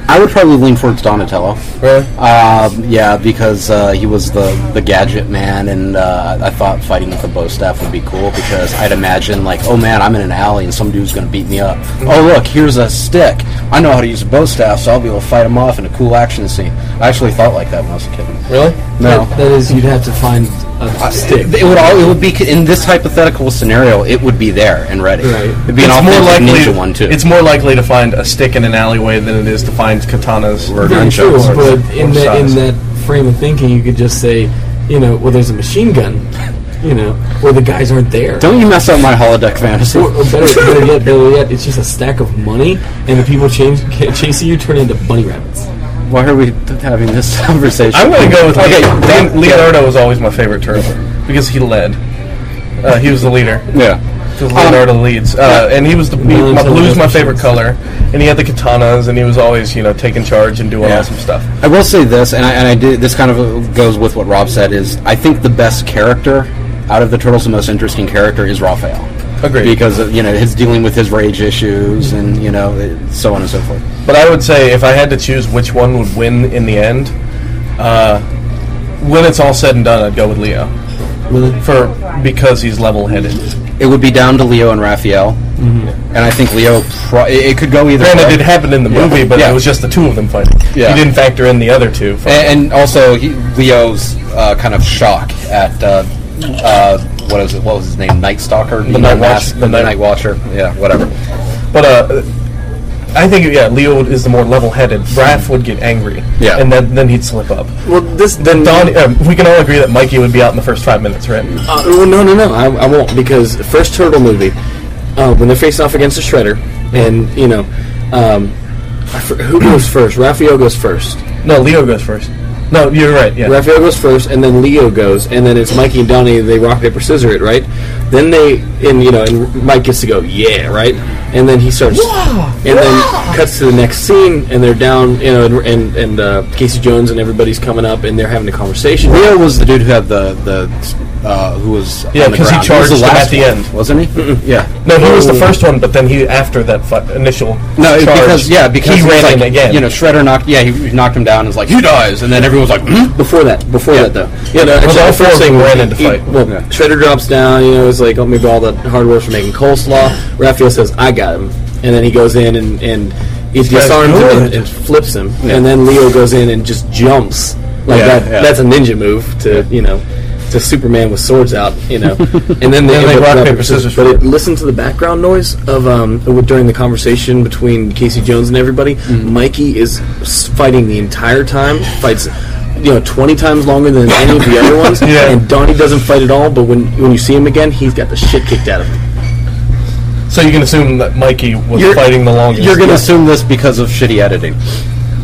[SPEAKER 3] I would probably lean towards Donatello.
[SPEAKER 1] Really?
[SPEAKER 3] Um, yeah, because uh, he was the, the gadget man, and uh, I thought fighting with the bow staff would be cool
[SPEAKER 5] Mm-hmm.
[SPEAKER 3] because I'd imagine like, oh man, I'm in an alley and some dude's gonna beat me up. Oh look, here's a stick. I know how to use a bow staff, so I'll be able to fight them off in a cool action scene. I actually thought like that when I was a kid.
[SPEAKER 5] Really?
[SPEAKER 3] No.
[SPEAKER 5] That- that is, you'd have to find a stick.
[SPEAKER 3] It would all. It would be in this hypothetical scenario. It would be there and ready.
[SPEAKER 5] Right.
[SPEAKER 3] It'd be an offensive ninja one too.
[SPEAKER 1] It's more likely to find a stick in an alleyway than it is to find katanas or
[SPEAKER 5] Very true,
[SPEAKER 1] gunshots.
[SPEAKER 5] but in that in
[SPEAKER 1] size.
[SPEAKER 5] that frame of thinking, you could just say, you know, well, there's a machine gun, you know, where the guys aren't there.
[SPEAKER 3] Don't you mess up my holodeck fantasy?
[SPEAKER 5] or, or better, better yet, better yet, it's just a stack of money, and the people change, ca- chasing you turn into bunny rabbits.
[SPEAKER 3] Why are we th- having this conversation?
[SPEAKER 1] I'm going to go with
[SPEAKER 3] okay.
[SPEAKER 1] Le-
[SPEAKER 3] that-
[SPEAKER 1] Leonardo was always my favorite turtle because he led. Uh, he was the leader.
[SPEAKER 3] Yeah.
[SPEAKER 1] Because Leonardo
[SPEAKER 3] Um,
[SPEAKER 1] leads, uh, and he was the he,
[SPEAKER 5] Leonardo
[SPEAKER 1] my blue's my
[SPEAKER 5] Leonardo
[SPEAKER 1] favorite
[SPEAKER 5] Leonardo.
[SPEAKER 1] color, and he had the katanas, and he was always you know taking charge and doing
[SPEAKER 3] Yeah.
[SPEAKER 1] awesome stuff.
[SPEAKER 3] I will say this, and I, and I did. This kind of goes with what Rob said. Is I think the best character out of the turtles, the most interesting character is Raphael.
[SPEAKER 1] Agreed.
[SPEAKER 3] Because of, you know his dealing with his rage issues and you know it- so on and so forth.
[SPEAKER 1] But I would say if I had to choose which one would win in the end, uh, when it's all said and done, I'd go with Leo. For because he's level-headed.
[SPEAKER 3] It would be down to Leo and Raphael, and I think Leo. Pro- it, it could go either.
[SPEAKER 1] Mm-hmm. Granted,
[SPEAKER 3] way.
[SPEAKER 1] it happened in the
[SPEAKER 3] Yeah.
[SPEAKER 1] movie, but
[SPEAKER 3] Yeah.
[SPEAKER 1] it was just the two of them fighting.
[SPEAKER 3] Yeah. Eh.
[SPEAKER 1] He didn't factor in the other two.
[SPEAKER 3] A- and, also he, Leo's uh, kind of shock at uh, uh, what is it? What was his name? Night Stalker, the
[SPEAKER 1] Night Watch-
[SPEAKER 3] Mask-
[SPEAKER 1] the
[SPEAKER 3] the
[SPEAKER 1] Night-
[SPEAKER 3] Night Watcher. Yeah, whatever.
[SPEAKER 1] But uh, I think yeah, Leo is the more level-headed. Raph would get angry,
[SPEAKER 3] Yeah.
[SPEAKER 1] and then then he'd slip up.
[SPEAKER 2] Well, this then
[SPEAKER 1] Don, um, we can all agree that Mikey would be out in the first five minutes, right?
[SPEAKER 2] Uh, well, no, no, no. I, I won't because the first turtle movie, uh, when they're facing off against the shredder, and you know, um, I for- who goes first? Raphael goes first.
[SPEAKER 1] No, Leo goes first. No, you're right. Yeah,
[SPEAKER 2] Raphael goes first, and then Leo goes, and then it's Mikey and Donnie. They rock paper scissor it, right? Then they, and you know, and Mike gets to go, yeah, right? And then he starts, and then cuts to the next scene, and they're down, you know, and and, and uh, Casey Jones and everybody's coming up, and they're having a conversation.
[SPEAKER 3] Leo was the dude who had the the uh, who was
[SPEAKER 1] Yeah,
[SPEAKER 3] on the
[SPEAKER 1] 'cause he
[SPEAKER 3] ground. was
[SPEAKER 1] charged him
[SPEAKER 3] last
[SPEAKER 1] at the
[SPEAKER 3] one,
[SPEAKER 1] end.
[SPEAKER 3] wasn't he? yeah.
[SPEAKER 1] no, he was the first one, but then he after that fi- initial
[SPEAKER 3] Oh. No, it,
[SPEAKER 1] charge,
[SPEAKER 3] because yeah, because
[SPEAKER 1] he
[SPEAKER 3] it's
[SPEAKER 1] ran
[SPEAKER 3] like,
[SPEAKER 1] in again.
[SPEAKER 3] You know, Shredder knocked. Yeah, he he knocked him down. and was like he dies, and then everyone's like, hmm?
[SPEAKER 2] Before that, before that though, yeah, no,
[SPEAKER 1] all
[SPEAKER 2] the
[SPEAKER 1] four of
[SPEAKER 2] first thing
[SPEAKER 1] them ran
[SPEAKER 2] he-
[SPEAKER 1] into
[SPEAKER 2] he-
[SPEAKER 1] fight.
[SPEAKER 2] Well,
[SPEAKER 3] Yeah.
[SPEAKER 2] Shredder drops down. You know, it's like oh, maybe all the hard work for making coleslaw. Raphael says, "I got him," and then he goes in and and he disarms him and,
[SPEAKER 1] good.
[SPEAKER 2] and flips him, and then Leo goes in and just jumps like
[SPEAKER 3] Yeah,
[SPEAKER 2] that.
[SPEAKER 3] yeah.
[SPEAKER 2] That's a ninja move to you know. To Superman with swords out, you know, and then they,
[SPEAKER 1] And they
[SPEAKER 2] end up
[SPEAKER 1] rock,
[SPEAKER 2] with-
[SPEAKER 1] paper, scissors
[SPEAKER 2] But
[SPEAKER 1] for
[SPEAKER 2] it,
[SPEAKER 1] it.
[SPEAKER 2] listen to the background noise of um w- during the conversation between Casey Jones and everybody.
[SPEAKER 1] Mm-hmm.
[SPEAKER 2] Mikey is s- fighting the entire time. Fights, you know, twenty times longer than any of the other ones.
[SPEAKER 1] Yeah.
[SPEAKER 2] And Donnie doesn't fight at all. But when when you see him again, he's got the shit kicked out of him.
[SPEAKER 1] so you can assume that Mikey was
[SPEAKER 3] You're-
[SPEAKER 1] fighting the longest.
[SPEAKER 3] You're going to assume this because of shitty editing.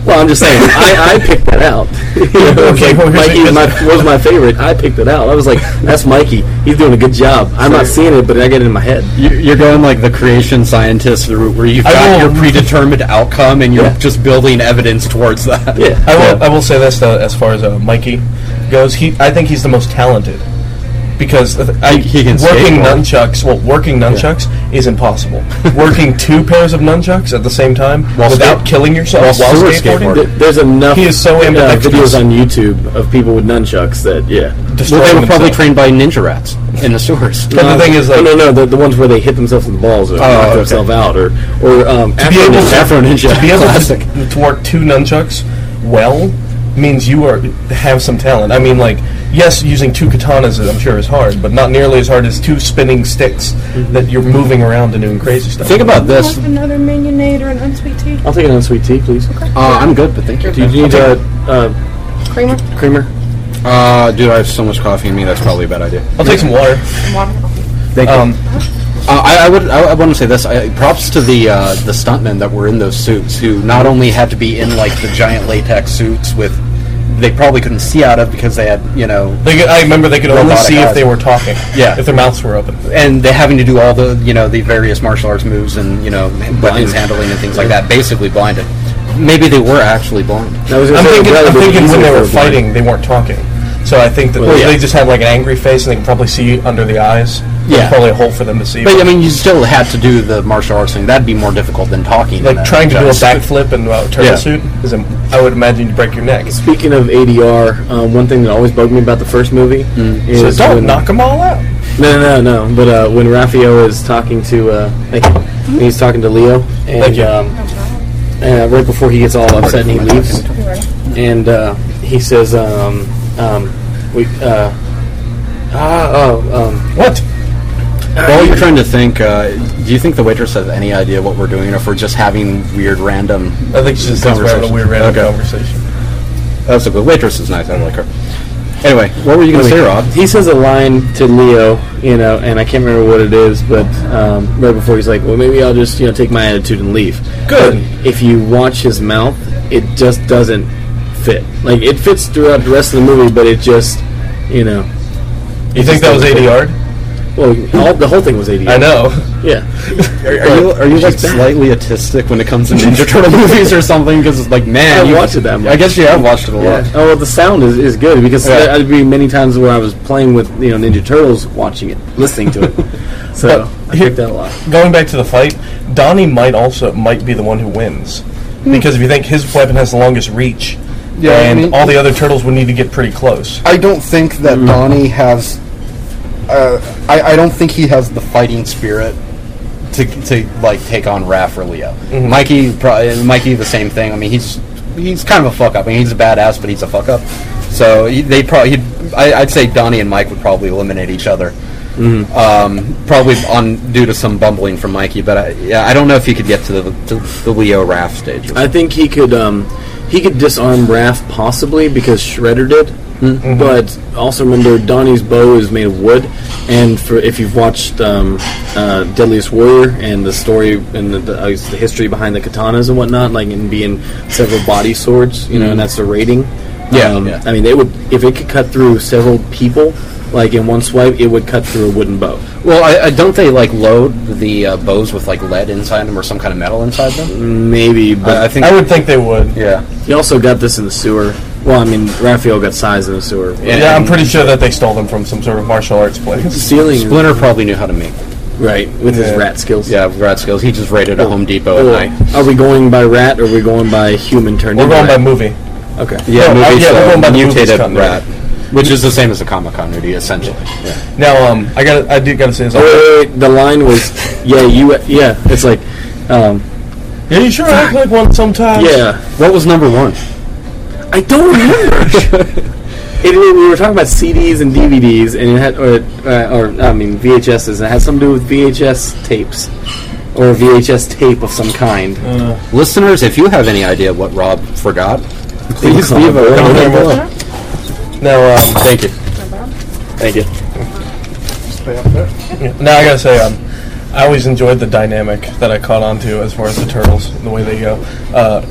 [SPEAKER 2] Well, I'm just saying, I, I picked that out. You know, it's
[SPEAKER 1] Okay,
[SPEAKER 2] like,
[SPEAKER 1] well, here's the-
[SPEAKER 2] Mikey was my, was my favorite. I picked it out. I was like, that's Mikey. He's doing a good job. I'm not seeing it, but I get it in my head.
[SPEAKER 3] You- You're going like the creation scientist route, where you've
[SPEAKER 1] I
[SPEAKER 3] got
[SPEAKER 1] will-
[SPEAKER 3] your predetermined outcome, and you're
[SPEAKER 2] Yeah.
[SPEAKER 3] just building evidence towards that.
[SPEAKER 2] Yeah.
[SPEAKER 1] I will. I will say this though, as far as uh, Mikey goes, he. I think he's the most talented because uh, I,
[SPEAKER 3] He- he can
[SPEAKER 1] working
[SPEAKER 3] skateboard.
[SPEAKER 1] nunchucks. Well, working nunchucks is impossible. working two pairs of nunchucks at the same time
[SPEAKER 3] While
[SPEAKER 1] without
[SPEAKER 3] skate-
[SPEAKER 1] killing yourself
[SPEAKER 3] while
[SPEAKER 1] while,
[SPEAKER 3] still
[SPEAKER 1] skateboarding,
[SPEAKER 3] skateboarding.
[SPEAKER 2] Th- There's enough
[SPEAKER 1] He is so
[SPEAKER 2] uh,
[SPEAKER 1] ambidextrous.
[SPEAKER 2] videos on YouTube of people with nunchucks that yeah,
[SPEAKER 1] destroying
[SPEAKER 3] Well, they were probably
[SPEAKER 1] themselves.
[SPEAKER 3] trained by ninja rats in the sewers.
[SPEAKER 1] But the thing is, like,
[SPEAKER 2] no, no, no, the, the ones where they hit themselves in the balls or knock
[SPEAKER 3] okay.
[SPEAKER 2] themselves out, or or um, to
[SPEAKER 1] be able to-
[SPEAKER 2] Afro Ninja,
[SPEAKER 1] to be able
[SPEAKER 2] classic.
[SPEAKER 1] to, to work two nunchucks well means you are have some talent. I mean, like, yes, using two katanas I'm sure is hard, but not nearly as hard as two spinning sticks that you're moving around and doing crazy stuff.
[SPEAKER 3] Mm-hmm. Think about this. Uh,
[SPEAKER 4] another Minionade or an unsweet tea?
[SPEAKER 2] I'll take an unsweet tea, please.
[SPEAKER 3] Uh, I'm good, but thank you.
[SPEAKER 2] Do you need a uh,
[SPEAKER 4] Creamer?
[SPEAKER 2] creamer?
[SPEAKER 3] Uh, dude, I have so much coffee in me. That's probably a bad idea.
[SPEAKER 1] I'll take some water.
[SPEAKER 3] Thank
[SPEAKER 1] Um,
[SPEAKER 3] Uh, I, I would. I, I want to say this. I, props to the uh, the stuntmen that were in those suits, who not only had to be in like the giant latex suits with, they probably couldn't see out of because they had you know,
[SPEAKER 1] they, could- I remember they could only
[SPEAKER 3] Robotic
[SPEAKER 1] see
[SPEAKER 3] eyes.
[SPEAKER 1] if they were talking.
[SPEAKER 3] Yeah.
[SPEAKER 1] If their mouths were open.
[SPEAKER 3] and they having to do all the you know the various martial arts moves and you know weapons handling and things like that, basically blinded. Maybe they were actually blind.
[SPEAKER 2] I was gonna
[SPEAKER 1] I'm
[SPEAKER 2] say
[SPEAKER 1] thinking, I'm
[SPEAKER 2] relatively
[SPEAKER 1] thinking when
[SPEAKER 2] easy
[SPEAKER 1] they
[SPEAKER 2] for
[SPEAKER 1] were
[SPEAKER 2] a blind-
[SPEAKER 1] fighting, they weren't talking. So I think that
[SPEAKER 2] Well,
[SPEAKER 1] they
[SPEAKER 3] yeah.
[SPEAKER 1] just had like an angry face and they can probably see under the eyes.
[SPEAKER 3] Yeah.
[SPEAKER 1] There's probably a hole for them to see.
[SPEAKER 3] But I mean, you still had to do the martial arts thing. That'd be more difficult than talking.
[SPEAKER 1] like
[SPEAKER 3] in that
[SPEAKER 1] trying to do a
[SPEAKER 3] context.
[SPEAKER 1] backflip in a uh, turtle
[SPEAKER 3] Yeah.
[SPEAKER 1] suit is, a, I would imagine, you break your neck.
[SPEAKER 2] Speaking of ADR, um, one thing that always bugged me about the first movie
[SPEAKER 5] Hmm.
[SPEAKER 1] So
[SPEAKER 2] is
[SPEAKER 1] don't
[SPEAKER 2] when,
[SPEAKER 1] knock them all out.
[SPEAKER 2] No, no, no, no. But uh, when Raphael is talking to, uh, thank you. When he's talking to Leo, and
[SPEAKER 1] Thank you.
[SPEAKER 2] um, uh, right before he gets all upset and he leaves.
[SPEAKER 4] You ready?
[SPEAKER 2] and uh, he says, um, um, "We uh, ah oh um,
[SPEAKER 1] What?
[SPEAKER 3] While you're trying to think, uh, do you think the waitress has any idea what we're doing, or if we're just having weird, random?
[SPEAKER 1] I think she's just thinks we're having a weird random conversation.
[SPEAKER 3] That's a good oh, waitress is nice. I like her. Anyway, what were you going to say, Rob?
[SPEAKER 2] He says a line to Leo, you know, and I can't remember what it is, but um, right before he's like, "Well, maybe I'll just you know take my attitude and leave."
[SPEAKER 1] Good.
[SPEAKER 2] But if you watch his mouth, it just doesn't fit. Like it fits throughout the rest of the movie, but it just, you know,
[SPEAKER 1] You think that was ADR?
[SPEAKER 2] well, all, the whole thing was eighty.
[SPEAKER 1] I know.
[SPEAKER 2] Yeah.
[SPEAKER 3] Are, are you are you like slightly autistic when it comes to Ninja Turtle movies or something? Because it's like, man,
[SPEAKER 2] I
[SPEAKER 3] you
[SPEAKER 2] watched it that much.
[SPEAKER 3] I guess you have watched it a lot.
[SPEAKER 2] Yeah. Oh, well, the sound is, is good because
[SPEAKER 3] Yeah.
[SPEAKER 2] there- I'd be many times where I was playing with you know Ninja Turtles, watching it, listening to it. so
[SPEAKER 1] But
[SPEAKER 2] I
[SPEAKER 1] here-
[SPEAKER 2] like that a lot.
[SPEAKER 1] Going back to the fight, Donnie might also might be the one who wins because if you think his weapon has the longest reach,
[SPEAKER 7] Hmm. Yeah, I
[SPEAKER 1] and
[SPEAKER 7] mean-
[SPEAKER 1] all the other turtles would need to get pretty close.
[SPEAKER 7] I don't think that Donnie has. Uh, I, I don't think he has the fighting spirit.
[SPEAKER 3] to, to like take on Raph or Leo. Mikey, probably, Mikey, the same thing. I mean, he's he's kind of a fuck up. I mean, he's a badass, but he's a fuck up. So he, they probably, he'd, I, I'd say Donnie and Mike would probably eliminate each other. Um, probably on due to some bumbling from Mikey, but I, yeah, I don't know if he could get to the to the Leo Raph stage.
[SPEAKER 2] I think he could um, he could disarm Raph possibly because Shredder did.
[SPEAKER 3] Mm-hmm.
[SPEAKER 2] But also remember Donnie's bow is made of wood, and for if you've watched um, uh, Deadliest Warrior and the story and the, the, uh, the history behind the katanas and whatnot, like in being several body swords, you know,
[SPEAKER 3] Mm-hmm.
[SPEAKER 2] and that's the rating.
[SPEAKER 3] Yeah, yeah.
[SPEAKER 2] I mean, it would if it could cut through several people, like in one swipe, it would cut through a wooden bow.
[SPEAKER 3] Well, I, I don't they like load the uh, bows with like lead inside them or some kind of metal inside them.
[SPEAKER 2] Maybe, but
[SPEAKER 3] I, I think.
[SPEAKER 1] I would think they would.
[SPEAKER 3] yeah.
[SPEAKER 2] he also got this in the sewer. Well, I mean, Raphael got size in the sewer.
[SPEAKER 1] Yeah, I'm pretty sure that they stole them from some sort of martial arts place.
[SPEAKER 2] Stealing
[SPEAKER 3] Splinter probably knew how to make.
[SPEAKER 2] Right, with
[SPEAKER 1] Yeah.
[SPEAKER 2] his rat skills.
[SPEAKER 3] Yeah, rat skills. He just raided a Home Depot
[SPEAKER 2] Or
[SPEAKER 3] at night.
[SPEAKER 2] are we going by rat or are we going by human turned
[SPEAKER 1] We're
[SPEAKER 2] into
[SPEAKER 1] going by
[SPEAKER 2] rat?
[SPEAKER 1] movie.
[SPEAKER 2] Okay.
[SPEAKER 3] Yeah,
[SPEAKER 1] No,
[SPEAKER 3] movie
[SPEAKER 1] Oh, I- yeah, we're
[SPEAKER 3] so
[SPEAKER 1] going by the movies
[SPEAKER 3] mutated
[SPEAKER 1] continuity.
[SPEAKER 3] rat, which is the same as the comic continuity, essentially.
[SPEAKER 1] Now, um, I got to I do gotta say this.
[SPEAKER 2] Oh, wait, wait, wait, the line was, yeah, you, yeah, it's like, um,
[SPEAKER 1] Yeah, you sure act like one sometimes.
[SPEAKER 2] yeah.
[SPEAKER 3] What was number one?
[SPEAKER 2] I don't remember. it, it- we were talking about CDs and DVDs, and it had, or, uh, or I mean, VHSs, and it had something to do with VHS tapes. Or VHS tape of some kind.
[SPEAKER 3] Listeners, if you have any idea what Rob forgot,
[SPEAKER 2] Please leave a
[SPEAKER 1] very
[SPEAKER 2] comment
[SPEAKER 1] much.
[SPEAKER 2] below.
[SPEAKER 1] Now, um,
[SPEAKER 3] thank you. Thank you.
[SPEAKER 1] now I gotta say, um, I always enjoyed the dynamic that I caught on to as far as the turtles and the way they go. Uh,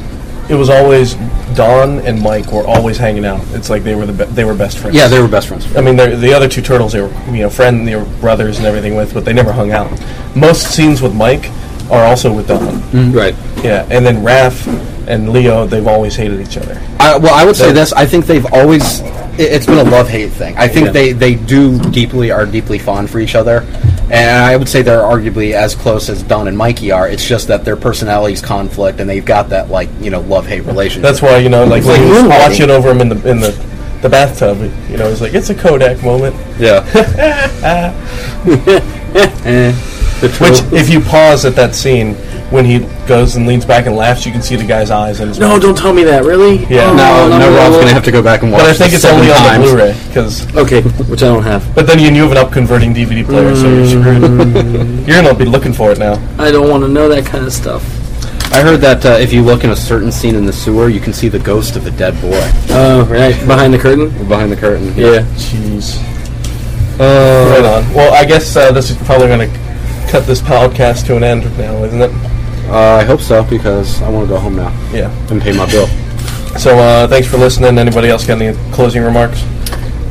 [SPEAKER 1] it was always Don and Mike were always hanging out. It's like they were the be- they were best friends.
[SPEAKER 3] Yeah, they were best friends.
[SPEAKER 1] I mean, they're- the other two turtles they were, you know, friend, they were brothers and everything with, but they never hung out. Most scenes with Mike are also with Don.
[SPEAKER 3] Mm-hmm.
[SPEAKER 2] Right.
[SPEAKER 1] Yeah, and then Raph and Leo, they've always hated each other.
[SPEAKER 3] I, well, I would say this. I think they've always. it- It's been a love hate thing. I think
[SPEAKER 2] Yeah.
[SPEAKER 3] they, they do deeply are deeply fond for each other, and I would say they're arguably as close as Don and Mikey are. It's just that their personalities conflict, and they've got that like you know love hate relationship.
[SPEAKER 1] That's why you know, like when he
[SPEAKER 3] like
[SPEAKER 1] was
[SPEAKER 3] moonlighting.
[SPEAKER 1] watching over him in the in the, the bathtub, you know, he's like, it's a Kodak moment.
[SPEAKER 3] yeah.
[SPEAKER 1] Which, if you pause at that scene when he goes and leans back and laughs, you can see the guy's eyes in his
[SPEAKER 2] No,
[SPEAKER 1] mouth.
[SPEAKER 2] don't tell me that, really?
[SPEAKER 1] Yeah.
[SPEAKER 2] Oh,
[SPEAKER 3] no, no, Rob's Um, gonna have to go back and watch.
[SPEAKER 1] But I think
[SPEAKER 3] this
[SPEAKER 1] it's only
[SPEAKER 3] seven
[SPEAKER 1] on
[SPEAKER 3] times.
[SPEAKER 1] the Blu-ray because.
[SPEAKER 2] Okay, which I don't have.
[SPEAKER 1] But then you, you have an up-converting DVD player, so you're screwed. you're gonna be looking for it now.
[SPEAKER 2] I don't want to know that kind of stuff.
[SPEAKER 3] I heard that uh, if you look in a certain scene in the sewer, you can see the ghost of a dead boy
[SPEAKER 2] Oh, right. Behind the curtain?
[SPEAKER 3] behind the curtain.
[SPEAKER 2] Yeah.
[SPEAKER 1] Jeez. right on. Well, I guess uh, this is probably gonna cut this podcast to an end now, isn't it?
[SPEAKER 3] Uh, I hope so because I want to go home now
[SPEAKER 1] Yeah.
[SPEAKER 3] and pay my bill.
[SPEAKER 1] So uh, thanks for listening. Anybody else got any closing remarks?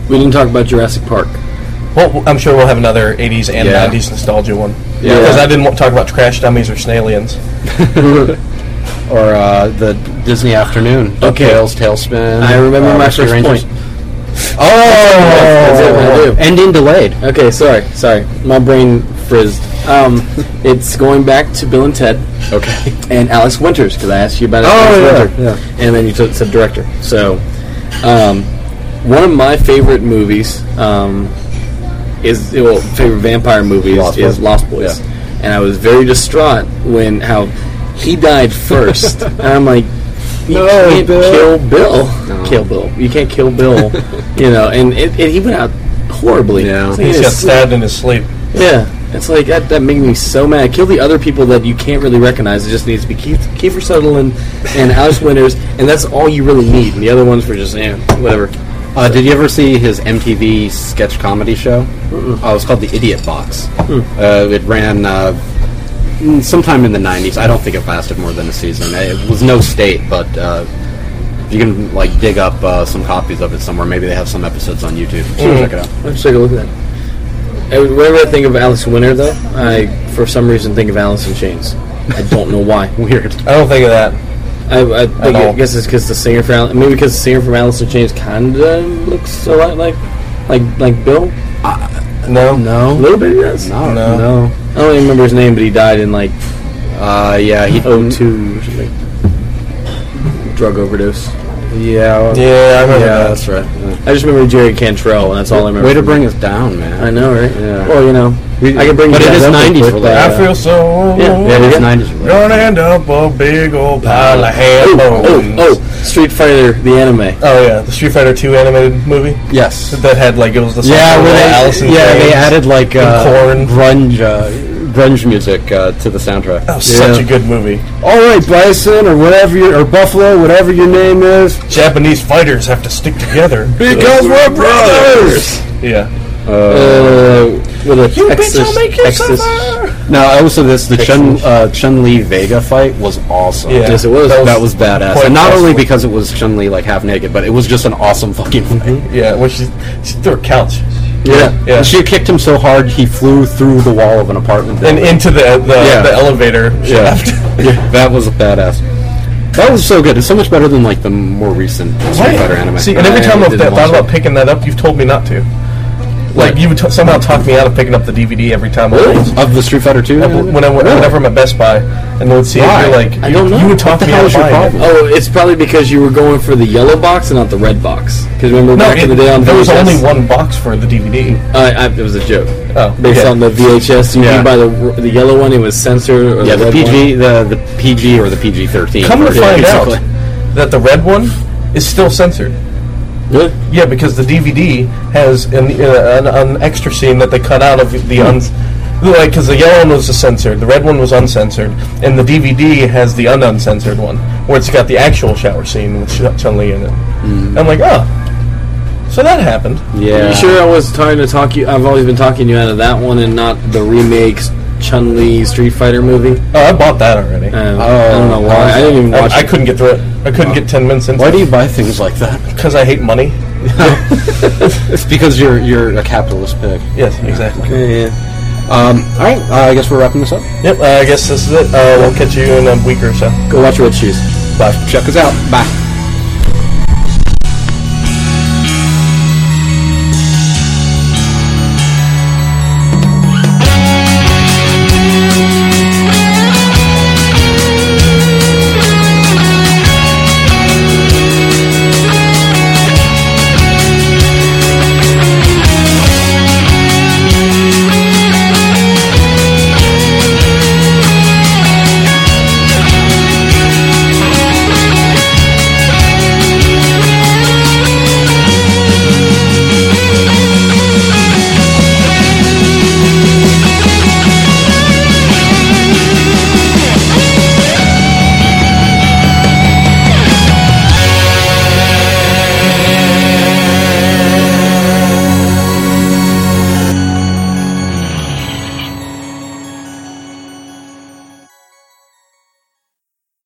[SPEAKER 2] We didn't talk about Jurassic Park.
[SPEAKER 1] Well, I'm sure we'll have another 80s and
[SPEAKER 3] Yeah.
[SPEAKER 1] 90s nostalgia one.
[SPEAKER 3] Yeah.
[SPEAKER 1] Because I didn't want to talk about crash dummies or snalians.
[SPEAKER 3] Or uh, the Disney afternoon.
[SPEAKER 2] Okay.
[SPEAKER 3] DuckTales, Tailspin.
[SPEAKER 2] I remember
[SPEAKER 3] uh,
[SPEAKER 2] my
[SPEAKER 3] Rescue
[SPEAKER 2] first
[SPEAKER 3] Rangers.
[SPEAKER 2] point. it, I
[SPEAKER 3] Oh,
[SPEAKER 2] do.
[SPEAKER 3] ending delayed.
[SPEAKER 2] Okay, sorry, sorry. My brain frizzed. Um, it's going back to Bill and Ted
[SPEAKER 3] Okay. Oh,
[SPEAKER 2] and Alex Winters because I asked you about Alex Winter, and then you t- said director. So, um, one of my favorite movies um, is well, favorite vampire movies
[SPEAKER 3] Lost
[SPEAKER 2] is
[SPEAKER 3] Boys.
[SPEAKER 2] Lost Boys,
[SPEAKER 3] Yeah.
[SPEAKER 2] and I was very distraught when how he died first. and I'm like, you
[SPEAKER 7] No,
[SPEAKER 2] can't
[SPEAKER 7] Bill.
[SPEAKER 2] kill Bill. Kill Bill. You can't kill Bill. you know, and, it, and he went out horribly.
[SPEAKER 3] Yeah.
[SPEAKER 2] It's like,
[SPEAKER 1] He just
[SPEAKER 2] in
[SPEAKER 1] got
[SPEAKER 2] his
[SPEAKER 1] stabbed in his sleep.
[SPEAKER 2] yeah, it's like that. That made me so mad. Kill the other people that you can't really recognize. It just needs to be Keith, Kiefer Sutherland and Alice Winters, and that's all you really need. And the other ones were just eh, whatever.
[SPEAKER 3] Uh, did you ever see his MTV sketch comedy show? Uh, it was called The Idiot Box. Uh, it ran uh, mm, sometime in the '90s. I don't think it lasted more than a season. It was no state, but uh, you can like dig up uh, some copies of it somewhere. Maybe they have some episodes on YouTube. Check it out.
[SPEAKER 2] Let's take a look at that. I, whenever I think of Alice Winter, though, I for some reason think of Alice in Chains. I don't know why. Weird.
[SPEAKER 1] I don't think of that.
[SPEAKER 2] I, I,
[SPEAKER 1] At
[SPEAKER 2] think-
[SPEAKER 1] all.
[SPEAKER 2] I guess it's because the singer from Al- maybe because the singer from Alice in Chains kind of looks a lot like like like Bill.
[SPEAKER 1] No.
[SPEAKER 2] No, a little bit. Yes.
[SPEAKER 3] No,
[SPEAKER 1] No.
[SPEAKER 2] No, I don't even remember his name, but he died in like
[SPEAKER 3] Uh, yeah, he.
[SPEAKER 2] 02 or something. Drug overdose.
[SPEAKER 3] Yeah, yeah,
[SPEAKER 1] Yeah, I remember that.
[SPEAKER 3] that's right. Yeah.
[SPEAKER 2] I just remember Jerry Cantrell, and that's all I remember.
[SPEAKER 3] Way to bring us down, man.
[SPEAKER 2] I know, right?
[SPEAKER 3] Yeah.
[SPEAKER 2] Well, you know, I can bring.
[SPEAKER 3] But
[SPEAKER 2] you
[SPEAKER 3] it
[SPEAKER 2] guys
[SPEAKER 3] is
[SPEAKER 2] up with
[SPEAKER 3] 90s
[SPEAKER 2] that.
[SPEAKER 3] related.
[SPEAKER 1] I feel so
[SPEAKER 2] Yeah.
[SPEAKER 1] old.
[SPEAKER 3] Yeah, it is
[SPEAKER 2] Yeah.
[SPEAKER 3] '90s.
[SPEAKER 1] Gonna end up a big old pile of hand
[SPEAKER 2] Oh, oh,
[SPEAKER 1] bones.
[SPEAKER 2] oh! Street Fighter, the anime.
[SPEAKER 1] Oh, yeah, the Street Fighter 2 animated movie
[SPEAKER 3] Yes.
[SPEAKER 1] that had like it was the song
[SPEAKER 3] Yeah,
[SPEAKER 1] with
[SPEAKER 3] where they,
[SPEAKER 1] Alice in
[SPEAKER 3] yeah,
[SPEAKER 1] Chains.
[SPEAKER 3] they added like
[SPEAKER 1] and
[SPEAKER 3] uh,
[SPEAKER 1] corn.
[SPEAKER 3] grunge, uh, grunge music uh, to the soundtrack.
[SPEAKER 1] That was such a good movie.
[SPEAKER 3] All right, Bison or whatever your or Buffalo, whatever your name is,
[SPEAKER 1] Japanese fighters have to stick together.
[SPEAKER 3] because we're brothers.
[SPEAKER 1] yeah.
[SPEAKER 2] Uh, with a
[SPEAKER 1] You
[SPEAKER 2] Texas,
[SPEAKER 1] bitch, I'll make you
[SPEAKER 2] Texas-
[SPEAKER 1] suffer.
[SPEAKER 3] No, also this the Chun uh, Chun Li Vega fight was awesome.
[SPEAKER 1] Yeah.
[SPEAKER 2] Yes, it was.
[SPEAKER 3] That was badass,
[SPEAKER 1] quite
[SPEAKER 3] and not only
[SPEAKER 1] impressive.
[SPEAKER 3] because it was Chun Li like half naked, but it was just an awesome fucking fight.
[SPEAKER 1] Yeah, when she, she threw a couch
[SPEAKER 3] Mm-hmm. Yeah,
[SPEAKER 1] Yeah.
[SPEAKER 3] she kicked him so hard he flew through the wall of an apartment.
[SPEAKER 1] and
[SPEAKER 3] building.
[SPEAKER 1] into the the,
[SPEAKER 3] Yeah.
[SPEAKER 1] the elevator
[SPEAKER 3] Yeah.
[SPEAKER 1] shaft.
[SPEAKER 3] yeah, that was badass. That was so good. It's so much better than like the more recent Street Fighter anime.
[SPEAKER 1] See, and every
[SPEAKER 3] I
[SPEAKER 1] time I've
[SPEAKER 3] didn't
[SPEAKER 1] th-
[SPEAKER 3] watch
[SPEAKER 1] thought about picking that up, you've told me not to. Like
[SPEAKER 3] What?
[SPEAKER 1] you t- somehow talked me out of picking up the DVD every time. I was-
[SPEAKER 3] it. of the Street Fighter Two.
[SPEAKER 1] When I, when I- whenever I'm at Best Buy and they would see
[SPEAKER 3] Why?
[SPEAKER 1] it, you're like,
[SPEAKER 2] I
[SPEAKER 1] you-
[SPEAKER 2] don't know.
[SPEAKER 1] you would
[SPEAKER 2] What
[SPEAKER 1] talk
[SPEAKER 3] the
[SPEAKER 1] me
[SPEAKER 3] hell
[SPEAKER 1] out of
[SPEAKER 3] is your
[SPEAKER 1] buying it.
[SPEAKER 3] problem?
[SPEAKER 2] Oh, it's probably because you were going for the yellow box and not the red box. Because remember
[SPEAKER 1] No,
[SPEAKER 2] back in the
[SPEAKER 1] it-
[SPEAKER 2] day on
[SPEAKER 1] there was
[SPEAKER 2] VHS?
[SPEAKER 1] only one box for the DVD.
[SPEAKER 2] Uh, I, it was a joke.
[SPEAKER 1] Oh,
[SPEAKER 2] Based
[SPEAKER 1] okay.
[SPEAKER 2] on the VHS, you
[SPEAKER 3] Yeah.
[SPEAKER 2] yeah. by the the yellow one, it was censored. Or
[SPEAKER 3] Yeah, the
[SPEAKER 2] the, red
[SPEAKER 3] PG, the the PG or the PG thirteen.
[SPEAKER 1] Come to
[SPEAKER 3] version,
[SPEAKER 1] find out
[SPEAKER 3] basically.
[SPEAKER 1] that the red one is still censored.
[SPEAKER 2] One. Really?
[SPEAKER 1] Yeah, because the DVD has an, uh, an, an extra scene that they cut out of the
[SPEAKER 2] Hmm.
[SPEAKER 1] uns. Like, because the yellow one was censored, the red one was uncensored, and the DVD has the un uncensored one, where it's got the actual shower scene with Chun Li in it.
[SPEAKER 2] Hmm.
[SPEAKER 1] I'm like, oh, so that happened.
[SPEAKER 3] Yeah,
[SPEAKER 2] You sure I was trying to talk you? I've always been talking you out of that one and not the remakes Chun Li Street Fighter movie.
[SPEAKER 1] Oh, I bought that already.
[SPEAKER 3] oh.
[SPEAKER 2] Um, I don't know why. I didn't even
[SPEAKER 1] I,
[SPEAKER 2] watch
[SPEAKER 1] I
[SPEAKER 2] it.
[SPEAKER 1] couldn't get through it. I couldn't get ten minutes into
[SPEAKER 3] Why
[SPEAKER 1] it
[SPEAKER 3] do you buy things like that?
[SPEAKER 1] because I hate money.
[SPEAKER 3] It's because you're you're a capitalist pig.
[SPEAKER 1] Yes, exactly.
[SPEAKER 2] Yeah, yeah.
[SPEAKER 3] Um, all right, uh, I guess we're wrapping this up.
[SPEAKER 1] Yep, uh, I guess this is it. Uh, we'll catch you in a week or so.
[SPEAKER 2] Go watch Red Shoes.
[SPEAKER 3] Bye. Check us out. Bye.